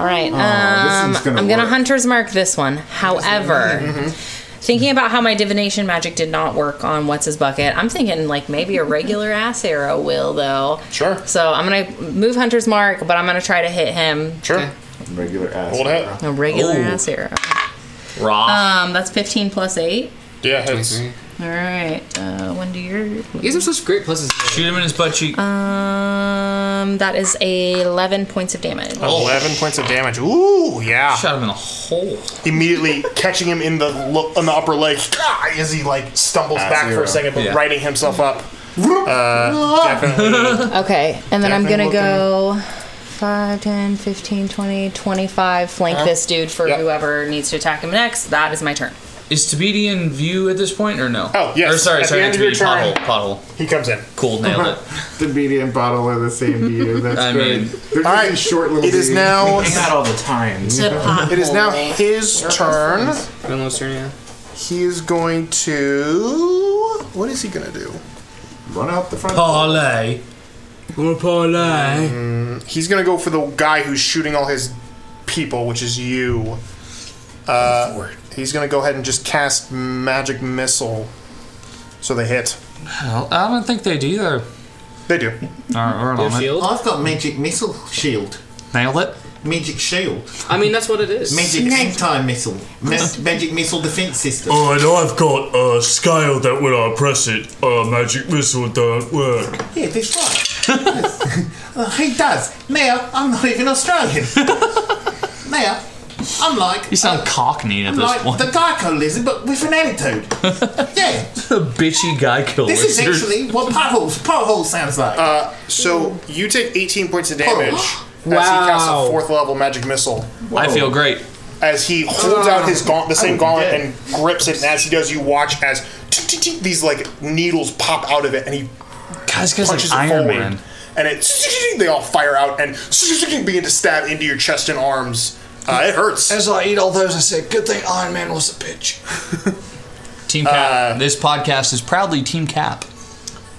S16: All right.
S2: Oh, this
S16: um,
S2: one's gonna
S16: I'm gonna
S2: work.
S16: hunter's mark this one. However,
S15: Mm-hmm.
S16: thinking about how my divination magic did not work on what's his bucket, I'm thinking like maybe a regular ass arrow will though.
S9: Sure.
S16: So I'm gonna move hunter's mark, but I'm gonna try to hit him.
S9: Sure.
S2: Regular ass.
S9: Hold it. Ah.
S16: A regular ass arrow.
S3: Raw.
S16: Um, that's 15 plus eight.
S9: Yeah, hits.
S16: All right. Uh, when do your
S5: You guys have such great pluses.
S3: Shoot him in his butt cheek.
S16: Um, that is 11 points of damage.
S9: 11 Oh, points of damage. Ooh, yeah.
S3: Oh, Shot him in a hole.
S9: Immediately catching him in the lo- on the upper leg ah, as he like stumbles
S2: Ah,
S9: back for
S2: zero.
S9: a second, but
S2: Yeah.
S9: righting himself up. Uh, definitely.
S16: Okay, and then I'm gonna
S9: Definitely
S16: go 5, 10, 15, 20, 25, flank
S9: Uh-huh.
S3: Huh?
S16: this dude for
S3: Yep.
S16: whoever needs to attack him next. That is my turn.
S3: Is Tabidi in view at this point or no?
S9: Oh,
S2: yes.
S3: Or sorry,
S2: At the
S3: sorry,
S2: end of your turn.
S3: Tabidi, pothole, pothole.
S9: He comes in. Uh-huh.
S3: Cool, nailed it.
S2: the media and bottle are the same to you. That's
S3: I
S2: great.
S3: mean-
S2: They're just these short little
S9: It is
S2: beads.
S9: now.
S2: Yeah.
S9: It is now his turn.
S5: Venlo's turn, yeah.
S9: He is going to. What is he going to do?
S2: Run out the front.
S3: Parlay.
S9: Or parlay. Mm, he's going to go for the guy who's shooting all his people, which is you. Uh, he's going to go ahead and just cast magic missile, so they hit.
S3: Well, I don't think they do though.
S9: They do.
S3: Alright, we're on it.
S2: I've got magic missile shield.
S3: Nailed it.
S2: Magic shield.
S5: I mean, that's what it is.
S2: Magic anti-missile. Mas- magic missile defense system.
S21: Oh, and I've got a scale that when I press it, a magic missile don't work.
S2: Yeah, that's right. Uh, he does. Now, I'm not even Australian. now, I'm like...
S3: You sound cockney at
S2: I'm
S3: this
S2: like
S3: point.
S2: the Geico lizard, but with an attitude. yeah,
S3: The bitchy guy killer.
S2: this is actually what potholes pothole sounds like.
S9: Uh, so you take 18 points of damage as he casts a
S2: Wow.
S9: fourth level magic missile.
S3: I feel great.
S9: as he holds out his gaunt, the same
S3: I'm
S9: gauntlet
S3: dead.
S9: and grips it. And as he does, you watch as tick, tick, tick, these like needles pop out of it, and he
S3: Guys, guys,
S9: punches
S3: like
S9: it
S3: Iron
S9: forward,
S3: Man.
S9: and it tick, tick, tick, they all fire out and tick, tick, tick, begin to stab into your chest and arms. Uh, it hurts.
S3: As I eat all those, I say, "Good thing Iron Man was a bitch." Team
S9: Uh,
S3: Cap. this podcast is proudly Team Cap.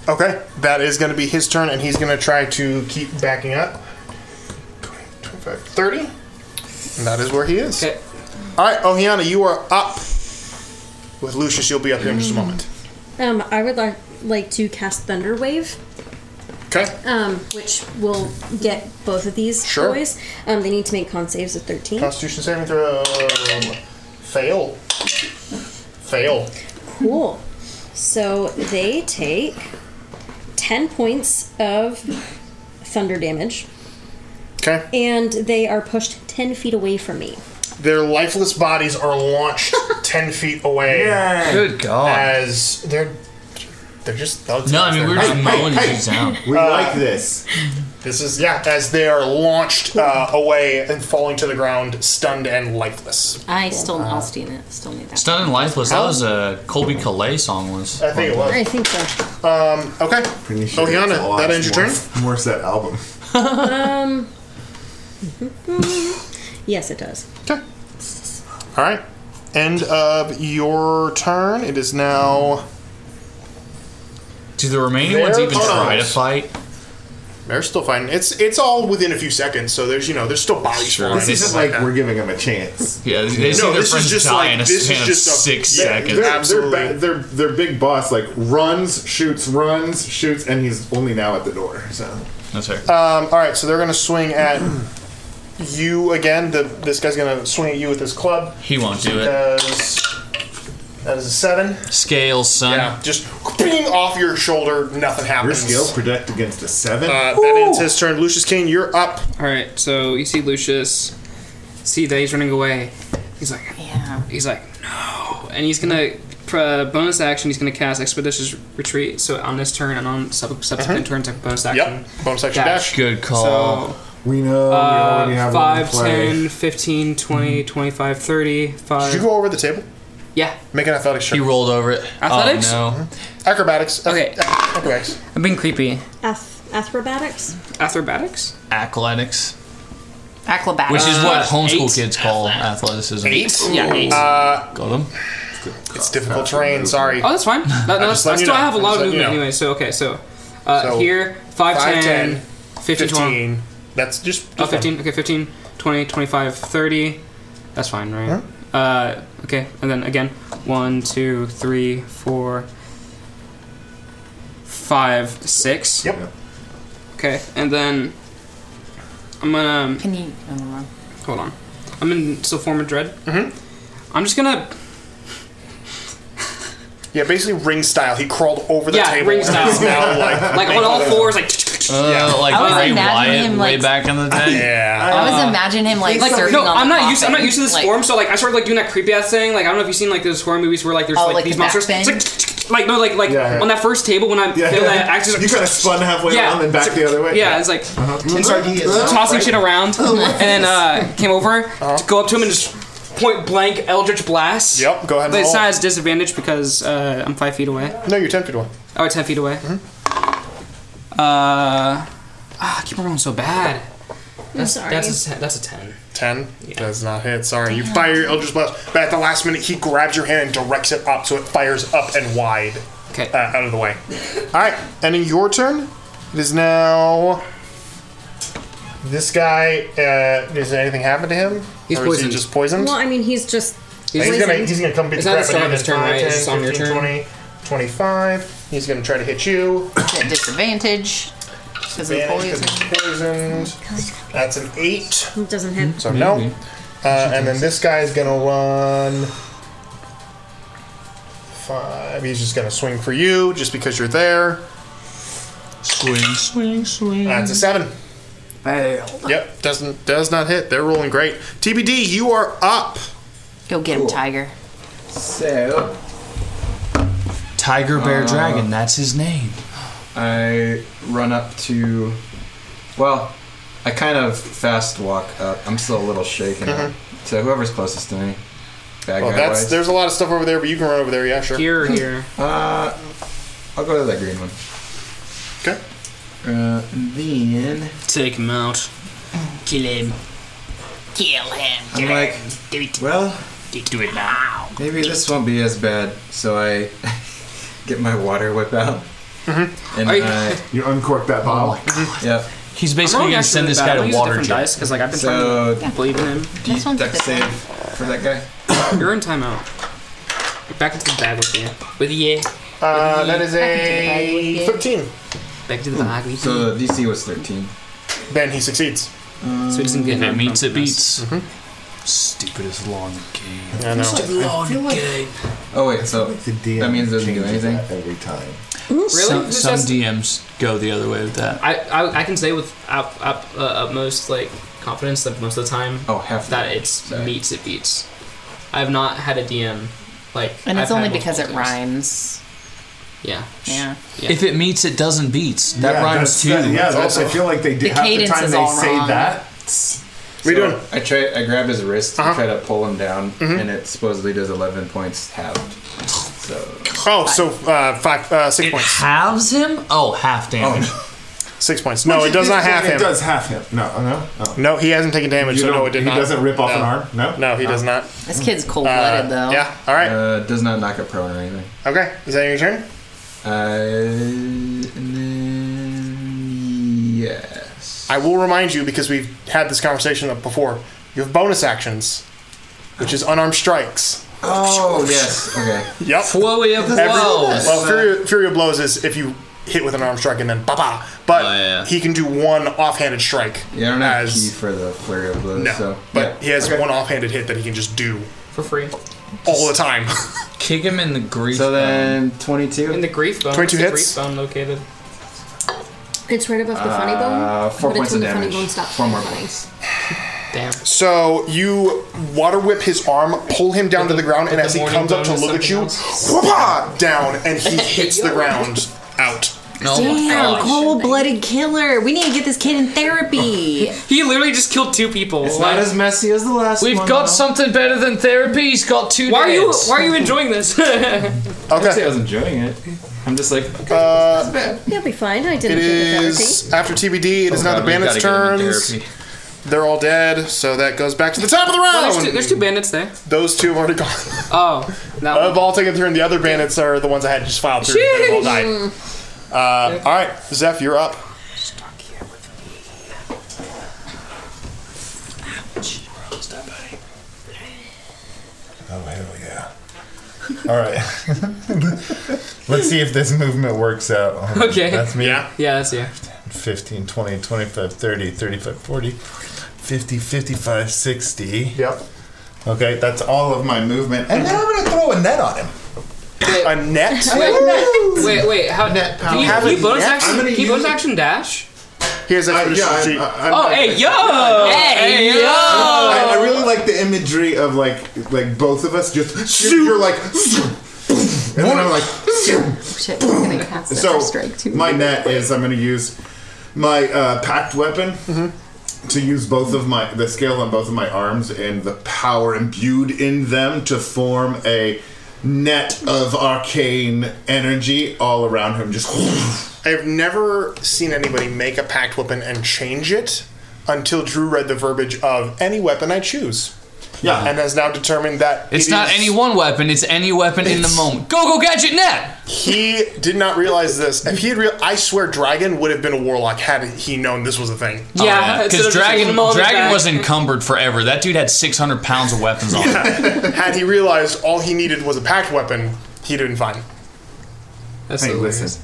S9: Okay, that is going to be his turn, and he's going to try to keep backing up. 20, 25, 30. And that is where he is. Okay. All right, Ohiana, you are up. With Lucius, you'll be up here in just a moment.
S4: Um, I would like like to cast Thunder Wave.
S9: Okay.
S4: Um, which will get both of these
S9: Sure.
S4: boys. Um, they need to make con saves of thirteen.
S9: Constitution saving throw. Fail. Fail.
S4: Cool. So they take ten points of thunder damage.
S9: Okay.
S4: And they are pushed ten feet away from me.
S9: Their lifeless bodies are launched ten feet away.
S7: Yay. Good God.
S9: As they're they're just thugs.
S3: No, I mean, we're just mowing dudes down. We like
S9: this. Uh, This is yeah. As they are launched uh, away and falling to the ground, stunned and lifeless.
S6: I still,
S9: Uh-huh.
S6: I'll steal it. Still need that.
S3: Stunned and Lifeless, that was a Colby Calais song once.
S9: I think it was.
S6: I think so.
S9: Um, okay.
S2: Pretty
S9: Oh, Hiana,
S2: that's all
S9: that
S2: I
S9: ends your turn?
S2: morph- Morphs that album.
S4: um, yes, it does.
S9: All right. End of your turn. It is now.
S3: Do the remaining ones even try to fight?
S9: They're still fighting. It's it's all within a few seconds, so there's you know there's still bodies.
S3: Sure.
S9: flying.
S3: This isn't like
S9: that.
S2: We're giving them a chance.
S3: Yeah, they- they see their
S9: this is
S3: friends
S9: just
S3: die
S9: like-
S3: in a
S9: this is
S3: span of
S9: just a-
S3: six
S9: yeah,
S3: seconds.
S2: Their,
S9: Absolutely.
S2: Their, ba- their, their big boss like runs, shoots, runs, shoots, and he's only now at the door. So
S3: that's her.
S9: Um, all right, so they're gonna swing at you again. The, this guy's gonna swing at you with his club.
S3: He won't do it.
S9: Because that is a seven.
S3: Scale, son.
S9: Just ping off your shoulder. Nothing
S2: Your
S9: happens.
S2: skill protect against a seven.
S9: Uh, that ends his turn. Lucius King, you're up.
S5: All right, so you see Lucius, see that he's running away. He's like,
S6: yeah.
S5: He's like, no, and he's gonna uh, bonus action. He's gonna cast Expeditious Retreat. So on this turn and on sub- subsequent
S2: Mhm.
S5: turns, I have bonus action.
S9: Bonus
S5: action dash.
S3: Good
S5: So,
S3: call.
S2: we know. we Oh,
S5: Uh,
S2: already have
S5: five,
S2: one in play.
S5: 10, 15, 20, 25, 30, 5. Did you
S9: go over the table?
S5: Yeah.
S9: Make an athletics check.
S3: He rolled over it.
S5: Athletics?
S3: Oh,
S9: Acrobatics.
S5: Okay.
S9: Acrobatics.
S5: I'm being creepy.
S4: Ath- acrobatics.
S5: Acrobatics?
S3: no. Athletics.
S6: Acrobatics.
S3: Which is what
S5: Uh,
S3: homeschool
S5: eight.
S3: kids call athleticism.
S9: Eight?
S5: Yeah, eight.
S9: Uh,
S3: Got him.
S9: It's
S20: Uh,
S9: difficult terrain. Sorry.
S5: Oh, that's fine. No, no,
S9: I'm
S5: that's,
S9: just letting
S5: that's
S9: you
S5: still,
S9: know.
S5: I have a
S9: I'm
S5: lot
S9: just
S5: of
S9: letting you
S5: movement
S9: know.
S5: anyway, so okay. So, uh,
S9: So,
S5: here, 5,
S9: five,
S5: 10,
S9: 10,
S5: 15,
S9: 15. That's just.
S5: Oh, 15. Okay, 15, 20, 25, 30. That's fine, right? Uh, okay, and then again, one, two, three, four, five, six.
S9: Yep.
S5: Okay, and then I'm gonna.
S6: Can you? Oh, never mind.
S5: Hold on. I'm in still form of dread. Mm-hmm. I'm just gonna.
S9: Yeah, basically ring style. He crawled over the
S5: yeah,
S9: table.
S5: ring
S9: and
S5: style.
S9: is now, like,
S5: on all
S9: making-
S5: fours, like.
S3: Uh,
S9: Yeah.
S3: Like
S6: I was
S3: Ray
S6: imagining
S3: Wyatt
S6: him,
S3: way
S6: like-
S3: back in the day.
S9: Yeah.
S6: I was
S5: Uh,
S6: imagining him like,
S5: Like,
S6: surfing
S5: no,
S6: on
S5: I'm
S6: the
S5: not used. I'm not
S6: coffin,
S5: used to this
S6: like-
S5: form. So like, I started like doing that creepy ass thing. Like, I don't know if you've seen like those horror movies where like there's
S6: Oh,
S5: like,
S6: like
S5: these
S6: the
S5: monsters.
S6: back bend?
S5: It's, like, like no, like like
S2: Yeah, yeah.
S5: on that first table when I'm
S2: Yeah,
S5: feeling
S2: yeah.
S5: that action.
S2: You kinda spun halfway around and back
S5: it's-
S2: the other way.
S5: Yeah, it's like
S2: Uh-huh. Uh-huh.
S5: and start
S2: Ooh, he is so
S5: tossing shit
S2: frightened.
S5: around,
S2: Ooh.
S5: and then uh, came over to go up to him and just point blank Eldritch blast.
S9: Yep, go ahead and
S5: But it's
S9: roll.
S5: not as disadvantage because uh, I'm five feet away.
S9: No, you're 10 feet away.
S5: Oh, 10 feet away.
S2: Mm-hmm.
S5: Uh, ah, I keep rolling so bad. That's,
S4: sorry.
S5: That's a, ten- that's a 10.
S9: 10 does not hit. Sorry. You fire your Eldritch Blast, but at the last minute, he grabs your hand and directs it up so it fires up and wide.
S5: Okay.
S9: Uh, out of the way. All right. Ending your turn. It is now. This guy. Uh, does anything happen to him?
S5: He's
S9: or Is he
S5: poisoned.
S9: just poisoned?
S4: Well, I mean, he's just.
S9: He's, gonna he's gonna come beat
S5: It's
S9: the
S5: not
S9: crap
S5: the start
S9: out
S5: of
S9: you.
S5: his turn, right?
S9: 10,
S5: It's just on your
S9: 15,
S5: turn.
S9: 20, 25. He's gonna try to hit you.
S6: Get disadvantage because of the
S9: Advantage 'cause
S6: poison.
S9: he's poisoned. That's an eight.
S4: It doesn't hit.
S9: So no. Uh, and then this guy is gonna run five. He's just gonna swing for you, just because you're there.
S3: Swing, swing, swing.
S9: That's a seven. Yep, doesn't does not hit. They're rolling great. TBD, you are up.
S6: Go get him, tiger.
S7: So
S3: Tiger Bear
S7: Uh,
S3: Dragon, that's his name.
S7: I run up to. Well, I kind of fast walk up. I'm still a little shaken up to whoever's closest to me. Bad
S9: Mm-hmm. Well,
S7: guy
S9: that's
S7: wise.
S9: there's a lot of stuff over there, but you can run over there. Yeah, sure.
S5: Here or here?
S7: Uh, I'll go to that green one.
S9: Okay.
S7: Uh, then
S5: Take him out. Kill him.
S6: Kill him.
S7: I'm like, well,
S5: do it now.
S7: maybe this won't be as bad. So I get my water whip out.
S20: Mm-hmm.
S7: And
S5: Are you- Oh
S7: I,
S2: you uncork that bottle.
S7: Yep.
S3: He's
S5: I'm
S3: basically
S5: rolling
S3: gonna
S5: actually
S3: send
S5: really
S3: this
S5: bad.
S3: guy
S5: I'm
S3: to
S5: gonna use a
S3: water
S5: different
S3: jail.
S5: dice because like I've been
S7: So-
S5: trying to believe in him.
S7: Deep
S6: one's
S7: deck
S6: good.
S7: save for that guy.
S5: You're in timeout. Get back into the bag with you. With you.
S9: Uh, that is
S6: Back into
S9: a
S6: the bag with
S9: thirteen.
S5: Back into the bag with you.
S7: Hmm. So the DC was 13.
S9: Then he succeeds.
S5: So he doesn't get
S3: If it
S5: harmed
S3: meets,
S5: from
S3: it
S5: this.
S3: beats. Stupidest long game.
S9: I know.
S3: Long game.
S7: Oh wait, so
S2: The DM
S7: that means it doesn't do
S2: changes
S7: anything.
S2: that every time.
S5: Really?
S3: Mm.
S20: Some,
S5: Who
S20: some
S5: says-
S20: DMs go the other way with that.
S5: I, I, I can say with up, up, uh, utmost like confidence that most of the time oh, that it's meets it beats. I have not had a DM like,
S16: And it's
S5: I've
S16: only
S5: had
S16: because it
S5: multiple DMs.
S16: rhymes.
S5: Yeah.
S16: Yeah.
S20: If it meets, it doesn't beats. That
S5: Yeah,
S20: rhymes
S5: that's-
S20: too.
S5: that- yeah,
S7: that's- I feel
S2: like they
S7: do- The half the cadence time is they all say wrong. that.
S20: We
S7: So
S20: doing?
S7: I try. I grab his wrist
S9: Uh-huh.
S7: and try to pull him down,
S9: Mhm.
S7: and it supposedly does eleven points halved. So
S9: Oh, so uh, five, uh, six points.
S20: Halves him? Oh, half damage.
S9: Six points. No, it does not half him.
S2: It does half him. No, no. Oh.
S9: No, he hasn't taken damage,
S2: You
S9: so no,
S2: don't-
S9: it did
S2: he
S9: not.
S2: doesn't rip off
S9: No.
S2: an arm? No?
S9: No, he
S2: No.
S9: does not.
S16: This kid's cold blooded though.
S9: Uh, Yeah. All right.
S7: Uh, does not knock it prone or anything.
S9: Okay. Is that your turn?
S7: Uh, and then yes.
S9: I will remind you because we've had this conversation before. You have bonus actions, which is unarmed strikes.
S7: Oh yes. Okay.
S9: Yep.
S7: Flowy of blows.
S9: well, Fury, Fury of blows is if you hit with an arm strike and then ba ba. But
S20: Oh,
S9: he can do one offhanded strike.
S7: Yeah, I don't have a key for the flurry of blows.
S9: No,
S7: so
S9: but he has one offhanded hit that he can just do
S5: for free
S9: all the time.
S20: Kick him in the grief.
S7: So then twenty-two.
S5: In the grief bone.
S9: 22
S5: where's
S9: hits?
S5: The grief bone located.
S4: It's right above the funny bone.
S7: Uh, four
S4: but
S7: points of
S4: it's when the
S7: damage.
S4: funny bone stops.
S7: Four more
S4: being funny.
S7: points.
S5: Damn.
S9: So you water whip his arm, pull him down to the ground, and as he comes up to look at you, whoop down, and he hits the ground out.
S6: Damn, cold blooded killer. We need to get this kid in therapy.
S5: He literally just killed two people.
S6: It's not as
S7: messy as the last
S20: We've got something better than therapy. He's got two
S5: Why are you
S20: dads.
S5: why are you enjoying this?
S7: I didn't say I was enjoying it. I'm just like
S9: Uh,
S4: You'll be fine. I
S9: it
S4: didn't get the therapy.
S9: is after TBD. It is
S7: Oh
S9: now
S7: God,
S9: the
S7: we
S9: bandits'
S7: gotta get him in
S9: turns. They're all dead, so that goes back to the top of the round.
S5: Well, there's, two, there's two bandits there.
S9: Those two have already gone.
S5: Oh, that
S9: I've all taken through, and the other bandits are the ones I had just filed through. They've all died. Uh, all right, Zeph, you're up.
S2: Oh hell yeah! All right, let's see if this movement works out. Hold on.
S5: Okay.
S2: that's me.
S5: Yeah, that's you.
S2: 15, 20, 25, 30, 35, 40, 50, 55, 60.
S9: Yep.
S2: Okay, that's all of my movement. And then I'm going to throw a net on him.
S9: A net?
S5: Wait, wait, wait. How
S2: Net
S5: can you,
S2: power.
S5: can you bonus
S2: Net?
S5: action?
S2: I'm gonna
S5: Can you
S2: use
S5: bonus
S2: it.
S5: action dash?
S9: He has
S2: Uh, yeah, I'm- I'm-
S5: oh, hey yo! Hey, yo!
S2: I, I really like the imagery of like like both of us just you're like and then I'm like
S6: Shit, I'm gonna cast
S2: so
S6: extra strike too.
S2: my net is I'm gonna use my uh, packed weapon
S5: Mm-hmm.
S2: to use both of my the scale on both of my arms and the power imbued in them to form a net of arcane energy all around him just
S9: I've never seen anybody make a packed weapon and change it until Drew read the verbiage of any weapon I choose. Yeah. And has now determined that
S20: It's
S9: it
S20: not
S9: is-
S20: any one weapon. It's any weapon in the moment. Go, go, gadget net.
S9: He did not realize this. If he had real, I swear, Dragon would have been a warlock had he known this was a thing.
S3: Oh,
S20: because dragon dragon was encumbered forever. That dude had six hundred pounds of weapons on him.
S9: had he realized all he needed was a packed weapon, he'd have been fine.
S5: That's
S2: hey, listen.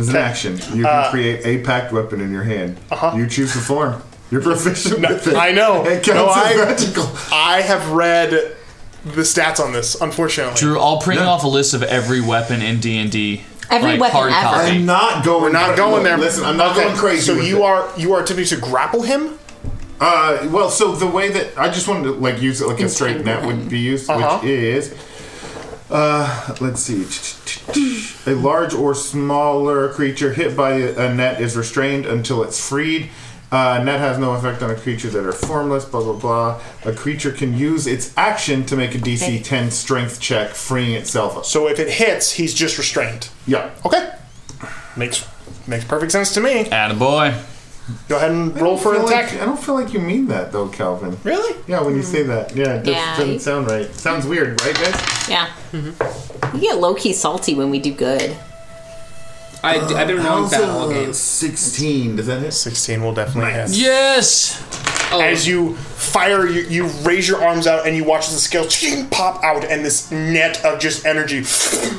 S2: As an action, you can
S9: Uh, uh-huh.
S2: create a packed weapon in your hand. You choose the form. You're proficient with it.
S9: I know.
S2: It counts
S9: No,
S2: as
S9: I,
S2: magic.
S9: I have read the stats on this, unfortunately.
S20: Drew, I'll print off a list of every weapon in D and D.
S2: I'm not going.
S9: We're not going there.
S2: Listen, I'm not
S9: Okay,
S2: going crazy.
S9: So
S2: with
S9: you
S2: it.
S9: are you are attempting to grapple him?
S2: Uh, well, so the way that I just wanted to like use it like a straight net would be used,
S9: Uh-huh.
S2: which is, uh, let's see, a large or smaller creature hit by a net is restrained until it's freed. Uh, net has no effect on a creature that are formless. Blah blah blah. A creature can use its action to make a DC 10 strength check, freeing itself up.
S9: So if it hits, he's just restrained.
S2: Yeah.
S9: Okay. Makes makes perfect sense to me.
S20: Attaboy.
S9: Go ahead and roll for
S2: I
S9: an
S2: feel
S9: attack.
S2: like- I don't feel like you mean that though, Calvin.
S9: Really?
S2: Yeah, when you say that, yeah, it does,
S6: Hmm. Yeah, you-
S2: doesn't sound right. Sounds weird, right, guys?
S6: Yeah.
S9: Mm-hmm.
S6: You get low key salty when we do good.
S5: I, I've been wrong that all game.
S2: Sixteen. Does that hit?
S9: Sixteen will definitely hit.
S20: Yes.
S5: Oh.
S9: As you fire, you, you raise your arms out, and you watch as the scales ching, pop out, and this net of just energy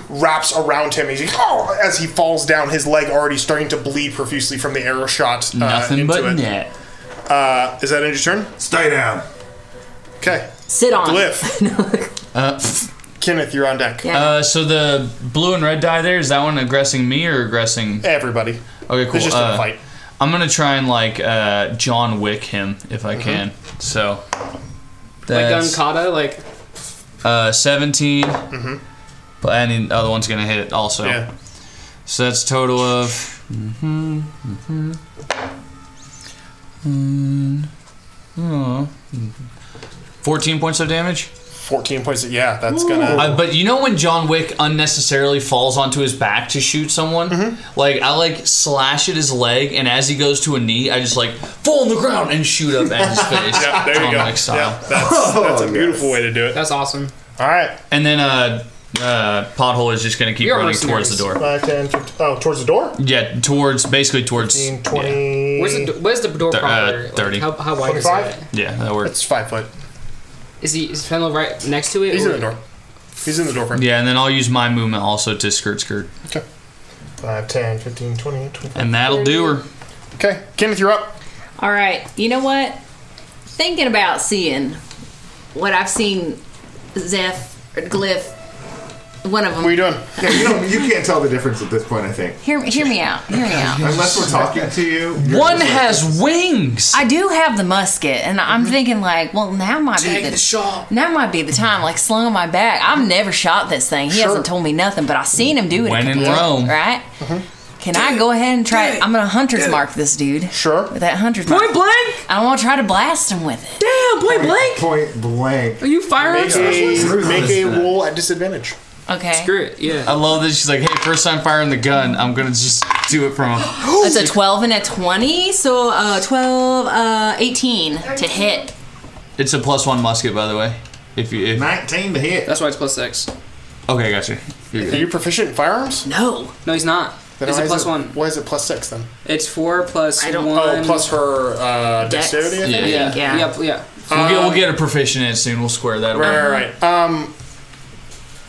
S9: wraps around him. He's like, "Oh," as he falls down, his leg already starting to bleed profusely from the arrow shot. uh,
S20: Nothing but
S9: into it.
S20: net.
S9: Uh, is that end your turn?
S2: Stay down.
S9: Okay.
S6: Sit on.
S9: Glyph.
S20: Uh,
S9: Kenneth, you're on deck.
S3: Uh, so the blue and red die there is that one aggressing me or aggressing
S9: everybody?
S3: Okay, cool.
S9: It's just in a
S3: Uh,
S9: fight.
S3: I'm gonna try and like uh, John Wick him if I
S9: Mm-hmm.
S5: Mhm.
S3: can. So
S5: Like
S3: that's,
S5: Dunkata, like
S3: uh, 17.
S9: Mm-hmm.
S5: Mhm.
S3: But any other one's gonna hit also.
S5: Yeah.
S3: So that's a total of.
S5: Mhm,
S3: Mm-hmm. Mm, oh, 14 points of damage.
S9: 14 points of, yeah, that's gonna-
S3: Uh, but you know when John Wick unnecessarily falls onto his back to shoot someone?
S9: Mm-hmm.
S3: Like, I like slash at his leg, and as he goes to a knee, I just like fall on the ground and shoot up at his face.
S9: Yeah, there you
S3: John
S9: go.
S3: Wick style.
S9: Yeah, that's- that's a Oh, beautiful way to do it.
S5: That's awesome.
S9: All right.
S3: And then uh, uh, Pothole is just going to keep running towards the door.
S9: 5, 10, 15 oh, towards the door?
S3: Yeah, towards, basically towards.
S9: 15, 20.
S5: Where's the do- where's the door
S3: Thir-
S5: proper?
S3: uh, 30.
S5: Like, how, how wide is
S9: 25?
S5: it?
S3: Yeah, that works.
S9: It's five foot.
S5: Is he is Fenlo right next to it?
S9: He's in
S5: or-
S9: the door. He's in the door frame.
S3: Yeah, and then I'll use my movement also to skirt skirt.
S9: 5, 10, 15, 20, 25.
S3: And that'll do her.
S9: Okay, Kenneth, you're up.
S6: All right. You know what? Thinking about seeing what I've seen Zeph or Glyph, one of them.
S9: What are you doing?
S2: Yeah, you, don't, you can't tell the difference at this point, I think.
S6: Hear, me- hear me out. Hear me out.
S2: Unless we're talking to you. you're just
S6: One
S2: like-
S3: has wings.
S6: I do have the musket, and I'm thinking like, well, now might be the, now might be the time. Like slung on my back. I've never shot this thing. He hasn't told me nothing, but I seen him do it. a
S3: When in
S6: couple of-
S3: Rome.
S6: right? Can I go ahead and try? I'm gonna hunter's mark this dude. Sure. With that hunter's mark. Point blank. I want to try to blast him with it. Damn, point blank.
S2: Point blank.
S6: Are you firing?
S9: Make a, make a roll at disadvantage.
S6: Okay.
S5: Screw it. Yeah.
S3: I love that she's like, hey, first time firing the gun, I'm going to just do it from a.
S6: That's a 12 and a 20, so uh, 12, uh, 18 to hit.
S3: It's a plus one musket, by the way. If you if,
S2: 19 to hit.
S5: That's why it's plus six.
S3: Okay, gotcha. You're good.
S9: Are you proficient in firearms?
S6: No.
S5: No, he's not.
S9: Then
S5: it's
S9: why
S5: a
S9: is
S5: plus
S9: it-
S5: one.
S9: Why is it plus six then?
S5: It's four plus
S9: I don't-
S5: one.
S9: oh, plus her uh,
S5: Dex,
S9: dexterity, I think?
S5: Yeah.
S9: Yeah.
S5: Yeah.
S9: Yeah.
S5: Yeah. yeah.
S3: We'll, get, we'll get a proficient in it soon. We'll square that
S9: uh, Right,
S3: away.
S9: right, right. Um,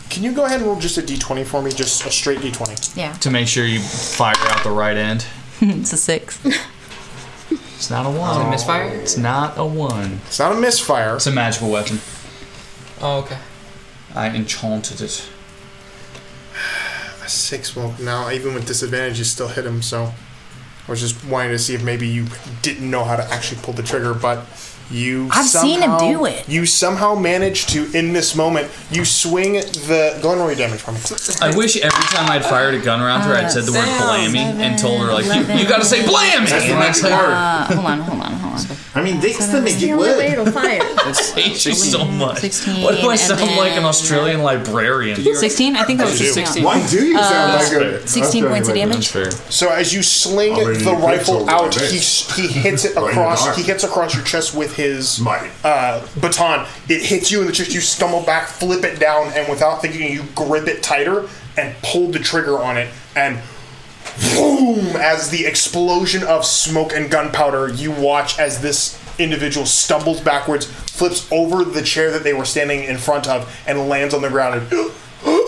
S9: can you go ahead and roll just a d20 for me? Just a straight d20.
S6: Yeah.
S3: To make sure you fire out the right end.
S6: it's a six.
S3: It's not a one.
S5: Is it a misfire?
S3: It's not a one.
S9: It's not a misfire.
S3: It's a magical weapon.
S5: Oh, okay.
S3: I enchanted it.
S9: A six won't. Now, even with disadvantage, you still hit him, so. I was just wanting to see if maybe you didn't know how to actually pull the trigger, but you
S6: I've seen him
S9: somehow-
S6: do it.
S9: You somehow managed to, in this moment, you swing the Glenroy damage from me.
S3: I wish every time I'd fired a gun around her, I'd said the word blammy and told her, like, you, you gotta say blammy!
S2: That's the
S3: And
S2: magic
S3: like-
S2: word.
S6: Uh, hold on, hold on, hold on.
S2: I mean, that's
S6: So
S2: the
S6: that's
S2: magic
S6: the only
S2: word.
S6: way it'll fire.
S3: That's changing so much.
S6: 16,
S3: What do I
S6: and
S3: sound like an Australian librarian?
S6: 16? I think that was just 16. Uh, 16 points of damage.
S9: So as you sling
S6: I mean,
S9: the
S6: you
S9: rifle
S6: pixeled
S9: out,
S6: it.
S9: he, s- he hits it
S6: Right in the
S9: across.
S6: dark.
S9: He hits across your chest with his uh, baton. It hits you in the chest. You stumble back, flip it down, and without thinking, you grip it tighter and pull the trigger on it. And boom! As the explosion of smoke and gunpowder, you watch as this individual stumbles backwards, flips over the chair that they were standing in front of, and lands on the ground. And,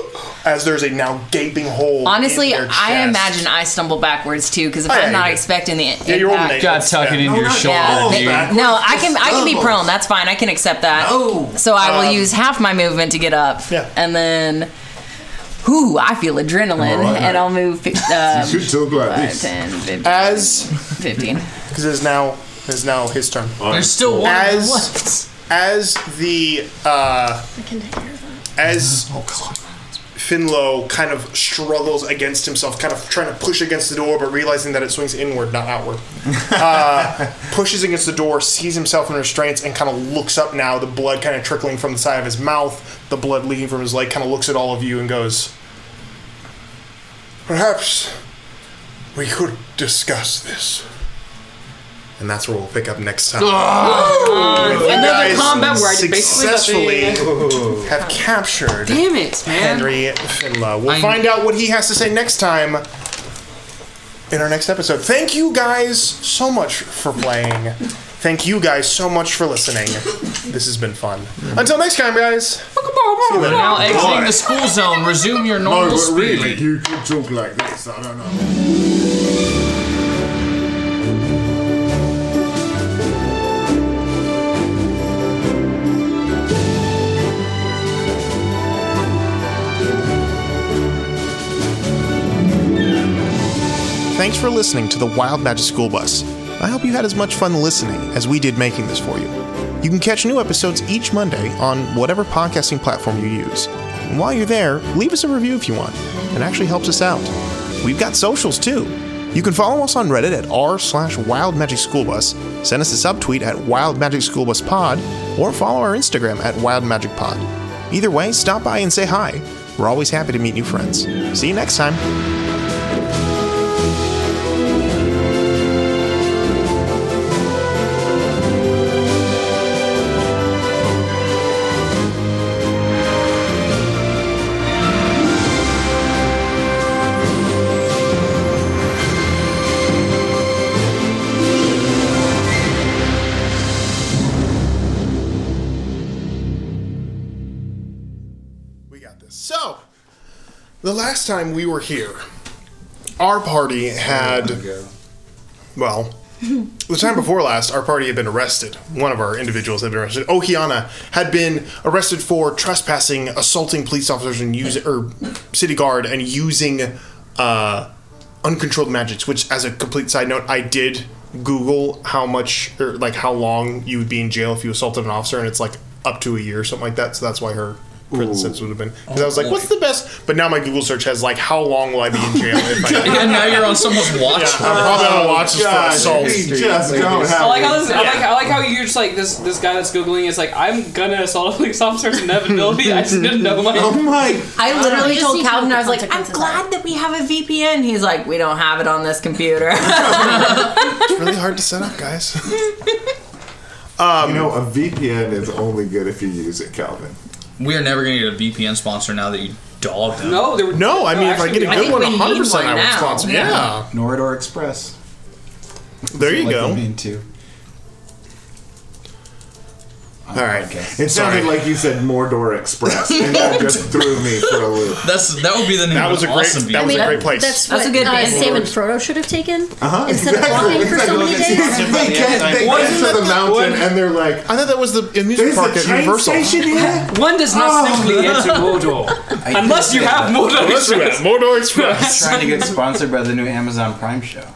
S9: as there's a now gaping hole. in
S6: Honestly,
S9: their
S6: I
S9: chest.
S6: imagine I stumble backwards too because if
S9: Oh, yeah,
S6: I'm
S9: you
S6: not
S9: did.
S6: expecting the
S9: Yeah, you're holding
S6: impact-
S9: it. Gotta tuck it into No, your not Oh, shoulder, backwards. dude.
S6: they- no, I can I can be prone. That's fine. I can accept that.
S9: Oh. No.
S6: So I will
S9: Um,
S6: use half my movement to get up, and then, whoo, I feel adrenaline,
S9: Alright.
S6: and I'll move. fi- Um,
S9: should talk about
S6: five,
S9: this.
S6: 10, 15,
S9: As
S6: 15.
S9: because it is now it is now his turn.
S6: There's still one
S9: as,
S6: left.
S9: As the uh, as Finlow kind of struggles against himself, kind of trying to push against the door, but realizing that it swings inward, not outward. Uh, pushes against the door, sees himself in restraints, and kind of looks up now. The blood kind of trickling from the side of his mouth, the blood leaking from his leg. Kind of looks at all of you and goes, "Perhaps we could discuss this." And that's where we'll pick up next time.
S5: Oh,
S9: With you
S5: another
S9: guys
S5: combat where I basically
S9: successfully
S5: got the-
S9: have captured.
S5: Damn it, man.
S9: Henry Finla. We'll find out what he has to say next time in our next episode. Thank you guys so much for playing. Thank you guys so much for listening. This has been fun. Until next time, guys.
S3: You are now exiting
S9: Boy.
S3: the school zone. Resume your normal
S22: no, but
S3: speed.
S22: really, you could talk like this. I don't know.
S23: Thank you.
S24: Thanks for listening to the Wild Magic School Bus. I hope you had as much fun listening as we did making this for you. You can catch new episodes each Monday on whatever podcasting platform you use. And while you're there, leave us a review if you want. It actually helps us out. We've got socials too. You can follow us on Reddit at r slash Wild Magic School Bus, send us a subtweet at Wild Magic School Bus Pod, or follow our Instagram at Wild Magic Pod. Either way, stop by and say hi. We're always happy to meet new friends. See you next time.
S9: We got this. So, the last time we were here, our party had. Well, the time before last, our party had been arrested. One of our individuals had been arrested. Ohiana had been arrested for trespassing, assaulting police officers, and using or city guard, and using uh, uncontrolled magics. Which, as a complete side note, I did Google how much or like how long you would be in jail if you assaulted an officer, and it's like up to a year or something like that. So that's why her prison sentence would have been. Because I was
S2: Oh,
S9: like, what's the best? But now my Google search has like, how long will I be in jail? If I
S3: and now you're on someone's watch.
S9: Yeah, I'm probably on watch just for
S2: Oh, God,
S9: assault.
S2: he just don't
S5: I like how this, I like I like how you're just like this this guy that's googling is like I'm gonna assault a police officer's inevitability. I just didn't know my.
S2: Oh my!
S25: I literally
S26: You
S25: told
S26: just need to
S25: Calvin, I was
S26: know the
S25: like, I'm glad that we have a VPN. He's like, we don't have it on this computer.
S9: It's really hard to set up, guys. Um,
S2: you know, a VPN is only good if you use it, Calvin.
S3: We are never going to get a VPN sponsor now that you dogged them.
S5: No, there were,
S9: no, I mean, if I get a good one, 100% I would
S3: now.
S9: sponsor. Yeah.
S3: Yeah.
S7: Norador Express.
S9: There you
S7: Like
S9: go.
S7: I'm into.
S9: All right.
S2: It sounded like you said Mordor Express, and that just threw me for a loop.
S3: That's that would be the name.
S9: That
S3: of
S9: was
S3: an
S9: a great-
S3: awesome
S9: that
S3: VPN.
S9: was a great place.
S4: That's,
S25: That's
S4: what
S25: a good
S4: uh,
S25: band.
S4: Sam and Frodo should have taken
S2: Uh-huh,
S4: instead
S2: exactly,
S4: of walking for so
S2: exactly.
S4: many days.
S2: They get they
S5: What-
S2: get to the mountain
S5: what-
S2: and they're like,
S9: I thought that was the amusement
S2: "There's
S9: park
S2: a
S9: at
S2: train
S9: Universal.
S2: station here." Oh.
S5: One does not simply enter Mordor unless you have Mordor
S9: Unless you have
S5: Express.
S9: Mordor
S7: I'm
S9: Express.
S7: trying to get sponsored by the new Amazon Prime show.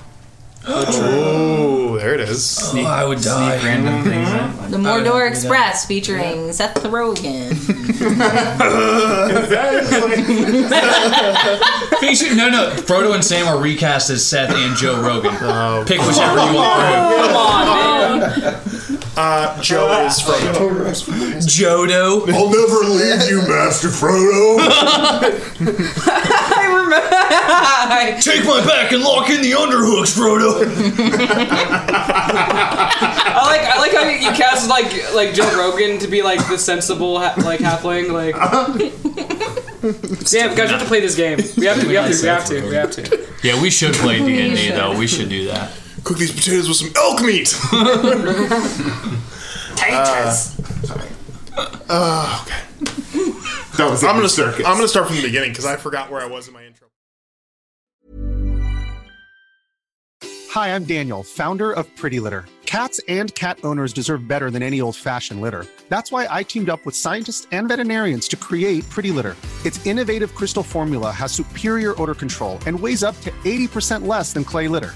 S9: oh, there it is.
S3: Oh, I would die.
S7: Sneak random things in.
S25: the Mordor Express featuring Seth Rogen.
S3: Feature- no, no. Frodo and Sam are recast as Seth and Joe Rogan.
S9: Oh,
S3: Pick whichever you want.
S5: Come on, man.
S9: Uh, Joe is Frodo.
S3: Jodo.
S10: I'll never leave you, Master Frodo.
S3: Take my back and lock in the underhooks, Frodo.
S5: I like I like how you cast like like Joe Rogan to be like the sensible ha- like halfling like. Damn, guys, we have to play this game. We have to. We have to. We have to. We have to.
S3: Yeah, we should play D and D though. We should do that.
S9: Cook these potatoes with some elk meat. Uh,
S2: That was
S9: I'm gonna start.
S2: circus.
S9: I'm gonna start from the beginning because I forgot where I was in my intro.
S27: Hi, I'm Daniel, founder of Pretty Litter. Cats and cat owners deserve better than any old fashioned litter. That's why I teamed up with scientists and veterinarians to create Pretty Litter. Its innovative crystal formula has superior odor control and weighs up to 80% less than clay litter.